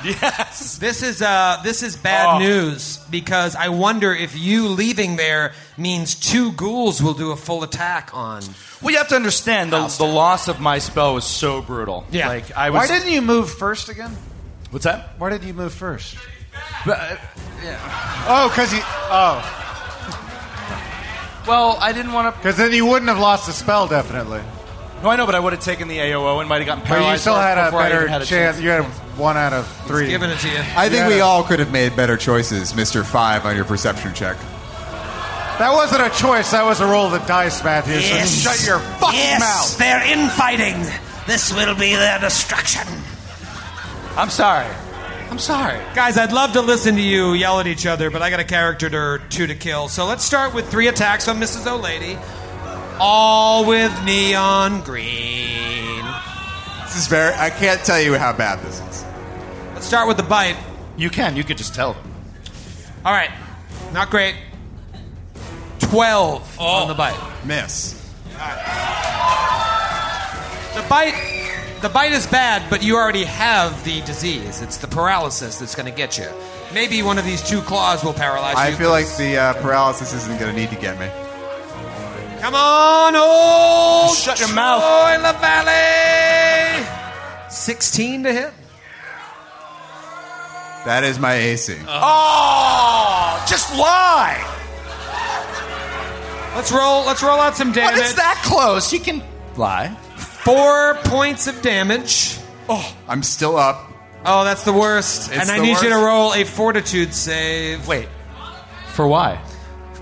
[SPEAKER 1] Yes. This is uh, this is bad
[SPEAKER 3] Oh.
[SPEAKER 1] news because I wonder if you leaving there means two ghouls will do a full attack on.
[SPEAKER 3] Well, you have to understand the, the loss of my spell was so brutal.
[SPEAKER 8] Yeah.
[SPEAKER 3] Like I was.
[SPEAKER 8] Why didn't you move first again?
[SPEAKER 3] What's that? uh,
[SPEAKER 8] Why did you move first?
[SPEAKER 3] yeah.
[SPEAKER 8] Oh, because he. Oh.
[SPEAKER 3] Well, I didn't want to.
[SPEAKER 2] Because then you wouldn't have lost the spell, definitely.
[SPEAKER 3] No, I know, but I would have taken the AOO and might have gotten
[SPEAKER 2] But
[SPEAKER 3] paralyzed.
[SPEAKER 2] you still
[SPEAKER 3] or-
[SPEAKER 2] had a
[SPEAKER 3] before I
[SPEAKER 2] better
[SPEAKER 3] even had a
[SPEAKER 2] chance. You had one out of three.
[SPEAKER 1] giving it to you.
[SPEAKER 4] I think
[SPEAKER 2] Yeah.
[SPEAKER 4] we all could have made better choices, Mister Five, on your perception check.
[SPEAKER 2] That wasn't a choice. That was a roll of the dice, Matthew.
[SPEAKER 13] Yes.
[SPEAKER 2] So shut your fucking
[SPEAKER 13] yes,
[SPEAKER 2] mouth.
[SPEAKER 13] they're infighting. This will be their destruction.
[SPEAKER 3] I'm sorry. I'm sorry.
[SPEAKER 1] Guys, I'd love to listen to you yell at each other, but I got a character or two to kill. So let's start with three attacks on Mrs. O'Lady, all with neon green.
[SPEAKER 4] This is very. I can't tell you how bad this is.
[SPEAKER 1] Let's start with the bite.
[SPEAKER 3] You can. You could just tell them.
[SPEAKER 1] All right, not great. Twelve
[SPEAKER 3] Oh.
[SPEAKER 1] on the bite.
[SPEAKER 4] Miss.
[SPEAKER 1] The bite, the bite is bad, but you already have the disease. It's the paralysis that's going to get you. Maybe one of these two claws will paralyze
[SPEAKER 4] I
[SPEAKER 1] you.
[SPEAKER 4] feel like the uh, paralysis isn't going to need to get me.
[SPEAKER 1] Come on, oh, old
[SPEAKER 3] Shut your
[SPEAKER 10] Oh.
[SPEAKER 3] mouth.
[SPEAKER 1] Troy La Valley. Sixteen to hit.
[SPEAKER 4] That is my AC.
[SPEAKER 3] Oh, just lie.
[SPEAKER 1] Let's roll. Let's roll out some damage.
[SPEAKER 3] it's that close. You can lie.
[SPEAKER 1] Four points of damage. Oh,
[SPEAKER 4] I'm still up.
[SPEAKER 1] Oh, that's the worst.
[SPEAKER 3] It's
[SPEAKER 1] and I
[SPEAKER 3] the
[SPEAKER 1] need you to
[SPEAKER 3] worst.
[SPEAKER 1] roll a fortitude save. Wait,
[SPEAKER 3] For why?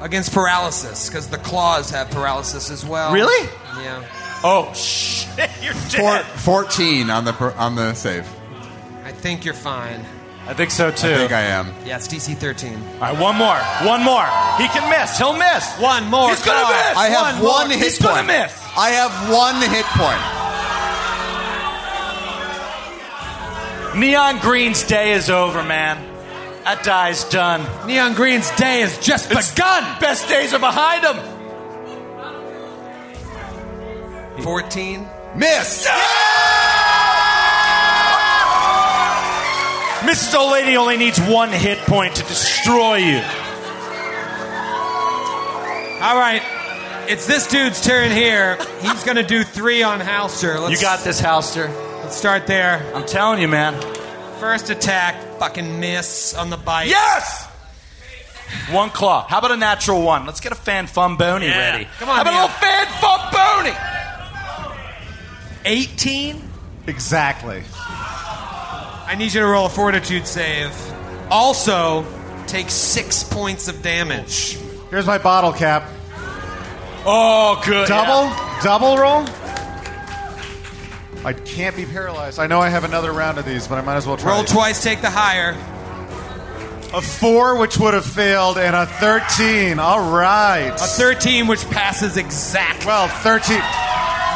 [SPEAKER 1] against paralysis because the claws have paralysis as well.
[SPEAKER 3] Really?
[SPEAKER 1] Yeah.
[SPEAKER 3] Oh shit! You're
[SPEAKER 4] Four, Fourteen on the per, on the save.
[SPEAKER 1] I think you're fine.
[SPEAKER 3] I think so
[SPEAKER 4] I think I am.
[SPEAKER 1] Yeah, it's DC 13.
[SPEAKER 3] All right, one more. One more. He can miss. He'll miss.
[SPEAKER 1] One more.
[SPEAKER 3] He's gonna
[SPEAKER 1] Come on.
[SPEAKER 3] miss.
[SPEAKER 4] I have
[SPEAKER 3] more.
[SPEAKER 4] one, hit
[SPEAKER 3] He's
[SPEAKER 4] point.
[SPEAKER 3] gonna miss.
[SPEAKER 4] I have one hit point.
[SPEAKER 3] Neon Green's day is over, man. That die's done.
[SPEAKER 1] Neon Green's day is just begun.
[SPEAKER 3] Best days are behind him.
[SPEAKER 1] 14.
[SPEAKER 4] Miss.
[SPEAKER 3] Mrs. Old Lady only needs one hit point to destroy you.
[SPEAKER 1] All right. It's this dude's turn here. He's going to do three on Halster. Let's,
[SPEAKER 3] You got this, Halster.
[SPEAKER 1] Let's start there.
[SPEAKER 3] I'm telling you, man.
[SPEAKER 1] First attack, fucking miss on the bite.
[SPEAKER 3] Yes! One claw. How about a natural one? Let's get a fan fun bony
[SPEAKER 1] Yeah.
[SPEAKER 3] ready.
[SPEAKER 1] Come on,
[SPEAKER 3] How about
[SPEAKER 1] Neon.
[SPEAKER 3] a little fan fun bony?
[SPEAKER 1] 18.
[SPEAKER 2] Exactly.
[SPEAKER 1] I need you to roll a fortitude save. Also, take six points of damage.
[SPEAKER 2] Here's my bottle cap.
[SPEAKER 3] Oh, good.
[SPEAKER 2] Double? Double roll? I can't be paralyzed. I know I have another round of these, but I might as well try.
[SPEAKER 1] Roll
[SPEAKER 2] it.
[SPEAKER 1] twice, take the higher.
[SPEAKER 2] A four, which would have failed, and a thirteen. All right. A
[SPEAKER 1] thirteen, which passes exact.
[SPEAKER 2] Well, 13,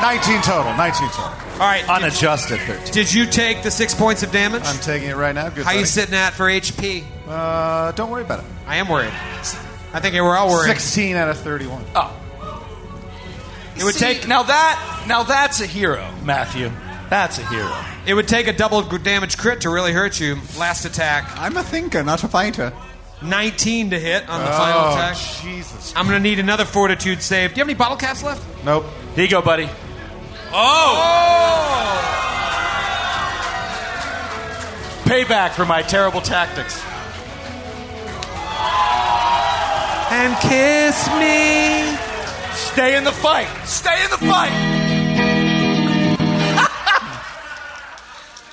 [SPEAKER 2] 19 total. Nineteen total.
[SPEAKER 1] All right.
[SPEAKER 3] Unadjusted 13.
[SPEAKER 1] Did you take the six points of damage? I'm
[SPEAKER 2] taking it right now. Good.
[SPEAKER 1] How you
[SPEAKER 2] buddy.
[SPEAKER 1] sitting at for HP?
[SPEAKER 2] Uh, don't worry about it.
[SPEAKER 1] I am worried. I think we're all worried.
[SPEAKER 2] Sixteen out of thirty-one.
[SPEAKER 3] Oh.
[SPEAKER 1] It would take
[SPEAKER 3] now that now that's a hero, Matthew. That's a hero.
[SPEAKER 1] It would take a double g- damage crit to really hurt you. Last attack.
[SPEAKER 4] I'm a thinker, not a fighter.
[SPEAKER 1] 19 to hit on the
[SPEAKER 4] Oh,
[SPEAKER 1] final attack.
[SPEAKER 2] Jesus.
[SPEAKER 1] I'm going to need another fortitude save. Do you have any bottle caps left?
[SPEAKER 2] Nope.
[SPEAKER 3] Here you go, buddy.
[SPEAKER 1] Oh!
[SPEAKER 3] Oh. Payback for my terrible tactics.
[SPEAKER 1] And kiss me.
[SPEAKER 3] Stay in the fight. Stay in the fight.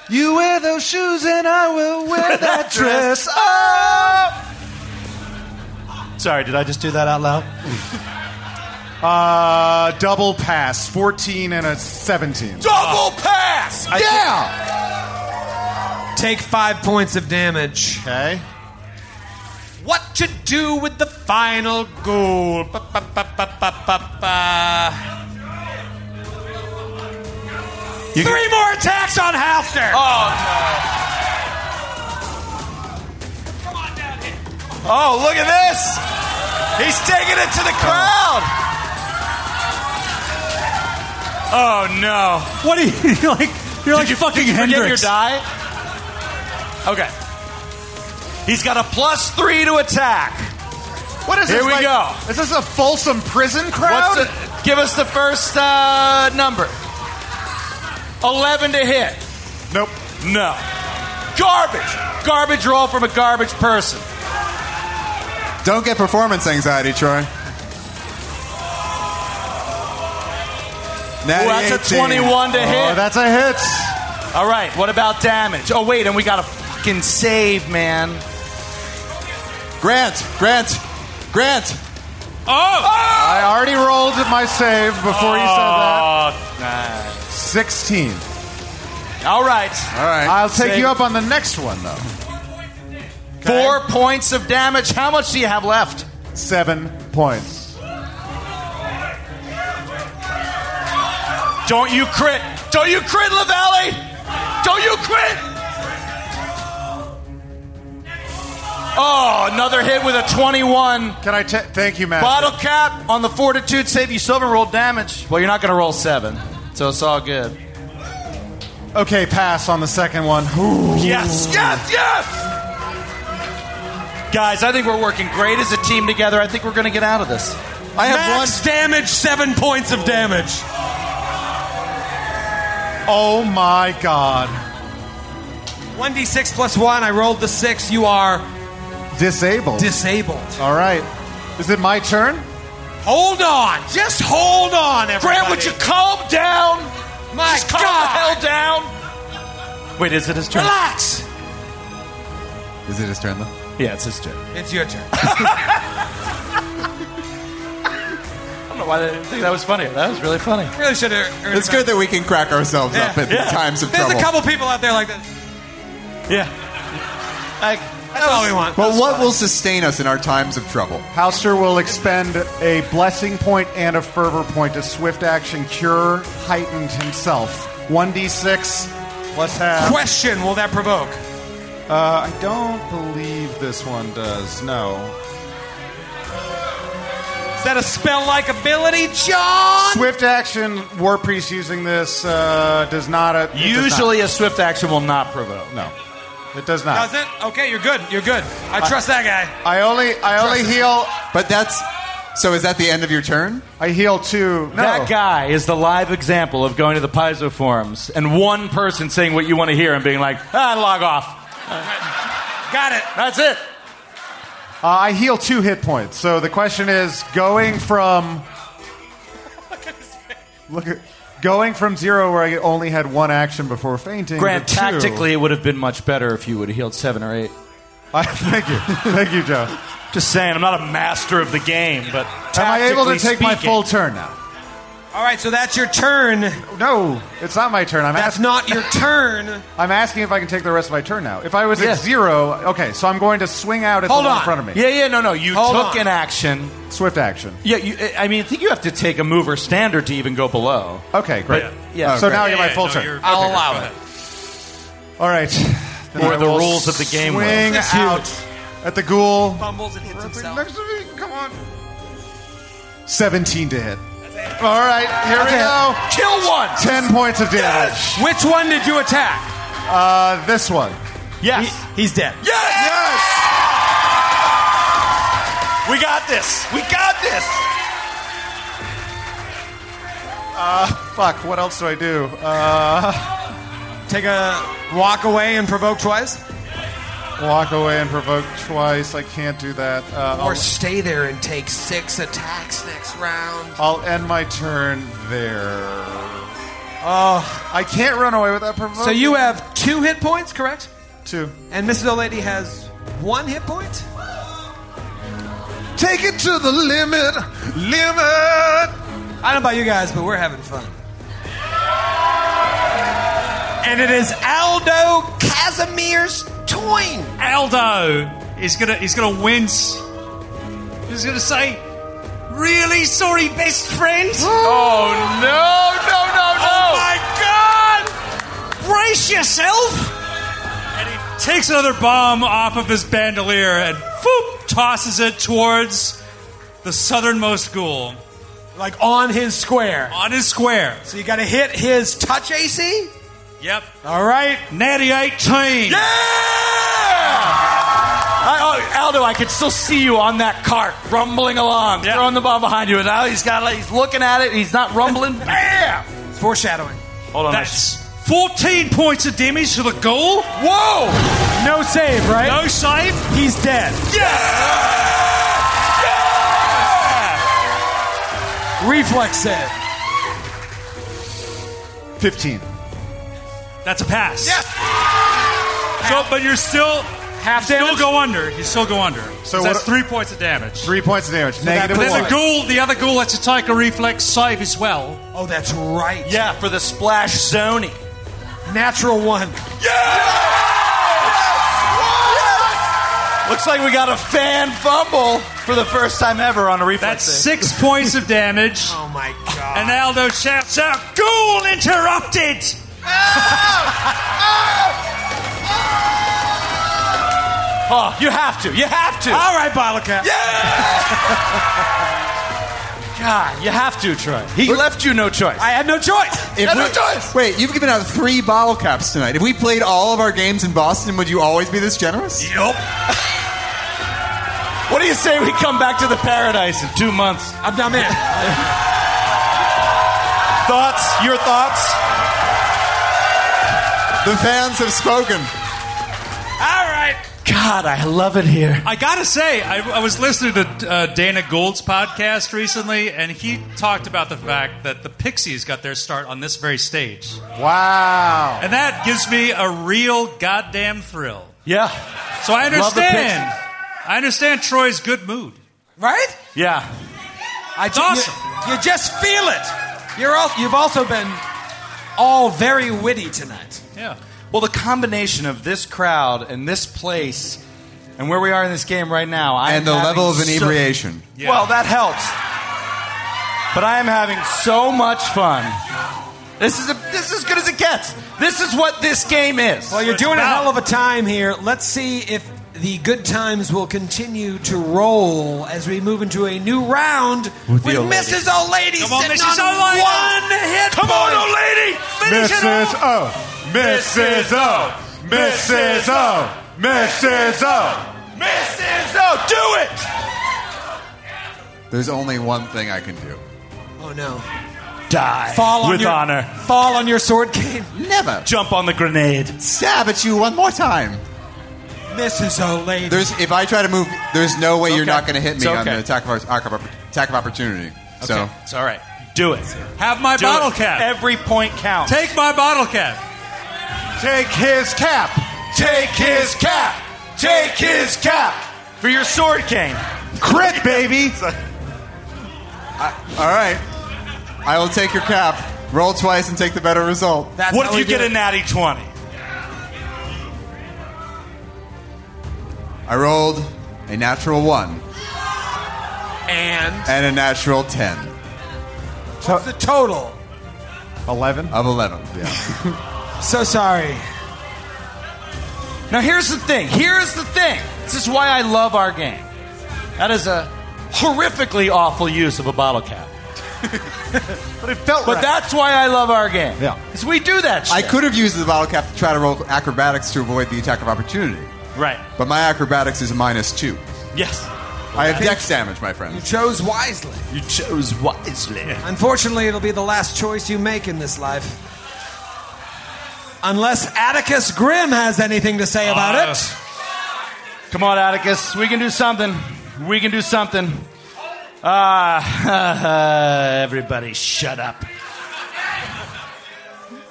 [SPEAKER 8] You wear those shoes and I will wear that dress. Oh!
[SPEAKER 3] Sorry, did I just do that out loud?
[SPEAKER 2] Uh, double pass, fourteen and a seventeen.
[SPEAKER 3] Double pass.
[SPEAKER 2] yeah.
[SPEAKER 1] Take five points of damage.
[SPEAKER 2] Okay.
[SPEAKER 1] What to do with the final goal? Ba, ba, ba, ba, ba, ba, ba.
[SPEAKER 3] You can-
[SPEAKER 1] Three more attacks on Halfter.
[SPEAKER 3] Oh no! Oh, look at this! He's taking it to the crowd. Oh no!
[SPEAKER 7] What are you you're like? You're like fucking
[SPEAKER 3] Did you forget
[SPEAKER 7] Hendrix.
[SPEAKER 3] your die? Okay. He's got a plus three to attack.
[SPEAKER 2] What is
[SPEAKER 3] Here
[SPEAKER 2] this?
[SPEAKER 3] we
[SPEAKER 2] like-
[SPEAKER 3] go.
[SPEAKER 2] Is this a Folsom prison crowd?
[SPEAKER 3] What's the, give us the first uh, number. Eleven to hit.
[SPEAKER 2] Nope.
[SPEAKER 3] No. Garbage. Garbage roll from a garbage person.
[SPEAKER 4] Don't get performance anxiety, Troy. Natty
[SPEAKER 3] Well, that's a
[SPEAKER 4] 18.
[SPEAKER 3] 21 to hit.
[SPEAKER 2] that's a hit.
[SPEAKER 3] All right, what about damage? Oh, wait, and we got a fucking save, man.
[SPEAKER 4] Grant, Grant, Grant.
[SPEAKER 3] Oh!
[SPEAKER 2] I already rolled my save before you
[SPEAKER 3] Oh.
[SPEAKER 2] said that.
[SPEAKER 3] Nice.
[SPEAKER 2] Sixteen.
[SPEAKER 3] All right.
[SPEAKER 4] All right.
[SPEAKER 2] I'll take
[SPEAKER 3] Save.
[SPEAKER 2] you up on the next one though.
[SPEAKER 3] Four points of damage. How much do you have left?
[SPEAKER 2] Seven points.
[SPEAKER 3] Don't you crit. Don't you crit, LaValle. Don't you crit. Oh, another hit with a 21.
[SPEAKER 2] Can I? ta- thank you, Matt.
[SPEAKER 3] Bottle cap on the fortitude save. You still haven't rolled damage. Well, you're not going to roll seven, so it's all good.
[SPEAKER 2] Okay, pass on the second one. Ooh.
[SPEAKER 3] Yes, yes, yes! Guys, I think we're working great as a team together. I think we're going to get out of this.
[SPEAKER 4] I have
[SPEAKER 1] Max damage, seven points of damage.
[SPEAKER 2] Oh my God.
[SPEAKER 1] 1d6 plus one. I rolled the six. You are
[SPEAKER 2] Disabled.
[SPEAKER 1] disabled.
[SPEAKER 2] All right. Is it my turn?
[SPEAKER 1] Hold on. Just hold on, everybody.
[SPEAKER 3] Grant, would you calm down?
[SPEAKER 1] My
[SPEAKER 3] Just calm
[SPEAKER 1] God.
[SPEAKER 3] the hell down. Wait, is it his turn?
[SPEAKER 1] Relax.
[SPEAKER 4] one. Is it his turn though?
[SPEAKER 3] Yeah, it's his turn.
[SPEAKER 1] It's your turn.
[SPEAKER 3] I don't know why I didn't think that was funny. That was really funny.
[SPEAKER 1] really should have.
[SPEAKER 4] It's good that we can crack ourselves up at times of
[SPEAKER 1] There's
[SPEAKER 4] trouble.
[SPEAKER 1] a couple people out there like this.
[SPEAKER 3] Yeah. Like,
[SPEAKER 1] That's all we want.
[SPEAKER 4] but what will sustain us in our times of trouble?
[SPEAKER 2] Houster will expend a blessing point and a fervor point to swift action cure heightened himself. 1d6. Let's have. Uh,
[SPEAKER 1] Question will that provoke?
[SPEAKER 2] I don't believe this one does. No.
[SPEAKER 1] Is that a spell like ability, John?
[SPEAKER 2] Swift action, War Priest using this uh, does not. uh, it does not.
[SPEAKER 3] usually a swift action will not provoke.
[SPEAKER 2] No. It does not.
[SPEAKER 1] Does it? Okay, you're good. You're good. I trust that guy.
[SPEAKER 2] I only I only heal
[SPEAKER 4] But that's so. Is that the end of your turn?
[SPEAKER 2] I heal two. No.
[SPEAKER 3] That guy is the live example of going to the Paizo forums and one person saying what you want to hear and being like, ah, log off.
[SPEAKER 1] Got it.
[SPEAKER 3] That's it.
[SPEAKER 2] Uh, I heal two hit points. So the question is going from look at going from zero where I only had one action before fainting.
[SPEAKER 3] Grant,
[SPEAKER 2] to two.
[SPEAKER 3] tactically, it would have been much better if you would have healed seven or eight.
[SPEAKER 2] I, thank you, thank you, Joe.
[SPEAKER 3] Just saying, I'm not a master of the game, but
[SPEAKER 2] Am I able to
[SPEAKER 3] tactically
[SPEAKER 2] take my
[SPEAKER 3] speaking-
[SPEAKER 2] full turn now?
[SPEAKER 1] All right, so that's your turn.
[SPEAKER 2] No, it's not my turn. I'm
[SPEAKER 1] That's not your turn.
[SPEAKER 2] I'm asking if I can take the rest of my turn now. If I was
[SPEAKER 3] Yeah.
[SPEAKER 2] at zero, okay, so I'm going to swing out at
[SPEAKER 3] Hold
[SPEAKER 2] the one
[SPEAKER 3] on.
[SPEAKER 2] in front of me.
[SPEAKER 3] Yeah, yeah, no, no. You
[SPEAKER 2] Hold
[SPEAKER 3] took
[SPEAKER 2] on.
[SPEAKER 3] an action.
[SPEAKER 2] Swift action.
[SPEAKER 3] Yeah, you, I mean, I think you have to take a move or standard to even go below.
[SPEAKER 2] Okay, great. Oh,
[SPEAKER 3] But, Oh, yeah.
[SPEAKER 2] So now you're my full turn.
[SPEAKER 1] I'll allow it.
[SPEAKER 2] All right. Then
[SPEAKER 3] Or
[SPEAKER 2] I
[SPEAKER 3] the
[SPEAKER 2] will
[SPEAKER 3] rules of the game will.
[SPEAKER 2] Swing
[SPEAKER 3] This dude.
[SPEAKER 2] out at the ghoul.
[SPEAKER 1] Fumbles and hits himself.
[SPEAKER 2] Next to me, come on. 17 to hit. All right, here
[SPEAKER 1] Okay.
[SPEAKER 2] we go.
[SPEAKER 3] Kill one.
[SPEAKER 2] 10 points of damage.
[SPEAKER 1] Which one did you attack?
[SPEAKER 2] Uh, this one.
[SPEAKER 3] Yes.
[SPEAKER 1] he's dead.
[SPEAKER 3] We got this. We got this.
[SPEAKER 2] Uh, fuck, what else do I do? Uh,
[SPEAKER 1] Take a walk away and provoke twice?
[SPEAKER 2] Walk away and provoke twice. I can't do that. Uh,
[SPEAKER 10] Or
[SPEAKER 2] I'll-
[SPEAKER 10] stay there and take six attacks next round.
[SPEAKER 2] I'll end my turn there. Oh, I can't run away with that provoke.
[SPEAKER 1] So you have two hit points, correct?
[SPEAKER 2] Two.
[SPEAKER 1] And Mrs. O'Lady has one hit point?
[SPEAKER 2] Take it to the limit, limit.
[SPEAKER 1] I don't know about you guys, but we're having fun. And it is Aldo Casimir's twin.
[SPEAKER 6] Aldo is gonna he's gonna wince. He's gonna say, "Really sorry, best friend."
[SPEAKER 3] Oh no, no, no, no!
[SPEAKER 6] Oh my God! Brace yourself. And he takes another bomb off of his bandolier and whoop, tosses it towards the southernmost ghoul
[SPEAKER 1] Like on his square.
[SPEAKER 6] on his square.
[SPEAKER 1] So you gotta hit his touch AC?
[SPEAKER 6] Yep.
[SPEAKER 1] All right.
[SPEAKER 6] Natty 18.
[SPEAKER 3] I, oh, Aldo, I could still see you on that cart rumbling along, throwing the ball behind you. And now he's got, like, he's looking at it. He's not rumbling. Bam!
[SPEAKER 1] Foreshadowing.
[SPEAKER 3] Hold on.
[SPEAKER 6] That's 14 points of damage to the goal.
[SPEAKER 1] Whoa! No save, right?
[SPEAKER 6] No save.
[SPEAKER 1] He's dead. Reflex save.
[SPEAKER 2] Fifteen.
[SPEAKER 6] That's a pass. So, but you're still half you
[SPEAKER 1] damage?
[SPEAKER 6] Still go under. You still go under.
[SPEAKER 2] So
[SPEAKER 6] So that's
[SPEAKER 2] what-
[SPEAKER 6] three points of damage.
[SPEAKER 2] Three points of damage.
[SPEAKER 1] that
[SPEAKER 2] Negative
[SPEAKER 1] puts
[SPEAKER 2] one.
[SPEAKER 6] The ghoul, the other ghoul, has to take a reflex save as well.
[SPEAKER 1] Oh, that's right.
[SPEAKER 3] Yeah, for the splash zony.
[SPEAKER 1] Natural one.
[SPEAKER 3] Looks like we got a fan fumble for the first time ever on a reflex.
[SPEAKER 6] That's six points of damage.
[SPEAKER 10] Oh my god.
[SPEAKER 6] And Aldo shouts out, "Ghoul interrupted!"
[SPEAKER 3] Oh, you have to. You have to.
[SPEAKER 1] All right, bottle cap.
[SPEAKER 3] God, you have to, Troy. He left you no choice.
[SPEAKER 1] I had no choice.
[SPEAKER 4] If
[SPEAKER 3] had
[SPEAKER 4] we-
[SPEAKER 3] no choice.
[SPEAKER 4] Wait, you've given out three bottle caps tonight. If we played all of our games in Boston, would you always be this generous?
[SPEAKER 3] Nope. what do you say we come back to the paradise in two months?
[SPEAKER 1] I'm not in.
[SPEAKER 3] Thoughts? Your thoughts?
[SPEAKER 4] The fans have spoken.
[SPEAKER 1] All right.
[SPEAKER 3] God, I love it here.
[SPEAKER 6] I gotta say, I, I was listening to uh, Dana Gould's podcast recently, and he talked about the fact that the Pixies got their start on this very stage,
[SPEAKER 2] Wow.
[SPEAKER 6] and that gives me a real goddamn thrill.
[SPEAKER 3] Yeah.
[SPEAKER 6] So I
[SPEAKER 3] Love the
[SPEAKER 6] understand. I understand Troy's good mood.
[SPEAKER 1] Right?
[SPEAKER 3] Yeah.
[SPEAKER 1] I ju-
[SPEAKER 6] awesome.
[SPEAKER 1] You, you just feel it. You're all, you've also been all very witty tonight.
[SPEAKER 6] Yeah.
[SPEAKER 3] Well, the combination of this crowd and this place and where we are in this game right now, I am
[SPEAKER 4] And the
[SPEAKER 3] having
[SPEAKER 4] level of
[SPEAKER 3] so-
[SPEAKER 4] inebriation.
[SPEAKER 6] Yeah.
[SPEAKER 3] Well, that helps. But I am having so much fun. This is a, this is as good as it gets. This is what this game is.
[SPEAKER 1] Well, you're
[SPEAKER 6] That's
[SPEAKER 1] doing a
[SPEAKER 6] about-
[SPEAKER 1] hell of a time here. Let's see if the good times will continue to roll as we move into a new round with,
[SPEAKER 3] the old lady.
[SPEAKER 1] Mrs. O'Lady
[SPEAKER 6] Come on,
[SPEAKER 1] sitting
[SPEAKER 6] Mrs.
[SPEAKER 1] on
[SPEAKER 6] O'Lady.
[SPEAKER 1] one hit
[SPEAKER 3] Come on,
[SPEAKER 1] point.
[SPEAKER 3] old lady. Finish
[SPEAKER 2] Mrs.
[SPEAKER 3] it off.
[SPEAKER 2] O. Mrs. O. Mrs. O. Mrs. O.
[SPEAKER 3] Mrs. O, do it.
[SPEAKER 4] There's only one thing I can do.
[SPEAKER 1] Oh, no.
[SPEAKER 3] Die
[SPEAKER 1] Fall on
[SPEAKER 3] with
[SPEAKER 1] your,
[SPEAKER 3] honor.
[SPEAKER 1] Fall on your sword cane.
[SPEAKER 4] Never
[SPEAKER 3] Jump on the grenade.
[SPEAKER 4] stab at you one more time.
[SPEAKER 1] Mrs. O'Lady.
[SPEAKER 4] There's if I try to move, there's no way you're
[SPEAKER 3] okay.
[SPEAKER 4] not going to hit
[SPEAKER 3] It's
[SPEAKER 4] me on
[SPEAKER 3] okay.
[SPEAKER 4] the attack of, oppor- attack of opportunity. So
[SPEAKER 3] Okay, it's all right. Do it.
[SPEAKER 6] Have my
[SPEAKER 3] Do
[SPEAKER 6] bottle
[SPEAKER 3] it.
[SPEAKER 6] cap.
[SPEAKER 3] Every point counts.
[SPEAKER 6] Take my bottle cap.
[SPEAKER 2] Take his cap. Take his cap. Take his cap.
[SPEAKER 3] for your sword cane.
[SPEAKER 2] Crit, baby.
[SPEAKER 4] all right, I will take your cap. Roll twice and take the better result.
[SPEAKER 3] what if you get a natty 20?
[SPEAKER 4] I rolled a natural one
[SPEAKER 1] And
[SPEAKER 4] and a natural ten.
[SPEAKER 14] What's the total?
[SPEAKER 4] 11? Of 11, yeah.
[SPEAKER 14] So sorry.
[SPEAKER 3] Now here's the thing. Here's the thing. This is why I love our game. That is a horrifically awful use of a bottle cap.
[SPEAKER 2] but it felt
[SPEAKER 3] But
[SPEAKER 4] right.
[SPEAKER 3] that's why I love our game.
[SPEAKER 4] Yeah.
[SPEAKER 3] Because we do that shit.
[SPEAKER 4] I could have used the bottle cap to try to roll acrobatics to avoid the attack of opportunity,
[SPEAKER 3] Right.
[SPEAKER 4] but my acrobatics is minus two.
[SPEAKER 3] Yes.
[SPEAKER 4] I have dex damage, my friend.
[SPEAKER 14] You chose wisely.
[SPEAKER 3] You chose wisely.
[SPEAKER 14] Unfortunately, it'll be the last choice you make in this life. Unless Atticus Grimm has anything to say about
[SPEAKER 3] Uh,
[SPEAKER 14] it.
[SPEAKER 3] Come on, Atticus. We can do something. We can do something. Ah, everybody shut up.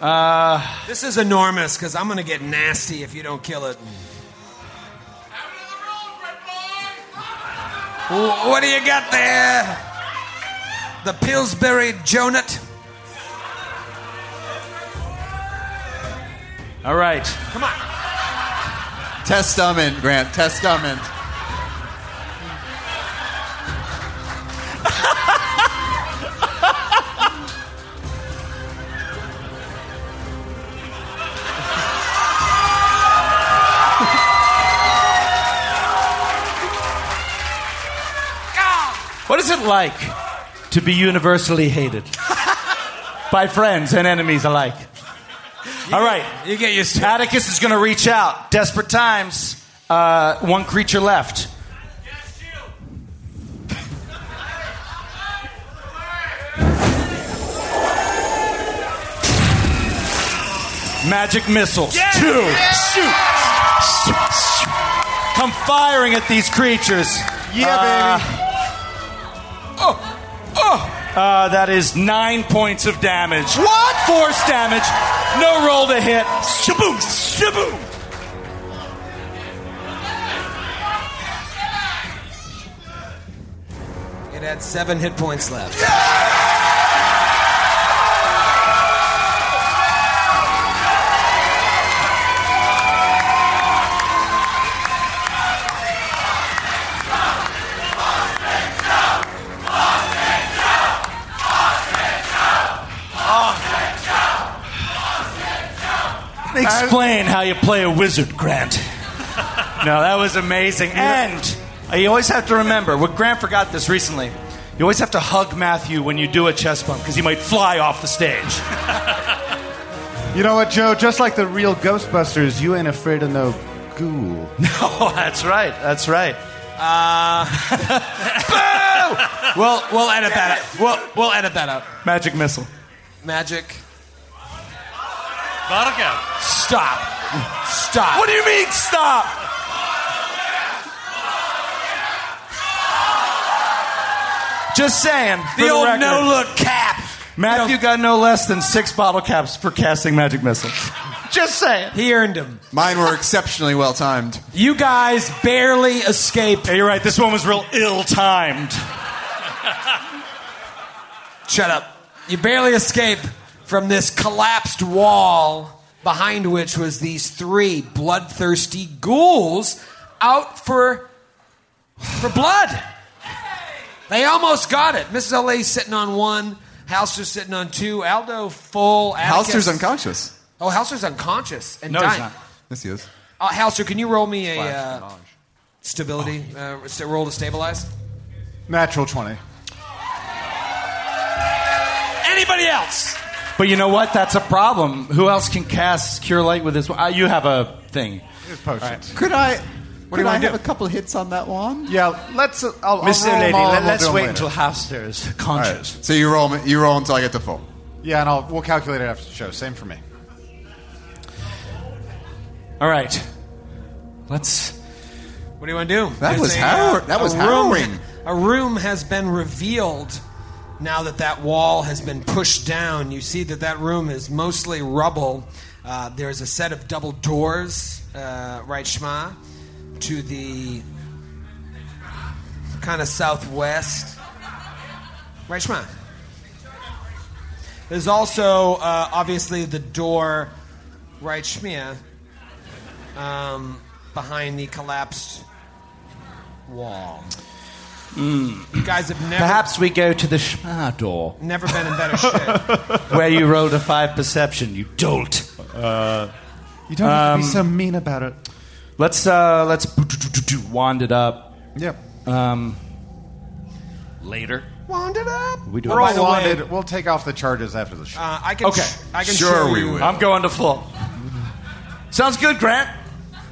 [SPEAKER 14] Uh,
[SPEAKER 1] this
[SPEAKER 14] is enormous because I'm going to get nasty if you don't kill it.
[SPEAKER 1] Wh- What do you got there? The Pillsbury Jonut.
[SPEAKER 3] All right.
[SPEAKER 1] Come on.
[SPEAKER 4] Testament, Grant. Testament.
[SPEAKER 3] What is it like to be universally hated by friends and enemies alike? All right.
[SPEAKER 1] You get used to it.
[SPEAKER 3] Atticus is going to reach out. Desperate times. Uh, one creature left. Magic missiles. Two. Shoot. Come firing at these creatures. Yeah, baby. Oh, oh. Uh, that is nine points of damage. What? Force damage. No roll to hit. Shaboom, shaboom.
[SPEAKER 14] It had seven hit points left.
[SPEAKER 3] Explain how you play a wizard, Grant. no, that was amazing. And you always have to remember what Grant forgot this recently. You always have to hug Matthew when you do a chest bump because he might fly off the stage.
[SPEAKER 8] You know what, Joe? Just like the real Ghostbusters, you ain't afraid of no ghoul.
[SPEAKER 3] No, Oh, that's right. That's right. Uh,
[SPEAKER 1] we'll we'll edit that. Out. We'll we'll edit that out.
[SPEAKER 3] Magic missile.
[SPEAKER 1] Magic.
[SPEAKER 6] Barca.
[SPEAKER 1] Stop. Stop.
[SPEAKER 3] What do you mean stop? Just saying. for
[SPEAKER 1] The old
[SPEAKER 3] record.
[SPEAKER 1] no look cap.
[SPEAKER 3] Matthew got no less than six bottle caps for casting magic missiles. Just saying.
[SPEAKER 14] He earned them.
[SPEAKER 4] Mine were exceptionally well timed.
[SPEAKER 14] You guys barely escaped.
[SPEAKER 3] you're right. This one was real ill timed.
[SPEAKER 1] Shut up. You barely escape from this collapsed wall behind which was these three bloodthirsty ghouls out for for blood. They almost got it. Mrs. O'Leary's sitting on one, Halster's sitting on two, Aldo full. Atticus-
[SPEAKER 4] Halster's unconscious.
[SPEAKER 1] Oh, Halster's unconscious and
[SPEAKER 4] No, he's
[SPEAKER 1] dying.
[SPEAKER 4] not. Yes, he is.
[SPEAKER 1] Uh, Halster, can you roll me a
[SPEAKER 4] Flash
[SPEAKER 1] uh, stability uh, st- roll to stabilize?
[SPEAKER 2] Natural 20.
[SPEAKER 1] Anybody else?
[SPEAKER 3] But you know what? That's a problem. Who else can cast Cure Light with this? Uh, you have a thing.
[SPEAKER 4] Could I?
[SPEAKER 3] do you
[SPEAKER 4] could I
[SPEAKER 3] wanna
[SPEAKER 4] have
[SPEAKER 3] do?
[SPEAKER 4] a couple hits on that wand?
[SPEAKER 8] Yeah, let's. Uh, I'll,
[SPEAKER 3] Mr.
[SPEAKER 8] I'll roll
[SPEAKER 3] Lady,
[SPEAKER 8] 'em all
[SPEAKER 3] let,
[SPEAKER 8] and we'll
[SPEAKER 3] us
[SPEAKER 8] do 'em
[SPEAKER 3] wait
[SPEAKER 8] later.
[SPEAKER 3] until Halster is
[SPEAKER 4] All
[SPEAKER 3] conscious.
[SPEAKER 4] right. So you roll. You roll until I get to full.
[SPEAKER 8] Yeah, and I'll, we'll calculate it after the show. Same for me.
[SPEAKER 3] All right. Let's.
[SPEAKER 1] What do you want to do?
[SPEAKER 4] That
[SPEAKER 1] There's
[SPEAKER 4] was
[SPEAKER 1] a,
[SPEAKER 4] harrow-
[SPEAKER 1] uh,
[SPEAKER 4] that was
[SPEAKER 1] a room,
[SPEAKER 4] harrowing.
[SPEAKER 1] A room has been revealed now that that wall has been pushed down. You see that that room is mostly rubble. Uh, there's a set of double doors, uh, right, Shema, to the kind of southwest. Right, Shema. There's also uh, obviously the door, right Shmia, um, behind the collapsed wall. You guys have never
[SPEAKER 3] Mm. Perhaps we go to the Shma Ah, door,
[SPEAKER 1] never been in better shape.
[SPEAKER 3] where you rolled a five perception. You dolt. Uh,
[SPEAKER 8] You don't have to be so mean about it.
[SPEAKER 3] Let's uh, let's wand it up.
[SPEAKER 8] Yep.
[SPEAKER 3] Um, later.
[SPEAKER 1] Wandered up. Oh,
[SPEAKER 3] We do
[SPEAKER 2] We're
[SPEAKER 3] it.
[SPEAKER 2] all
[SPEAKER 3] By the
[SPEAKER 2] wanted.
[SPEAKER 3] way-
[SPEAKER 2] we'll take off the charges after the show.
[SPEAKER 1] Uh, I can.
[SPEAKER 3] Okay.
[SPEAKER 1] I can
[SPEAKER 3] Sure
[SPEAKER 1] show
[SPEAKER 3] we
[SPEAKER 1] you.
[SPEAKER 3] will. I'm going to full. Sounds good, Grant.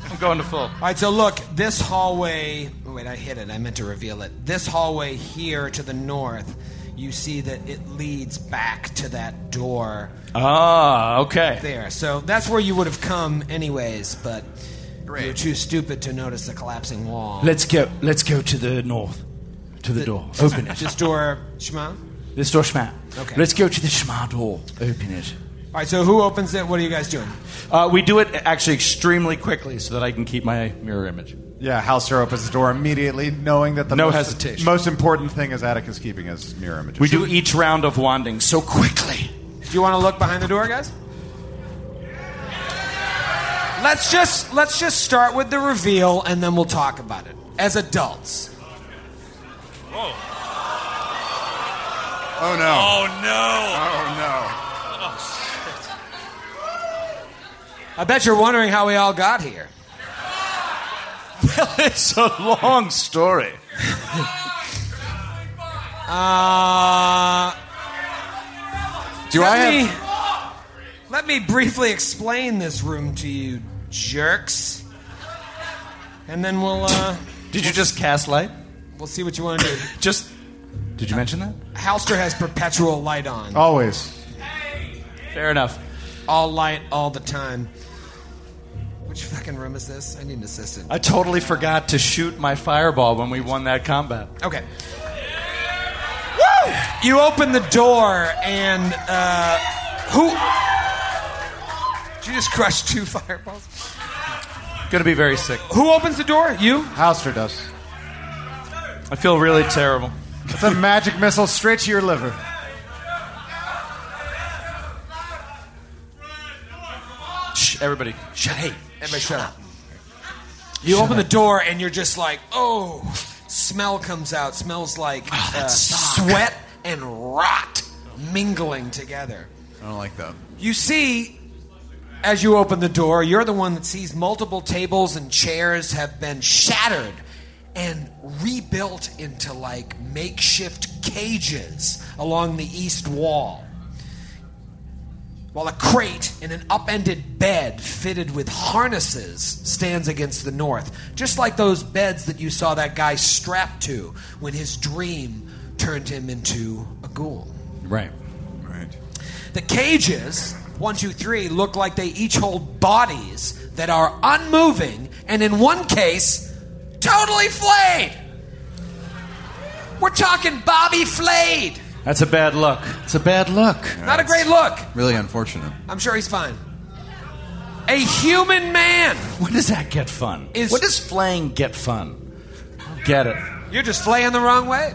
[SPEAKER 3] I'm going to full.
[SPEAKER 1] All right, so look, this hallway. oh, Wait, I hit it. I meant to reveal it. This hallway here to the north, you see that it leads back to that door
[SPEAKER 3] Ah, okay.
[SPEAKER 1] there. So that's where you would have come, anyways, but you're too stupid to notice the collapsing wall.
[SPEAKER 3] Let's go. Let's go to the north, to the, door. Open it.
[SPEAKER 1] This door, Shema?
[SPEAKER 3] This door, Shma.
[SPEAKER 1] Okay.
[SPEAKER 3] Let's go to the Shma door. Open it.
[SPEAKER 1] All right, so who opens it? What are you guys doing?
[SPEAKER 3] Uh, we do it actually extremely quickly so that I can keep my mirror image.
[SPEAKER 2] Yeah, Halster opens the door immediately, knowing that the
[SPEAKER 3] No
[SPEAKER 2] most,
[SPEAKER 3] hesitation.
[SPEAKER 2] most important thing is Atticus keeping his mirror image.
[SPEAKER 3] We do each round of wanding so quickly.
[SPEAKER 1] Do you want to look behind the door, guys? Let's just let's just start with the reveal, and then we'll talk about it as adults.
[SPEAKER 2] Oh no!
[SPEAKER 15] Oh
[SPEAKER 2] no!
[SPEAKER 1] I bet you're wondering how we all got here.
[SPEAKER 3] Well, it's a long story.
[SPEAKER 1] Uh,
[SPEAKER 10] Do
[SPEAKER 1] let
[SPEAKER 10] I have-
[SPEAKER 1] Me, let me briefly explain this room to you, jerks, and then we'll uh,
[SPEAKER 3] Did you just cast light?
[SPEAKER 1] we'll see what you want to do.
[SPEAKER 3] Just. Did you mention that?
[SPEAKER 1] Halster has perpetual light on,
[SPEAKER 2] Always.
[SPEAKER 3] Fair enough.
[SPEAKER 1] all light all the time. Which fucking room is this? I need an assistant.
[SPEAKER 3] I totally forgot to shoot my fireball when we won that combat.
[SPEAKER 1] Okay. Woo! You open the door and uh, who? Did you just crush two fireballs?
[SPEAKER 3] Gonna be very sick.
[SPEAKER 1] Who opens the door? You?
[SPEAKER 2] Halster does.
[SPEAKER 3] I feel really terrible.
[SPEAKER 2] It's a magic missile straight to your liver.
[SPEAKER 3] Shh, everybody. Shh, hey.
[SPEAKER 1] Everybody shut up. You open the door and you're just like, oh, smell comes out. Smells like uh, sweat and rot mingling together.
[SPEAKER 10] I don't like that.
[SPEAKER 1] You see, as you open the door, you're the one that sees multiple tables and chairs have been shattered and rebuilt into like makeshift cages along the east wall. While a crate and an upended bed fitted with harnesses stands against the north, just like those beds that you saw that guy strapped to when his dream turned him into a ghoul.
[SPEAKER 3] Right.
[SPEAKER 10] Right.
[SPEAKER 1] The cages, one, two, three, look like they each hold bodies that are unmoving and, in one case, totally flayed. We're talking Bobby Flayed.
[SPEAKER 3] That's a bad look. It's a bad look.
[SPEAKER 1] Not a great look.
[SPEAKER 10] Really unfortunate.
[SPEAKER 1] I'm sure he's fine. A human man.
[SPEAKER 3] When does that get fun?
[SPEAKER 1] Is-
[SPEAKER 3] When does flaying get fun? I don't Get it.
[SPEAKER 1] You're just flaying the wrong way.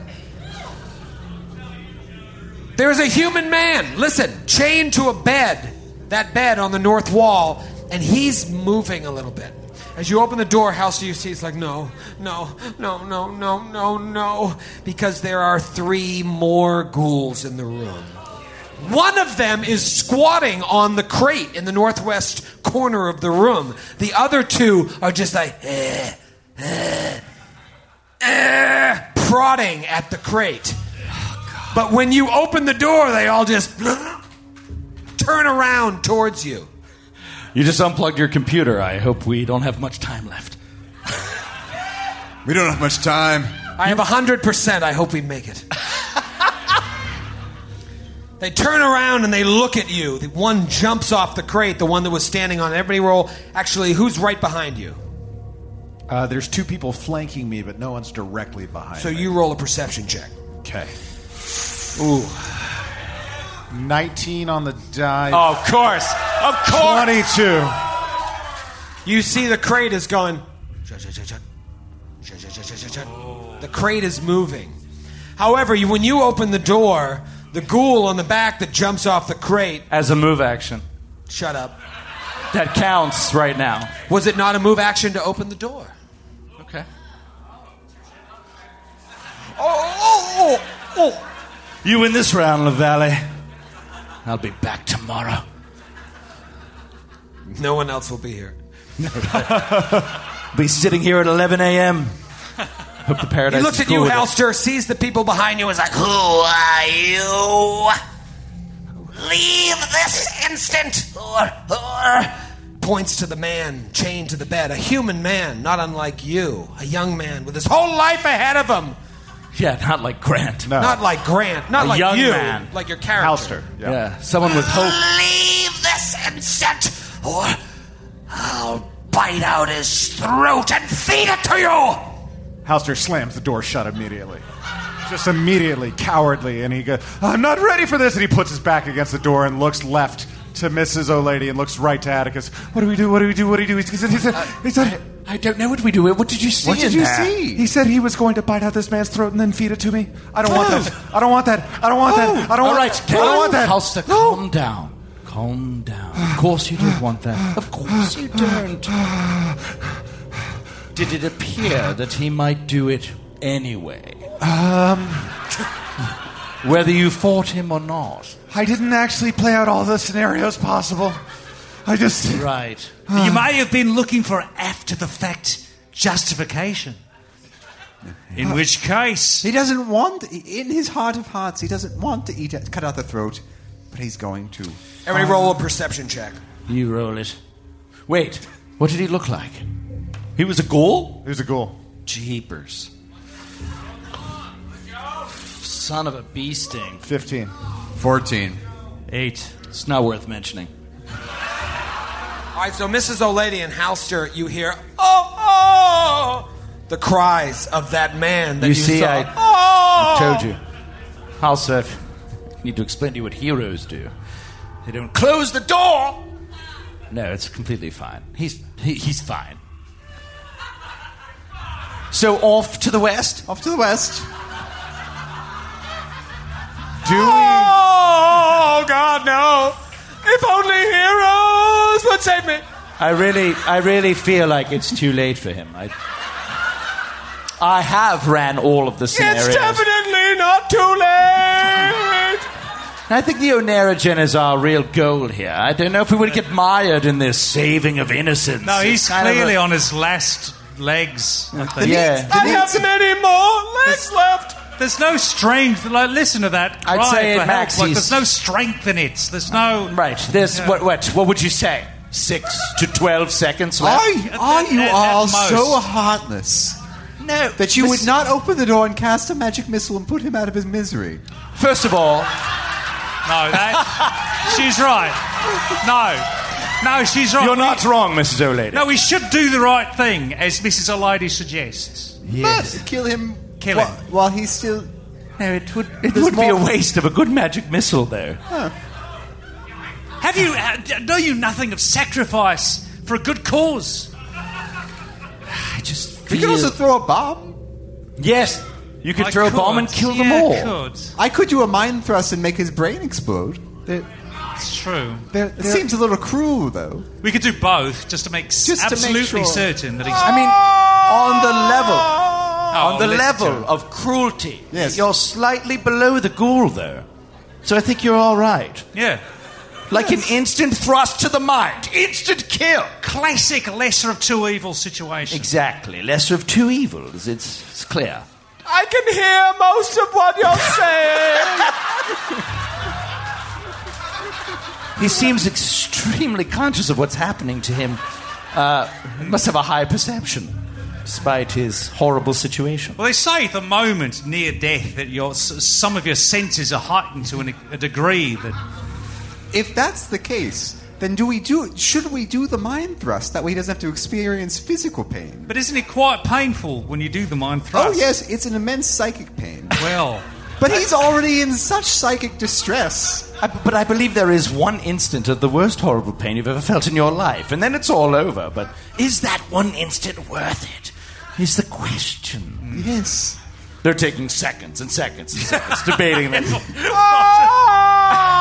[SPEAKER 1] There is a human man, listen, chained to a bed, that bed on the north wall, and he's moving a little bit. As you open the door, House, you see it's like, no, no, no, no, no, no, no, because there are three more ghouls in the room. One of them is squatting on the crate in the northwest corner of the room. The other two are just like, eh, eh, prodding at the crate. But when you open the door, they all just turn around towards you.
[SPEAKER 3] You just unplugged your computer. I hope we don't have much time left.
[SPEAKER 10] We don't have much time.
[SPEAKER 1] I have 100%. I hope we make it. they turn around and they look at you. The one jumps off the crate, the one that was standing on it. Everybody roll. Actually, who's right behind you?
[SPEAKER 2] Uh, there's two people flanking me, but no one's directly behind.
[SPEAKER 1] So
[SPEAKER 2] me.
[SPEAKER 1] you roll a perception check.
[SPEAKER 2] okay? Ooh, nineteen on the die.
[SPEAKER 3] Oh, Of course. Of course.
[SPEAKER 2] Twenty-two.
[SPEAKER 1] You see the crate is going. "Chug, chug, chug, chug. Chug, chug, chug, chug, chug, chug." The crate is moving. However, you- when you open the door, the ghoul on the back that jumps off the crate.
[SPEAKER 3] As a move action.
[SPEAKER 1] Shut up.
[SPEAKER 3] That counts right now.
[SPEAKER 1] Was it not a move action to open the door?
[SPEAKER 3] Okay.
[SPEAKER 1] Oh, oh, oh,
[SPEAKER 3] You win this round, LaValle. I'll be back tomorrow.
[SPEAKER 1] oh. No one else will be here.
[SPEAKER 3] be sitting here at 11 a.m. Hope the paradise
[SPEAKER 1] he looks
[SPEAKER 3] is
[SPEAKER 1] at
[SPEAKER 3] cool
[SPEAKER 1] you,
[SPEAKER 3] with it.
[SPEAKER 1] Halster, sees the people behind you, and is like, Who are you?
[SPEAKER 10] Leave this instant, or, or
[SPEAKER 1] Points to the man chained to the bed, a human man, not unlike you, a young man with his whole life ahead of him.
[SPEAKER 3] Yeah, not like Grant.
[SPEAKER 1] Not like Grant, not
[SPEAKER 3] A
[SPEAKER 1] like
[SPEAKER 3] young
[SPEAKER 1] you,
[SPEAKER 3] man.
[SPEAKER 1] like your character.
[SPEAKER 3] Yeah. someone with hope.
[SPEAKER 10] leave this instant, or I'll bite out his throat and feed it to you.
[SPEAKER 2] Halster slams the door shut immediately. Just immediately, cowardly, and he goes, I'm not ready for this. And he puts his back against the door and looks left to Mrs. O'Lady and looks right to Atticus. What do we do? What do we do? What do we do? He said, he said, he said
[SPEAKER 3] Uh, I don't know what we do. What did you see?
[SPEAKER 2] What did you see? He said he was going to bite out this man's throat and then feed it to me. I don't want that. I don't want that. I don't want that. I don't
[SPEAKER 3] All
[SPEAKER 2] want
[SPEAKER 3] right,
[SPEAKER 2] I don't want that.
[SPEAKER 3] Halster, calm down. Calm down. Of course you don't want that. Of course you don't. Did it appear that he might do it anyway?
[SPEAKER 8] Um,
[SPEAKER 3] Whether you fought him or not.
[SPEAKER 8] I didn't actually play out all the scenarios possible. I just.
[SPEAKER 3] Right.
[SPEAKER 7] you may have been looking for after the fact justification. In which case.
[SPEAKER 4] He doesn't want, in his heart of hearts, he doesn't want to eat, cut out the throat, but he's going to.
[SPEAKER 1] Everybody roll a perception check.
[SPEAKER 3] You roll it. Wait, what did he look like? He was a ghoul?
[SPEAKER 2] He was a ghoul.
[SPEAKER 3] Jeepers. Son of a bee sting.
[SPEAKER 2] 15.
[SPEAKER 4] 14.
[SPEAKER 3] 8. It's not worth mentioning.
[SPEAKER 1] All right, so Mrs. O'Lady and Halster, you hear, oh, oh, the cries of that man that you,
[SPEAKER 3] you, see,
[SPEAKER 1] saw.
[SPEAKER 3] I,
[SPEAKER 1] oh!
[SPEAKER 3] I told you. Halsef, need to explain to you what heroes do. They don't close the door. No, it's completely fine. He's he, he's fine. So off to the west.
[SPEAKER 4] Off to the west.
[SPEAKER 2] Do we?
[SPEAKER 1] Oh God, no! If only heroes would save me.
[SPEAKER 3] I really, I really feel like it's too late for him. I, I have ran all of the scenarios.
[SPEAKER 1] It's definitely not too late.
[SPEAKER 3] I think the Oneragen is our real goal here. I don't know if we would get mired in this saving of innocence.
[SPEAKER 7] No,
[SPEAKER 3] It's
[SPEAKER 7] he's
[SPEAKER 3] kind of
[SPEAKER 7] clearly
[SPEAKER 3] a-
[SPEAKER 7] on his last legs. I
[SPEAKER 3] The
[SPEAKER 7] think.
[SPEAKER 3] Yeah. needs- the I
[SPEAKER 7] have many more legs left. There's no strength. Like, listen to that
[SPEAKER 3] I'd
[SPEAKER 7] cry
[SPEAKER 3] say
[SPEAKER 7] for
[SPEAKER 3] at
[SPEAKER 7] help.
[SPEAKER 3] max
[SPEAKER 7] Like,
[SPEAKER 3] he's-
[SPEAKER 7] there's no strength in it. There's no
[SPEAKER 3] Right. There's what, what? What would you say? Six to twelve seconds left.
[SPEAKER 4] Are, are you
[SPEAKER 3] At- at
[SPEAKER 4] all
[SPEAKER 3] most.
[SPEAKER 4] so heartless
[SPEAKER 3] No,
[SPEAKER 4] that you
[SPEAKER 3] this-
[SPEAKER 4] would not open the door and cast a magic missile and put him out of his misery?
[SPEAKER 3] First of all,
[SPEAKER 7] No, that she's right. No, no, she's right.
[SPEAKER 3] you're not wrong, Mrs. O'Lady.
[SPEAKER 7] No, we should do the right thing, as Mrs. O'Leary suggests.
[SPEAKER 4] But kill him.
[SPEAKER 7] Kill
[SPEAKER 4] while,
[SPEAKER 7] him.
[SPEAKER 4] While he's still.
[SPEAKER 3] No, it would it
[SPEAKER 4] There's
[SPEAKER 3] would be a
[SPEAKER 4] more-
[SPEAKER 3] waste of a good magic missile, though.
[SPEAKER 7] Have you? ha- d- Know you nothing of sacrifice for a good cause?
[SPEAKER 3] I just feel...
[SPEAKER 4] We could also throw a bomb.
[SPEAKER 3] yes, you could
[SPEAKER 7] I
[SPEAKER 3] throw a bomb and kill them
[SPEAKER 7] Yeah,
[SPEAKER 3] all.
[SPEAKER 7] Could.
[SPEAKER 4] I could do a mind thrust and make his brain explode.
[SPEAKER 8] There,
[SPEAKER 7] It's true.
[SPEAKER 8] there,
[SPEAKER 4] It
[SPEAKER 8] there-
[SPEAKER 4] seems a little cruel, though.
[SPEAKER 7] We could do both, just to make s-
[SPEAKER 4] Just to make
[SPEAKER 7] absolutely
[SPEAKER 4] sure.
[SPEAKER 7] certain that he's
[SPEAKER 3] I mean, on the level,
[SPEAKER 7] Oh,
[SPEAKER 3] on the
[SPEAKER 7] listen to
[SPEAKER 3] level
[SPEAKER 7] him.
[SPEAKER 3] of cruelty,
[SPEAKER 4] Yes.
[SPEAKER 3] you're slightly below the ghoul, though. So I think you're all right.
[SPEAKER 7] Yeah.
[SPEAKER 3] Like an instant thrust to the mind, instant kill.
[SPEAKER 7] Classic lesser of two evils situation.
[SPEAKER 3] Exactly. Lesser of two evils. It's, it's clear.
[SPEAKER 1] I can hear most of what you're saying.
[SPEAKER 3] He seems extremely conscious of what's happening to him. Uh, must have a high perception, despite his horrible situation.
[SPEAKER 7] Well, they say the moment near death that your s- some of your senses are heightened to an, a degree that
[SPEAKER 4] If that's the case, then do we do? Should we do the mind thrust? That way, he doesn't have to experience physical pain.
[SPEAKER 7] But isn't it quite painful when you do the mind
[SPEAKER 4] Oh
[SPEAKER 7] thrust?
[SPEAKER 4] yes, it's an immense psychic pain.
[SPEAKER 7] Well,
[SPEAKER 4] But he's already in such psychic distress.
[SPEAKER 3] I, but I believe there is one instant of the worst horrible pain you've ever felt in your life, and then it's all over. But is that one instant worth it? Is the question.
[SPEAKER 4] Yes.
[SPEAKER 3] They're taking seconds and seconds and seconds debating that.
[SPEAKER 10] Ah,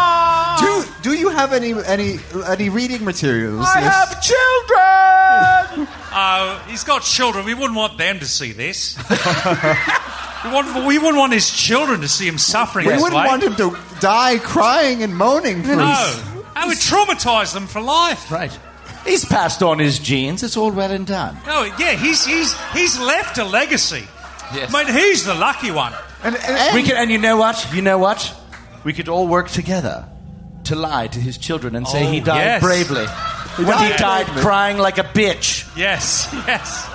[SPEAKER 4] Do you have any any any reading materials?
[SPEAKER 10] I have children!
[SPEAKER 7] Uh, he's got children. We wouldn't want them to see this. we, wouldn't, we wouldn't want his children to see him suffering.
[SPEAKER 4] We
[SPEAKER 7] this
[SPEAKER 4] wouldn't
[SPEAKER 7] way.
[SPEAKER 4] want him to die crying and moaning for his-
[SPEAKER 7] No, I would traumatise them for life.
[SPEAKER 3] Right. He's passed on his genes. It's all well and done.
[SPEAKER 7] No, yeah, he's he's he's left a legacy.
[SPEAKER 3] Yes.
[SPEAKER 7] I mean, he's the lucky one.
[SPEAKER 4] And,
[SPEAKER 3] we can, and you know what? You know what? We could all work together to lie to his children and say
[SPEAKER 7] Oh,
[SPEAKER 3] he died
[SPEAKER 7] yes.
[SPEAKER 3] bravely.
[SPEAKER 7] He
[SPEAKER 3] when he
[SPEAKER 7] died
[SPEAKER 3] died
[SPEAKER 7] bravely.
[SPEAKER 3] crying like a bitch.
[SPEAKER 7] Yes, yes.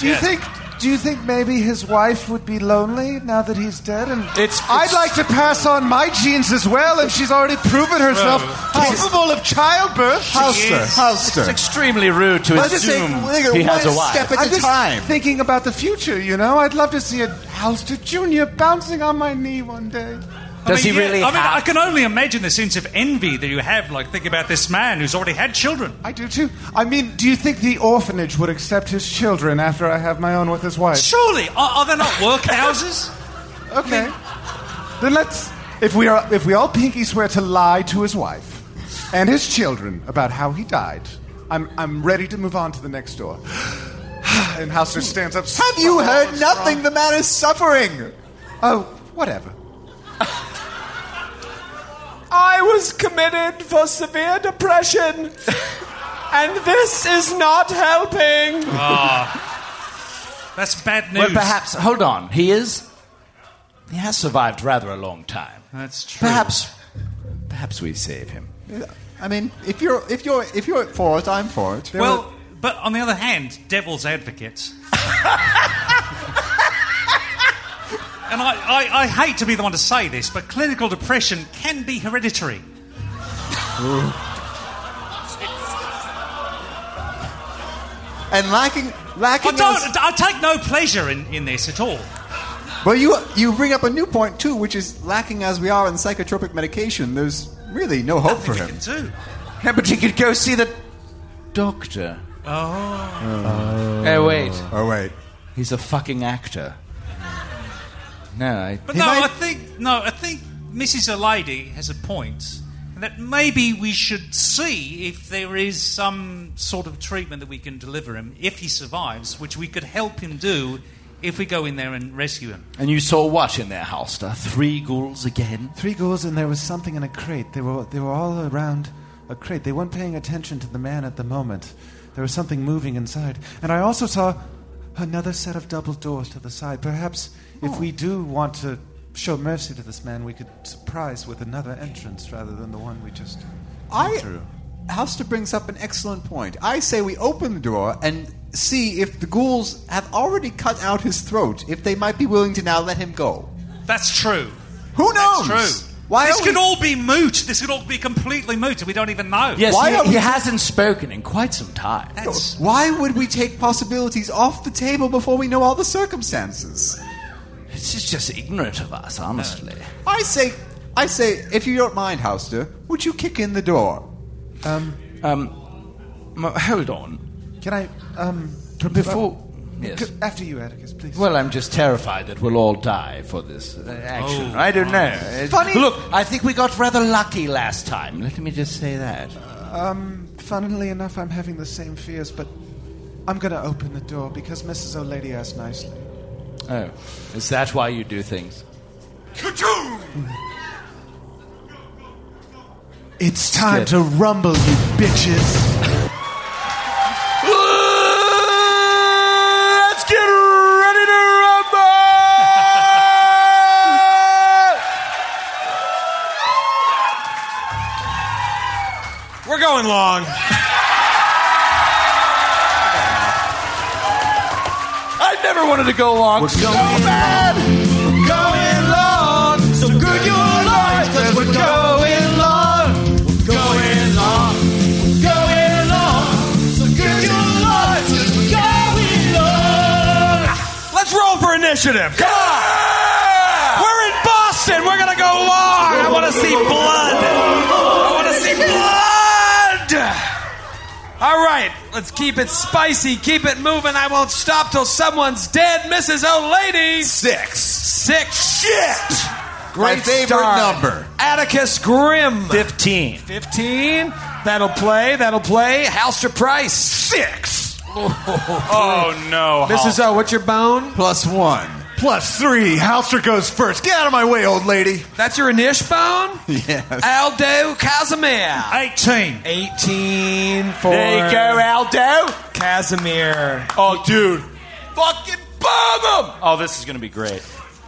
[SPEAKER 8] Do you
[SPEAKER 3] Yes.
[SPEAKER 8] think? Do you think maybe his wife would be lonely now that he's dead? And
[SPEAKER 3] it's,
[SPEAKER 8] I'd like to pass on my genes as well, and she's already proven herself
[SPEAKER 3] Well,
[SPEAKER 8] capable of childbirth.
[SPEAKER 3] It's extremely rude to
[SPEAKER 8] Let's just
[SPEAKER 3] assume
[SPEAKER 8] take-
[SPEAKER 3] he has a
[SPEAKER 8] one
[SPEAKER 3] wife.
[SPEAKER 8] step at
[SPEAKER 4] I'm
[SPEAKER 8] a
[SPEAKER 4] just
[SPEAKER 8] time. Thinking about the future, you know, I'd love to see a Halster Junior bouncing on my knee one day.
[SPEAKER 7] I mean, yeah, I mean, I can only imagine the sense of envy that you have. Like, think about this man who's already had children.
[SPEAKER 8] I do too. I mean, do you think the orphanage would accept his children after I have my own with his wife?
[SPEAKER 7] Surely, are, are there not workhouses?
[SPEAKER 8] Okay. Then let's if we are if we all pinky swear to lie to his wife and his children about how he died. I'm I'm ready to move on to the next door. and Hauser stands up.
[SPEAKER 4] Have you heard nothing? The man is suffering.
[SPEAKER 8] Oh, whatever.
[SPEAKER 10] I was committed for severe depression, and this is not helping.
[SPEAKER 8] Ah.
[SPEAKER 7] Ah, that's bad news.
[SPEAKER 3] Well, perhaps, hold on. He is. He has survived rather a long time.
[SPEAKER 7] That's true.
[SPEAKER 3] Perhaps. Perhaps we save him.
[SPEAKER 4] I mean, if you're if you're if you're for it, I'm for it.
[SPEAKER 7] Well, but on the other hand, devil's advocate. and I, I, I hate to be the one to say this, but clinical depression can be hereditary.
[SPEAKER 4] and lacking
[SPEAKER 7] I,
[SPEAKER 4] lacking.
[SPEAKER 7] don't, I take no pleasure in, in this at all.
[SPEAKER 4] Well, you you bring up a new point too, which is lacking as we are in psychotropic medication. There's really no hope for him.
[SPEAKER 7] Too.
[SPEAKER 3] Yeah, but he could go see the doctor.
[SPEAKER 10] Ah,
[SPEAKER 7] Oh.
[SPEAKER 3] Oh, wait.
[SPEAKER 4] Uh, Oh wait.
[SPEAKER 3] He's a fucking actor. No, I.
[SPEAKER 7] But no, I think no, I think Mrs. O'Lady has a point, and that maybe we should see if there is some sort of treatment that we can deliver him if he survives, which we could help him do if we go in there and rescue him.
[SPEAKER 3] And you saw what in their holster? Three ghouls again?
[SPEAKER 8] Three ghouls and there was something in a crate. They were they were all around a crate. They weren't paying attention to the man at the moment. There was something moving inside. And I also saw another set of double doors to the side. Perhaps if we do want to show mercy to this man, we could surprise with another entrance rather than the one we just
[SPEAKER 4] I
[SPEAKER 8] went through.
[SPEAKER 4] Houster brings up an excellent point. I say we open the door and see if the ghouls have already cut out his throat. If they might be willing to now let him go.
[SPEAKER 7] That's true.
[SPEAKER 4] Who knows?
[SPEAKER 7] That's true.
[SPEAKER 4] Why
[SPEAKER 7] this
[SPEAKER 4] are
[SPEAKER 7] could
[SPEAKER 4] we-
[SPEAKER 7] all be moot. This could all be completely moot, and we don't even know.
[SPEAKER 3] Yes,
[SPEAKER 4] Why
[SPEAKER 3] he,
[SPEAKER 4] are we-
[SPEAKER 3] he hasn't spoken in quite some time.
[SPEAKER 7] That's-
[SPEAKER 4] Why would we take possibilities off the table before we know all the circumstances?
[SPEAKER 3] This is just ignorant of us, honestly.
[SPEAKER 4] I say, I say, if you don't mind, Houster, would you kick in the door?
[SPEAKER 8] Um,
[SPEAKER 3] um, m- hold on.
[SPEAKER 8] Can I um
[SPEAKER 3] Before-
[SPEAKER 8] uh,
[SPEAKER 3] yes.
[SPEAKER 8] after you, Atticus, please.
[SPEAKER 3] Well, I'm just terrified that we'll all die for this uh, action.
[SPEAKER 8] Oh,
[SPEAKER 3] I don't know.
[SPEAKER 8] right.
[SPEAKER 3] It-
[SPEAKER 8] Funny-
[SPEAKER 3] Look, I think we got rather lucky last time. Let me just say that.
[SPEAKER 8] Um, funnily enough, I'm having the same fears, but I'm going to open the door because Mrs. O'Lady asked nicely.
[SPEAKER 3] Oh, is that why you do things?
[SPEAKER 8] It's time
[SPEAKER 3] Good.
[SPEAKER 8] to rumble, you bitches.
[SPEAKER 10] Let's get ready to rumble!
[SPEAKER 1] We're going long.
[SPEAKER 3] I never wanted to go long. We're
[SPEAKER 10] so bad, going long. So good your life, cause we're going long. We're going long, we're going long. So good your life, cause we're going long.
[SPEAKER 1] Let's roll for initiative. Come on. We're in Boston. We're going to go long. I want to see blood. I want to see blood. All right. Let's keep it spicy. Keep it moving. I won't stop till someone's dead. Mrs. O'Lady. Six. Six. Shit.
[SPEAKER 4] My favorite
[SPEAKER 1] start.
[SPEAKER 4] number.
[SPEAKER 1] Atticus Grimm.
[SPEAKER 3] 15.
[SPEAKER 1] 15. That'll play. That'll play. Halster Price. Six.
[SPEAKER 3] Oh, no.
[SPEAKER 1] Mrs. O, what's your bone?
[SPEAKER 4] Plus one.
[SPEAKER 2] Plus three. Halster goes first. Get out of my way, old lady.
[SPEAKER 1] That's your Anish bone?
[SPEAKER 4] Yes.
[SPEAKER 1] Aldo Casimir.
[SPEAKER 6] 18.
[SPEAKER 1] 18 for.
[SPEAKER 3] There you go, Aldo.
[SPEAKER 1] Casimir.
[SPEAKER 3] Oh, dude. Fucking bomb him! Oh, this is going to be great.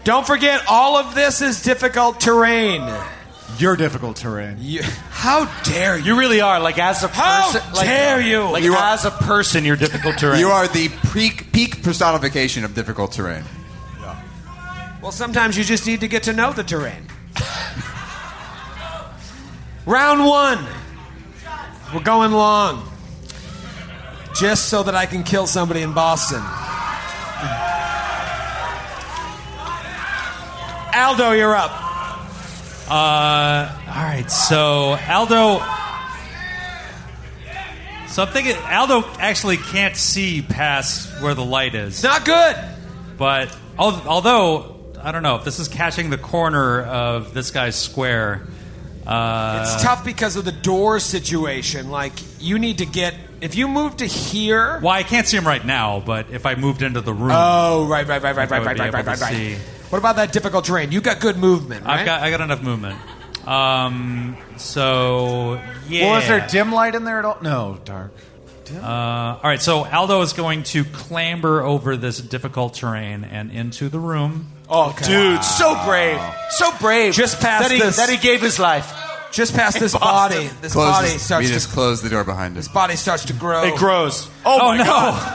[SPEAKER 1] Don't forget, all of this is difficult terrain.
[SPEAKER 2] You're difficult terrain.
[SPEAKER 1] You, how dare you?
[SPEAKER 3] You really are. Like, as a person.
[SPEAKER 1] How
[SPEAKER 3] like,
[SPEAKER 1] dare you?
[SPEAKER 3] Like,
[SPEAKER 4] You are-
[SPEAKER 3] as a person, you're difficult terrain.
[SPEAKER 4] You are the pre- peak personification of difficult terrain.
[SPEAKER 1] Well, sometimes you just need to get to know the terrain. Round one. We're going long. Just so that I can kill somebody in Boston. Aldo, you're up.
[SPEAKER 6] Uh, all right, so Aldo. So I'm thinking Aldo actually can't see past where the light is,
[SPEAKER 1] Not good.
[SPEAKER 6] but al- although I don't know if this is catching the corner of this guy's square. Uh,
[SPEAKER 1] It's tough because of the door situation. Like, you need to get. If you move to here.
[SPEAKER 6] Well, I can't see him right now, but if I moved into the room,
[SPEAKER 1] Oh, right, right, right, right,
[SPEAKER 6] I
[SPEAKER 1] right,
[SPEAKER 6] would
[SPEAKER 1] right,
[SPEAKER 6] be
[SPEAKER 1] right,
[SPEAKER 6] able
[SPEAKER 1] right,
[SPEAKER 6] to
[SPEAKER 1] right,
[SPEAKER 6] see.
[SPEAKER 1] right. What about that difficult terrain? You got good movement, right?
[SPEAKER 6] I've got I got enough movement. Um, so yeah.
[SPEAKER 2] Well, is there dim light in there at all? No, dark.
[SPEAKER 6] Uh, all right, so Aldo is going to clamber over this difficult terrain and into the room.
[SPEAKER 3] Oh, dude. So brave. So brave.
[SPEAKER 1] Just past
[SPEAKER 3] that he,
[SPEAKER 1] this.
[SPEAKER 3] That he gave his life.
[SPEAKER 1] Just past this
[SPEAKER 3] Boston.
[SPEAKER 1] body. This
[SPEAKER 4] Close
[SPEAKER 1] body
[SPEAKER 4] this-
[SPEAKER 1] starts
[SPEAKER 4] we
[SPEAKER 1] to
[SPEAKER 4] just close the door behind us.
[SPEAKER 1] His body starts to grow.
[SPEAKER 3] It grows. Oh,
[SPEAKER 6] Oh,
[SPEAKER 3] my
[SPEAKER 6] no.
[SPEAKER 3] God.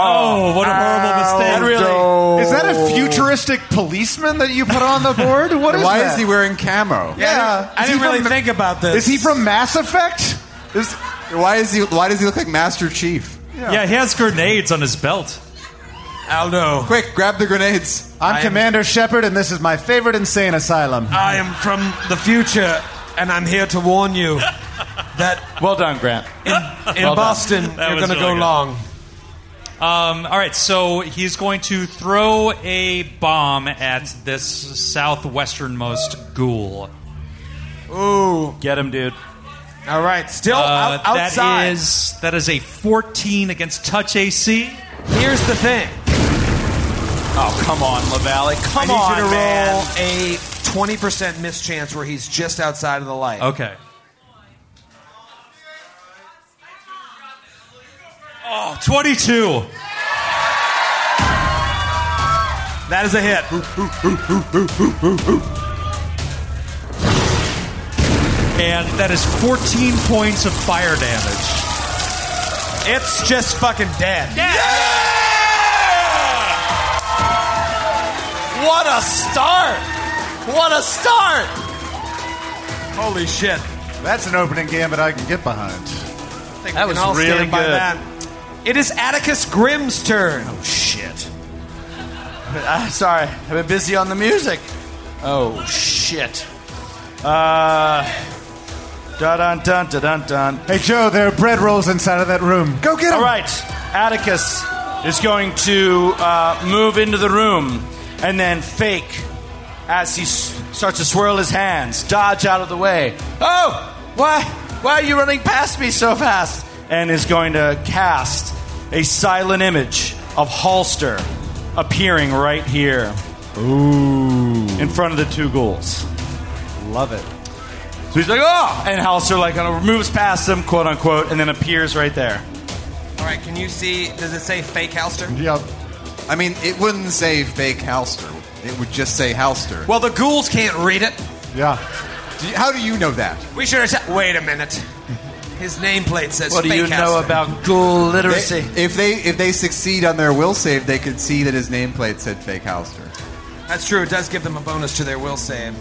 [SPEAKER 6] Oh, what a horrible mistake!
[SPEAKER 3] That really.
[SPEAKER 2] Is that a futuristic policeman that you put on the board? What is
[SPEAKER 4] Why
[SPEAKER 2] that?
[SPEAKER 4] is he wearing camo?
[SPEAKER 2] Yeah.
[SPEAKER 1] I
[SPEAKER 2] Is he
[SPEAKER 1] didn't really
[SPEAKER 2] from-
[SPEAKER 1] think about this.
[SPEAKER 2] Is he from Mass Effect?
[SPEAKER 4] Is- why is he? Why does he look like Master Chief?
[SPEAKER 6] Yeah, he has grenades on his belt.
[SPEAKER 1] Aldo?
[SPEAKER 4] Quick, grab the grenades.
[SPEAKER 2] I'm Commander Shepard, and this is my favorite insane asylum.
[SPEAKER 1] I am from the future, and I'm here to warn you that
[SPEAKER 3] Well done, Grant.
[SPEAKER 1] in
[SPEAKER 3] Well done.
[SPEAKER 1] Boston
[SPEAKER 6] That
[SPEAKER 1] you're
[SPEAKER 6] was
[SPEAKER 1] going to go
[SPEAKER 6] really good.
[SPEAKER 1] long.
[SPEAKER 6] Um, all right, so he's going to throw a bomb at this southwesternmost ghoul.
[SPEAKER 1] Ooh.
[SPEAKER 3] Get him, dude.
[SPEAKER 1] All right. Still
[SPEAKER 6] Uh,
[SPEAKER 1] out, outside.
[SPEAKER 6] That is that is a 14 against touch AC.
[SPEAKER 1] Here's the thing.
[SPEAKER 3] Oh, come on, LaValle. Come
[SPEAKER 1] I need
[SPEAKER 3] on,
[SPEAKER 1] you to
[SPEAKER 3] man.
[SPEAKER 1] roll a 20% mischance where he's just outside of the light.
[SPEAKER 6] Okay. Oh, 22.
[SPEAKER 1] That is a hit.
[SPEAKER 6] And that is 14 points of fire damage.
[SPEAKER 1] It's just fucking dead.
[SPEAKER 3] What a start! What a start!
[SPEAKER 1] Holy shit.
[SPEAKER 2] That's an opening gambit I can get behind.
[SPEAKER 1] I think
[SPEAKER 3] That
[SPEAKER 1] we
[SPEAKER 3] was
[SPEAKER 1] can all
[SPEAKER 3] really
[SPEAKER 1] stand by
[SPEAKER 3] good.
[SPEAKER 1] that. It is Atticus Grimm's turn. Uh, Oh, shit.
[SPEAKER 3] I'm sorry, I've been busy on the music. Oh shit. Uh, dun dun dun dun dun dun.
[SPEAKER 2] Hey, Joe, there are bread rolls inside of that room. Go get them.
[SPEAKER 3] All right, Atticus is going to uh, move into the room and then fake as he s- starts to swirl his hands, dodge out of the way. Oh, why? Why are you running past me so fast? And is going to cast a silent image of Halster appearing right here. Ooh. In front of the two ghouls. Love it. So he's like, oh! And Halster like kind of moves past them, quote unquote, and then appears right there.
[SPEAKER 1] All right, can you see? Does it say fake Halster?
[SPEAKER 2] Yep.
[SPEAKER 4] I mean, it wouldn't say fake Halster. It would just say Halster.
[SPEAKER 1] Well, the ghouls can't read it.
[SPEAKER 2] Yeah.
[SPEAKER 4] Do you- how do you know that?
[SPEAKER 1] We should have. said- Wait a minute. His nameplate says.
[SPEAKER 3] What do you
[SPEAKER 1] Fake
[SPEAKER 3] know
[SPEAKER 1] Halster.
[SPEAKER 3] about ghoul
[SPEAKER 4] They-
[SPEAKER 3] literacy?
[SPEAKER 4] if they if they succeed on their will save, they could see that his nameplate said fake Halster.
[SPEAKER 1] That's true. It does give them a bonus to their will save.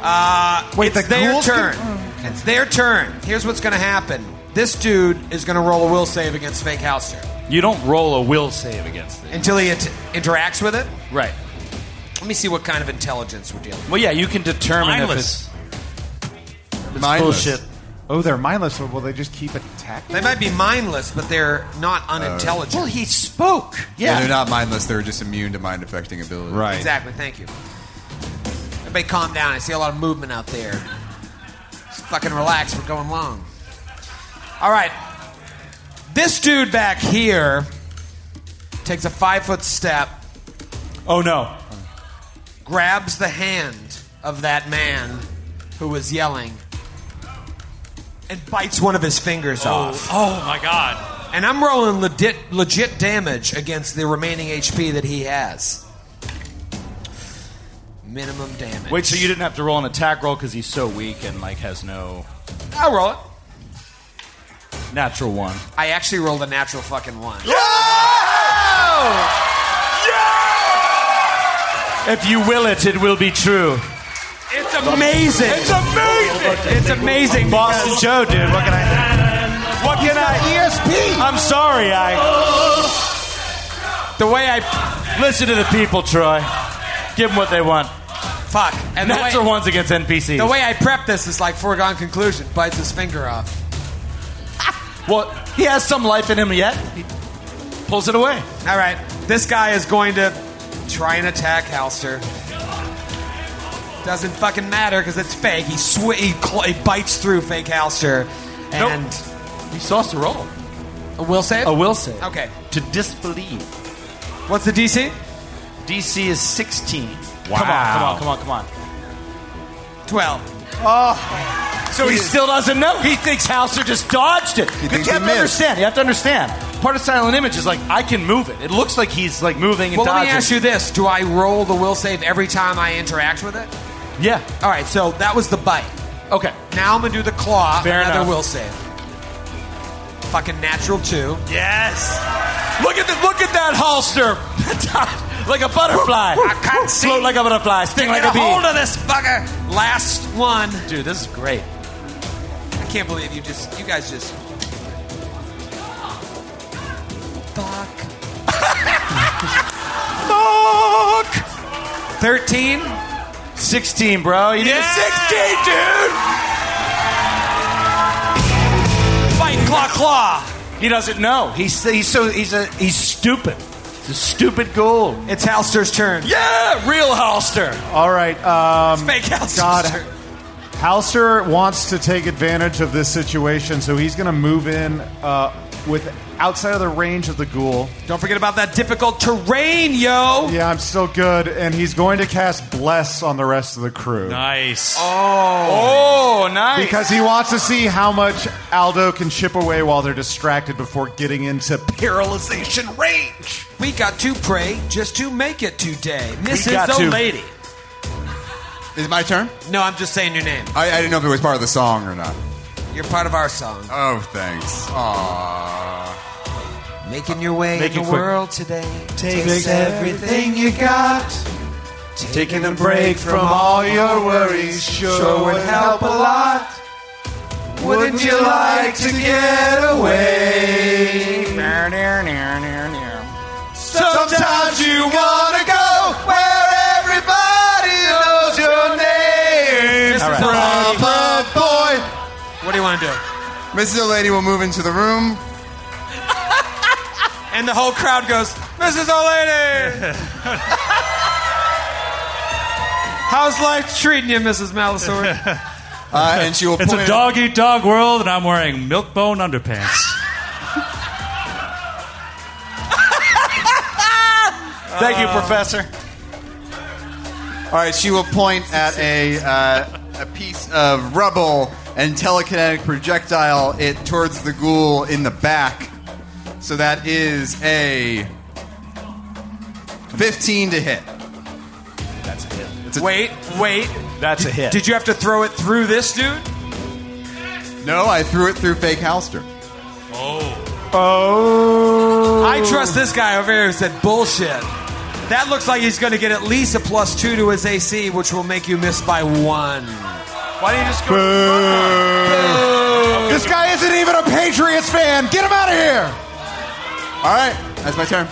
[SPEAKER 1] Uh,
[SPEAKER 2] Wait,
[SPEAKER 1] it's
[SPEAKER 2] the
[SPEAKER 1] their
[SPEAKER 2] ghouls
[SPEAKER 1] turn.
[SPEAKER 2] can-
[SPEAKER 1] It's their turn. Here's what's going to happen. This dude is going to roll a will save against Fake Halster
[SPEAKER 3] you don't roll a will save against it.
[SPEAKER 1] until he int- interacts with it.
[SPEAKER 3] Right.
[SPEAKER 1] Let me see what kind of intelligence we're dealing. with.
[SPEAKER 3] Well, yeah, you can determine
[SPEAKER 6] Mindless.
[SPEAKER 3] if it's, it's
[SPEAKER 4] Mindless.
[SPEAKER 3] bullshit.
[SPEAKER 2] Oh, they're mindless. Will they just keep attacking?
[SPEAKER 1] They might be mindless, but they're not unintelligent.
[SPEAKER 3] Well, he spoke.
[SPEAKER 4] Yeah,
[SPEAKER 3] Yeah.
[SPEAKER 4] they're not mindless. They're just immune to mind affecting ability.
[SPEAKER 2] Right.
[SPEAKER 1] Exactly. Thank you. Everybody calm down. I see a lot of movement out there. Just fucking relax. We're going long. All right. This dude back here takes a five foot step.
[SPEAKER 3] Oh no.
[SPEAKER 1] Grabs the hand of that man who was yelling and bites one of his fingers off.
[SPEAKER 6] Oh my god.
[SPEAKER 1] And I'm rolling legit, legit damage against the remaining HP that he has. Minimum damage.
[SPEAKER 3] Wait, so you didn't have to roll an attack roll because he's so weak and like has no
[SPEAKER 1] I'll roll it.
[SPEAKER 3] natural one.
[SPEAKER 1] I actually rolled a natural fucking one.
[SPEAKER 3] If you will it, it will be true.
[SPEAKER 1] It's amazing.
[SPEAKER 3] It's amazing. It's amazing. Boston Joe, dude. What can I? What can I?
[SPEAKER 1] E
[SPEAKER 3] ESP. I'm sorry.
[SPEAKER 1] Oh.
[SPEAKER 3] I.
[SPEAKER 1] The way I
[SPEAKER 3] listen to the people, Troy. Give them what they want.
[SPEAKER 1] Fuck. And the way-
[SPEAKER 3] natural ones against NPCs.
[SPEAKER 1] The way I prep this is like foregone conclusion. Bites his finger off.
[SPEAKER 3] well, he has some life in him yet. He pulls it away.
[SPEAKER 1] All right. This guy is going to try and attack Halster. Doesn't fucking matter because it's fake. He, sw- he, cl- he bites through fake Halster. And
[SPEAKER 3] he saw to roll.
[SPEAKER 1] A will save?
[SPEAKER 3] A will save.
[SPEAKER 1] Okay.
[SPEAKER 3] To disbelieve.
[SPEAKER 1] What's the DC?
[SPEAKER 3] DC is 16.
[SPEAKER 1] Wow.
[SPEAKER 3] Come on, come on, come on, come on.
[SPEAKER 1] 12.
[SPEAKER 3] Oh. So he still doesn't know. He thinks Hauser just dodged it. You
[SPEAKER 1] thinks
[SPEAKER 3] have
[SPEAKER 1] he
[SPEAKER 3] to
[SPEAKER 1] missed.
[SPEAKER 3] understand. You have to understand. Part of silent image is like I can move it. It looks like he's like moving and
[SPEAKER 1] Well, let
[SPEAKER 3] dodging.
[SPEAKER 1] me ask you this: Do I roll the will save every time I interact with it?
[SPEAKER 3] Yeah.
[SPEAKER 1] All right. So that was the bite.
[SPEAKER 3] Okay.
[SPEAKER 1] Now I'm gonna do the claw.
[SPEAKER 3] Fair
[SPEAKER 1] another
[SPEAKER 3] enough.
[SPEAKER 1] will save. Fucking natural two.
[SPEAKER 3] Yes. Look at the, look at that holster. like a butterfly. I
[SPEAKER 1] can't see.
[SPEAKER 3] Float like a butterfly. Sting like
[SPEAKER 1] Get
[SPEAKER 3] a bee.
[SPEAKER 1] hold of this bugger. Last one.
[SPEAKER 3] Dude, this is great.
[SPEAKER 1] I can't believe you just. You guys just.
[SPEAKER 3] Fuck.
[SPEAKER 1] 13?
[SPEAKER 3] 16, bro. You did a 16, dude.
[SPEAKER 1] Fight claw claw.
[SPEAKER 3] He doesn't know. He's he's so he's a he's stupid. He's a stupid ghoul.
[SPEAKER 1] It's Halster's turn.
[SPEAKER 3] Yeah, real Halster.
[SPEAKER 2] All right. Um,
[SPEAKER 1] fake Halster's
[SPEAKER 2] God,
[SPEAKER 1] turn.
[SPEAKER 2] Halster wants to take advantage of this situation, so he's going to move in uh, with outside of the range of the ghoul.
[SPEAKER 1] Don't forget about that difficult terrain, yo.
[SPEAKER 2] Yeah, I'm still good, and he's going to cast bless on the rest of the crew.
[SPEAKER 6] Nice.
[SPEAKER 3] Oh. Oh, nice.
[SPEAKER 2] Because he wants to see how much Aldo can chip away while they're distracted before getting into
[SPEAKER 1] Paralyzation range. We got to pray just to make it today. This is
[SPEAKER 4] got
[SPEAKER 1] the
[SPEAKER 4] to.
[SPEAKER 1] lady.
[SPEAKER 4] Is it my turn?
[SPEAKER 1] No, I'm just saying your name.
[SPEAKER 4] I, I didn't know if it was part of the song or not.
[SPEAKER 1] You're part of our song.
[SPEAKER 4] Oh, thanks. Aww.
[SPEAKER 1] Making your way
[SPEAKER 4] Make
[SPEAKER 1] in
[SPEAKER 4] it
[SPEAKER 1] the
[SPEAKER 4] quick.
[SPEAKER 1] world today
[SPEAKER 4] Takes
[SPEAKER 1] takes everything you got.
[SPEAKER 10] Taking a break from all your worries sure would help a lot. Wouldn't you like to get away? Sometimes you wanna go where everybody knows your name.
[SPEAKER 4] All right.
[SPEAKER 10] Brother boy.
[SPEAKER 1] What do you want to do?
[SPEAKER 4] Mrs. O'Lady will move into the room.
[SPEAKER 1] And the whole crowd goes, Mrs. O'Lady! How's life treating you, Mrs. Malisory?
[SPEAKER 4] Uh, and she will
[SPEAKER 6] It's a
[SPEAKER 4] point-
[SPEAKER 6] dog eat dog world, and I'm wearing milk bone underpants.
[SPEAKER 3] Thank
[SPEAKER 1] Uh,
[SPEAKER 3] you, Professor.
[SPEAKER 4] All right, she will point at a uh, a piece of rubble and telekinetic projectile it towards the ghoul in the back. So that is a fifteen to hit.
[SPEAKER 3] That's a hit.
[SPEAKER 1] wait, wait.
[SPEAKER 3] That's a hit.
[SPEAKER 1] Did you have to throw it through this dude?
[SPEAKER 4] No, I threw it through fake Halster.
[SPEAKER 1] Oh.
[SPEAKER 2] Oh.
[SPEAKER 1] I trust this guy over here who said bullshit. That looks like he's going to get at least a plus two to his AC, which will make you miss by one.
[SPEAKER 3] Why don't you just
[SPEAKER 2] Boo. This guy isn't even a Patriots fan. Get him out of here.
[SPEAKER 4] All right, that's my turn.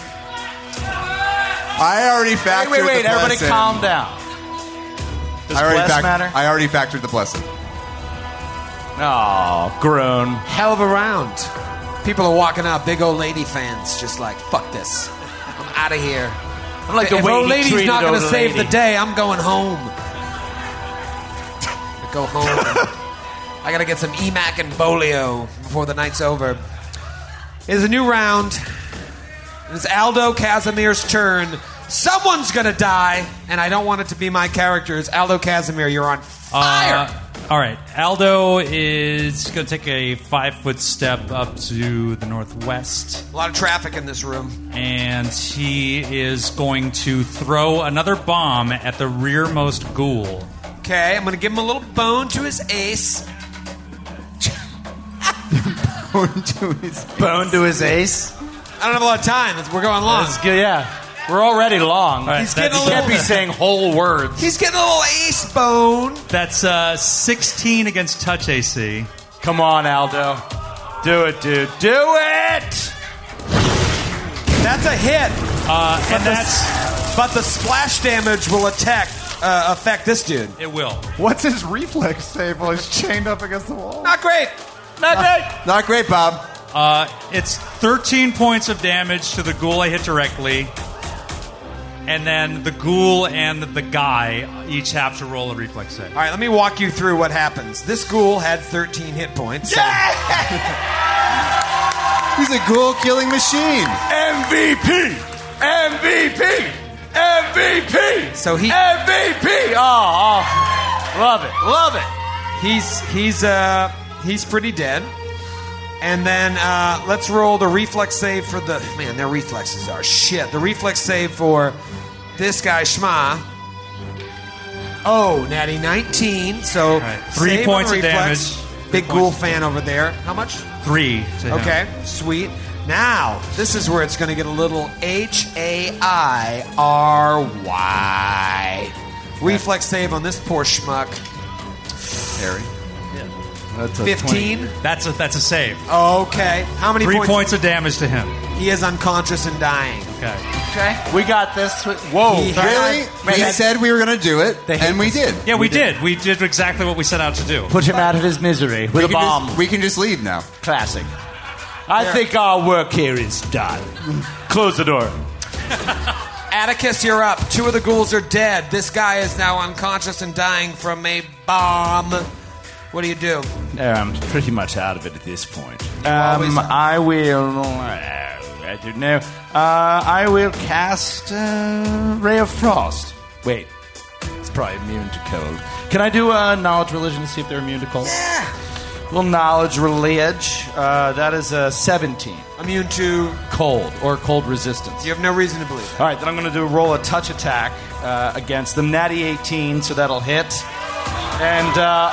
[SPEAKER 4] I already factored.
[SPEAKER 3] wait, wait,
[SPEAKER 4] the
[SPEAKER 3] everybody,
[SPEAKER 4] bless in.
[SPEAKER 3] calm down. Does
[SPEAKER 4] I already
[SPEAKER 3] bless
[SPEAKER 4] fact-
[SPEAKER 3] matter?
[SPEAKER 4] I already factored the blessing.
[SPEAKER 3] Oh, groan.
[SPEAKER 1] Hell of a round. People are walking out, big old lady fans, just like, fuck this. I'm out of here.
[SPEAKER 3] I like the
[SPEAKER 1] if
[SPEAKER 3] way
[SPEAKER 1] old
[SPEAKER 3] he
[SPEAKER 1] lady's
[SPEAKER 3] treated
[SPEAKER 1] not gonna
[SPEAKER 3] old
[SPEAKER 1] save
[SPEAKER 3] lady.
[SPEAKER 1] the day, I'm going home. go home. I gotta get some Emac and Bolio before the night's over. It's a new round. It's Aldo Casimir's turn. Someone's gonna die, and I don't want it to be my character. It's Aldo Casimir. You're on fire.
[SPEAKER 6] Uh, all right, Aldo is going to take a five foot step up to the northwest,
[SPEAKER 1] a lot of traffic in this room,
[SPEAKER 6] and he is going to throw another bomb at the rearmost ghoul.
[SPEAKER 1] Okay, I'm gonna give him a little bone to his ace.
[SPEAKER 10] bone to his
[SPEAKER 3] bone to his ace.
[SPEAKER 1] I don't have a lot of time. It's- We're going long.
[SPEAKER 3] That's good, yeah. We're already long.
[SPEAKER 1] He's getting a
[SPEAKER 3] you can't be
[SPEAKER 1] little-
[SPEAKER 3] saying whole words.
[SPEAKER 1] He's getting a little ace bone.
[SPEAKER 6] That's uh, 16 against touch AC.
[SPEAKER 3] Come on, Aldo. Do it, dude. Do it!
[SPEAKER 1] That's a hit.
[SPEAKER 6] Uh, and that's.
[SPEAKER 1] but the splash damage will attack uh, affect this dude.
[SPEAKER 6] It will.
[SPEAKER 2] What's his reflex save while he's chained up against the wall?
[SPEAKER 1] Not great.
[SPEAKER 3] Not great.
[SPEAKER 10] Not great, Bob.
[SPEAKER 6] Uh, it's 13 points of damage to the ghoul I hit directly. And then the ghoul and the guy each have to roll a reflex save.
[SPEAKER 1] All right, let me walk you through what happens. This ghoul had 13 hit points.
[SPEAKER 10] He's a ghoul killing machine.
[SPEAKER 3] MVP! MVP! MVP!
[SPEAKER 1] So he-
[SPEAKER 3] MVP! Oh, oh. love it, love it.
[SPEAKER 1] He's he's uh he's pretty dead. And then uh, let's roll the reflex save for the man. Their reflexes are shit. The reflex save for this guy Shma. Oh, natty 19. So
[SPEAKER 6] right, three
[SPEAKER 1] save on
[SPEAKER 6] points of
[SPEAKER 1] reflex.
[SPEAKER 6] damage.
[SPEAKER 1] Big
[SPEAKER 6] Three
[SPEAKER 1] ghoul
[SPEAKER 6] points of
[SPEAKER 1] fan over there. How much?
[SPEAKER 6] Three. to him.
[SPEAKER 1] Okay, sweet. Now this is where it's going to get a little H A I R Y. Reflex save on this poor schmuck.
[SPEAKER 10] Harry. That's a
[SPEAKER 1] 15.
[SPEAKER 6] That's a, that's a save.
[SPEAKER 1] Okay. How many
[SPEAKER 6] Three
[SPEAKER 1] points?
[SPEAKER 6] points of damage to him.
[SPEAKER 1] He is unconscious and dying.
[SPEAKER 6] Okay.
[SPEAKER 1] Okay.
[SPEAKER 3] We got this. Whoa.
[SPEAKER 1] He-
[SPEAKER 10] Really?
[SPEAKER 3] Man,
[SPEAKER 10] he
[SPEAKER 3] that-
[SPEAKER 10] said we were going to do it,
[SPEAKER 3] hate
[SPEAKER 10] and we did.
[SPEAKER 6] Yeah, we, did. We did exactly what we set out to do.
[SPEAKER 3] Put him out of his misery with
[SPEAKER 10] We
[SPEAKER 3] a
[SPEAKER 10] can,
[SPEAKER 3] bomb.
[SPEAKER 10] just, we can just leave now.
[SPEAKER 3] Classic. I
[SPEAKER 1] There.
[SPEAKER 3] think our work here is done. Close the door.
[SPEAKER 1] Atticus, you're up. Two of the ghouls are dead. This guy is now unconscious and dying from a bomb. What do you do?
[SPEAKER 3] Yeah, I'm um, pretty much out of it at this point.
[SPEAKER 1] always
[SPEAKER 3] Um,
[SPEAKER 1] are.
[SPEAKER 3] I will. uh, I don't know. Uh, I will cast uh, Ray of Frost. Wait, it's probably immune to cold. Can I do a knowledge religion to see if they're immune to cold? Yeah. Well, knowledge religion. Uh, that is a 17.
[SPEAKER 1] Immune to.
[SPEAKER 3] Cold or cold resistance.
[SPEAKER 1] You have no reason to believe.
[SPEAKER 3] All right, then I'm going to do roll a touch attack uh, against them. Natty 18, so that'll hit, and uh,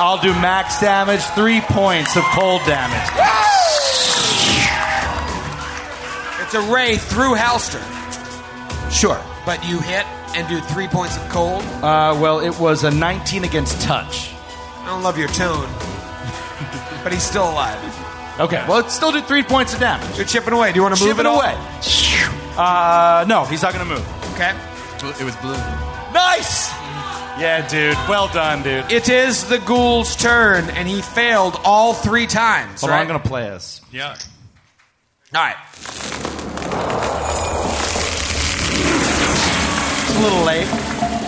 [SPEAKER 3] I'll do max damage, three points of cold damage.
[SPEAKER 1] that. It's a ray through Halster,
[SPEAKER 3] Sure.
[SPEAKER 1] but you hit and do three points of cold.
[SPEAKER 3] Uh, well, it was a 19 against touch.
[SPEAKER 1] I don't love your tone, but he's still alive.
[SPEAKER 3] Okay. Well, it still do three points of damage.
[SPEAKER 1] You're chipping away. Do you want to move
[SPEAKER 3] Ship
[SPEAKER 1] it
[SPEAKER 3] it
[SPEAKER 1] all?
[SPEAKER 3] away. Uh, no, he's not going to move.
[SPEAKER 1] Okay.
[SPEAKER 10] It was blue.
[SPEAKER 3] Nice. Yeah, dude. Well done, dude.
[SPEAKER 1] It is the ghoul's turn, and he failed all three times.
[SPEAKER 3] Hold on,
[SPEAKER 1] right?
[SPEAKER 3] I'm going to play us.
[SPEAKER 6] Yeah.
[SPEAKER 1] All right.
[SPEAKER 3] It's a little late.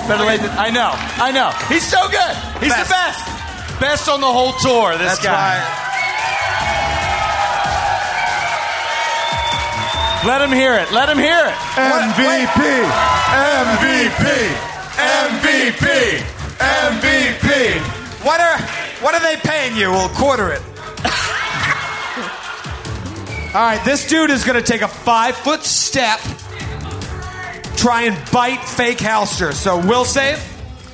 [SPEAKER 3] Better late than I know. I know. He's so good. He's the best. Best on the whole tour. This
[SPEAKER 1] That's
[SPEAKER 3] guy.
[SPEAKER 1] why.
[SPEAKER 3] Let him hear it. Let him hear it.
[SPEAKER 2] MVP! MVP! MVP! MVP!
[SPEAKER 1] What are what are they paying you? We'll quarter it. All right, this dude is going to take a five foot step, try and bite fake Halster. So will save.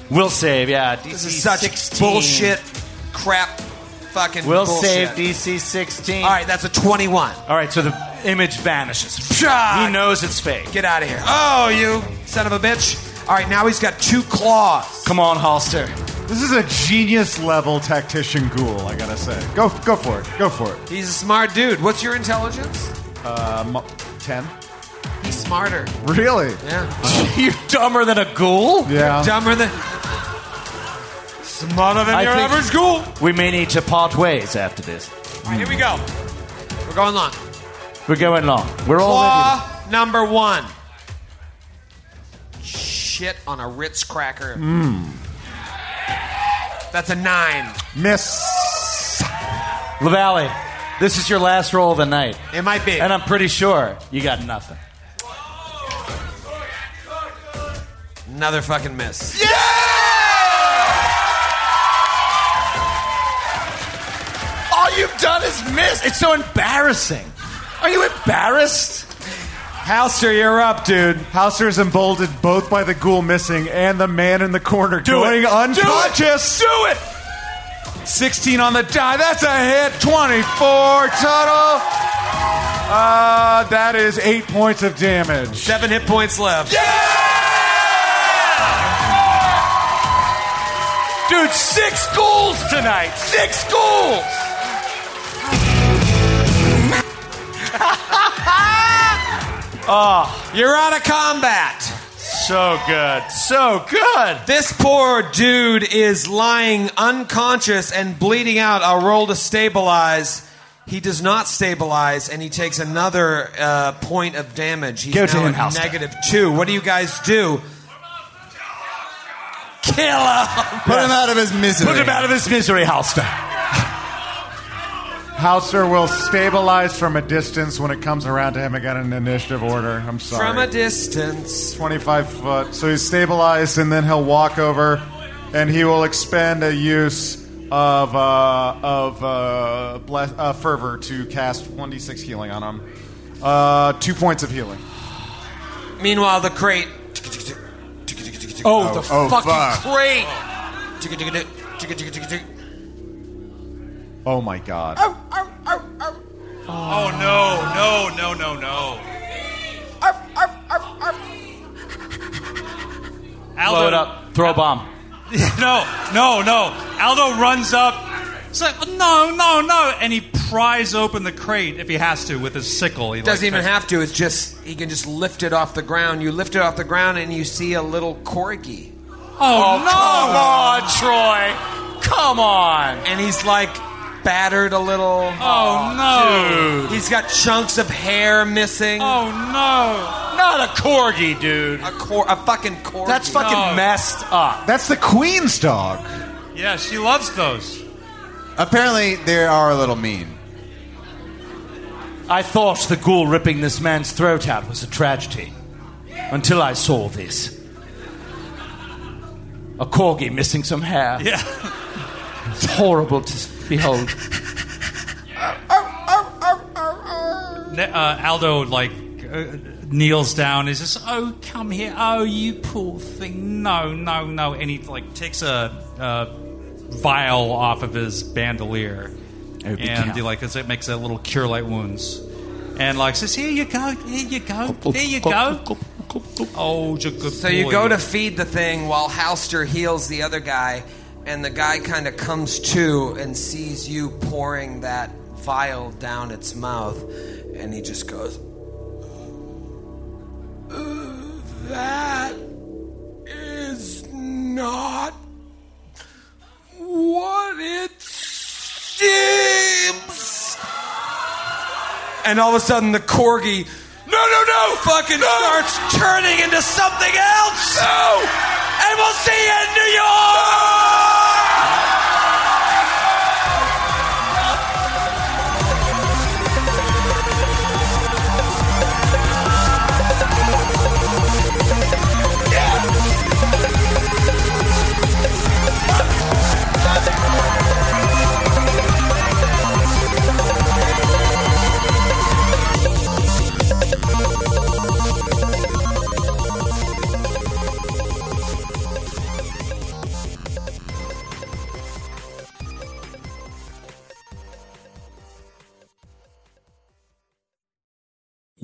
[SPEAKER 3] Will save, yeah. DC
[SPEAKER 1] This is such
[SPEAKER 3] 16.
[SPEAKER 1] bullshit, crap, fucking.
[SPEAKER 3] Will
[SPEAKER 1] bullshit.
[SPEAKER 3] save DC 16.
[SPEAKER 1] All right, that's a twenty-one.
[SPEAKER 3] All right, so the image vanishes.
[SPEAKER 1] Pshaw!
[SPEAKER 3] He knows it's fake.
[SPEAKER 1] Get out of here. Oh, you son of a bitch! All right, now he's got two claws.
[SPEAKER 3] Come on, Halster.
[SPEAKER 2] This is a genius level tactician ghoul, I gotta say. Go, go for it. Go for it.
[SPEAKER 1] He's a smart dude. What's your intelligence?
[SPEAKER 2] Um, 10.
[SPEAKER 1] He's smarter.
[SPEAKER 2] Really?
[SPEAKER 1] Yeah.
[SPEAKER 3] You're dumber than a ghoul?
[SPEAKER 2] Yeah.
[SPEAKER 1] Dumber than. Smarter than
[SPEAKER 3] I
[SPEAKER 1] your
[SPEAKER 3] think-
[SPEAKER 1] average ghoul.
[SPEAKER 3] We may need to part ways after this.
[SPEAKER 1] All right, here we go. We're going long.
[SPEAKER 3] We're going long. We're all
[SPEAKER 1] Claw number one.
[SPEAKER 3] Hmm.
[SPEAKER 2] Hmm.
[SPEAKER 1] Shit on a Ritz cracker. That's a nine.
[SPEAKER 2] Miss.
[SPEAKER 3] LaValle, this is your last roll of the night.
[SPEAKER 1] It might be.
[SPEAKER 3] And I'm pretty sure you got nothing.
[SPEAKER 1] Another fucking miss.
[SPEAKER 3] All you've done is miss. It's so embarrassing. Are you embarrassed?
[SPEAKER 2] Halster, you're up, dude. Halster is emboldened both by the ghoul missing and the man in the corner
[SPEAKER 16] Do
[SPEAKER 2] going
[SPEAKER 16] it.
[SPEAKER 2] unconscious.
[SPEAKER 3] Do it.
[SPEAKER 2] 16 on the die. That's a hit. 24 total. Uh, that is eight points of damage.
[SPEAKER 1] Seven hit points left.
[SPEAKER 3] Dude, six ghouls tonight. Six ghouls.
[SPEAKER 1] Oh, you're out of combat.
[SPEAKER 3] So good. So good.
[SPEAKER 1] This poor dude is lying unconscious and bleeding out. I'll roll to stabilize. He does not stabilize, and he takes another uh, point of damage. He's now
[SPEAKER 3] Go to him,
[SPEAKER 1] at
[SPEAKER 3] Halster.
[SPEAKER 1] negative two. What do you guys do? Kill him.
[SPEAKER 10] Put him out of his misery.
[SPEAKER 3] Put him out of his misery, Halster.
[SPEAKER 2] Hauser will stabilize from a distance when it comes around to him again in initiative order. I'm sorry.
[SPEAKER 1] From a distance.
[SPEAKER 2] 25 foot. So he's stabilized, and then he'll walk over, and he will expend a use of uh, of uh, bless, uh, fervor to cast 1d6 healing on him. Uh, two points of healing.
[SPEAKER 1] Meanwhile, the crate.
[SPEAKER 2] Oh, the oh, fucking fuck.
[SPEAKER 1] crate!
[SPEAKER 2] Oh my god.
[SPEAKER 6] Oh no, no, no, no, no. Aldo,
[SPEAKER 3] Blow it up. Throw a bomb.
[SPEAKER 6] no, no, no. Aldo runs up. It's like, no, no, no. And he pries open the crate if he has to with his sickle. He
[SPEAKER 1] Doesn't
[SPEAKER 6] like,
[SPEAKER 1] even
[SPEAKER 6] tries-
[SPEAKER 1] have to. It's just he can just lift it off the ground. You lift it off the ground, and you see a little corgi.
[SPEAKER 6] Oh,
[SPEAKER 3] Come on, Troy. Come on.
[SPEAKER 1] and he's like battered a little.
[SPEAKER 6] Oh, no.
[SPEAKER 1] Dude. He's got chunks of hair missing.
[SPEAKER 6] Oh, no.
[SPEAKER 3] Not a corgi, dude.
[SPEAKER 1] A cor- a fucking corgi.
[SPEAKER 3] That's fucking
[SPEAKER 6] No.
[SPEAKER 3] messed up.
[SPEAKER 2] That's the queen's dog.
[SPEAKER 6] Yeah, she loves those.
[SPEAKER 10] Apparently, they are a little mean.
[SPEAKER 3] I thought the ghoul ripping this man's throat out was a tragedy until I saw this. A corgi missing some hair.
[SPEAKER 6] Yeah.
[SPEAKER 3] It's horrible to behold.
[SPEAKER 6] Ne- uh, Aldo like uh, kneels down. Is just oh come here? Oh you poor thing! No no no! And he like takes a, uh vial off of his bandolier,
[SPEAKER 3] Oh, be
[SPEAKER 6] and he
[SPEAKER 3] careful.
[SPEAKER 6] like it's- it makes a little cure light wounds, and like says here you go, here you go, there you go. Oh, you good
[SPEAKER 1] So you go to feed the thing while Halster heals the other guy, and the guy kind of comes to and sees you pouring that vial down its mouth, and he just goes, "Uh, That is not what it seems. And all of a sudden, the corgi, no, no, no, fucking starts turning into something else. No! And we'll see you in New York!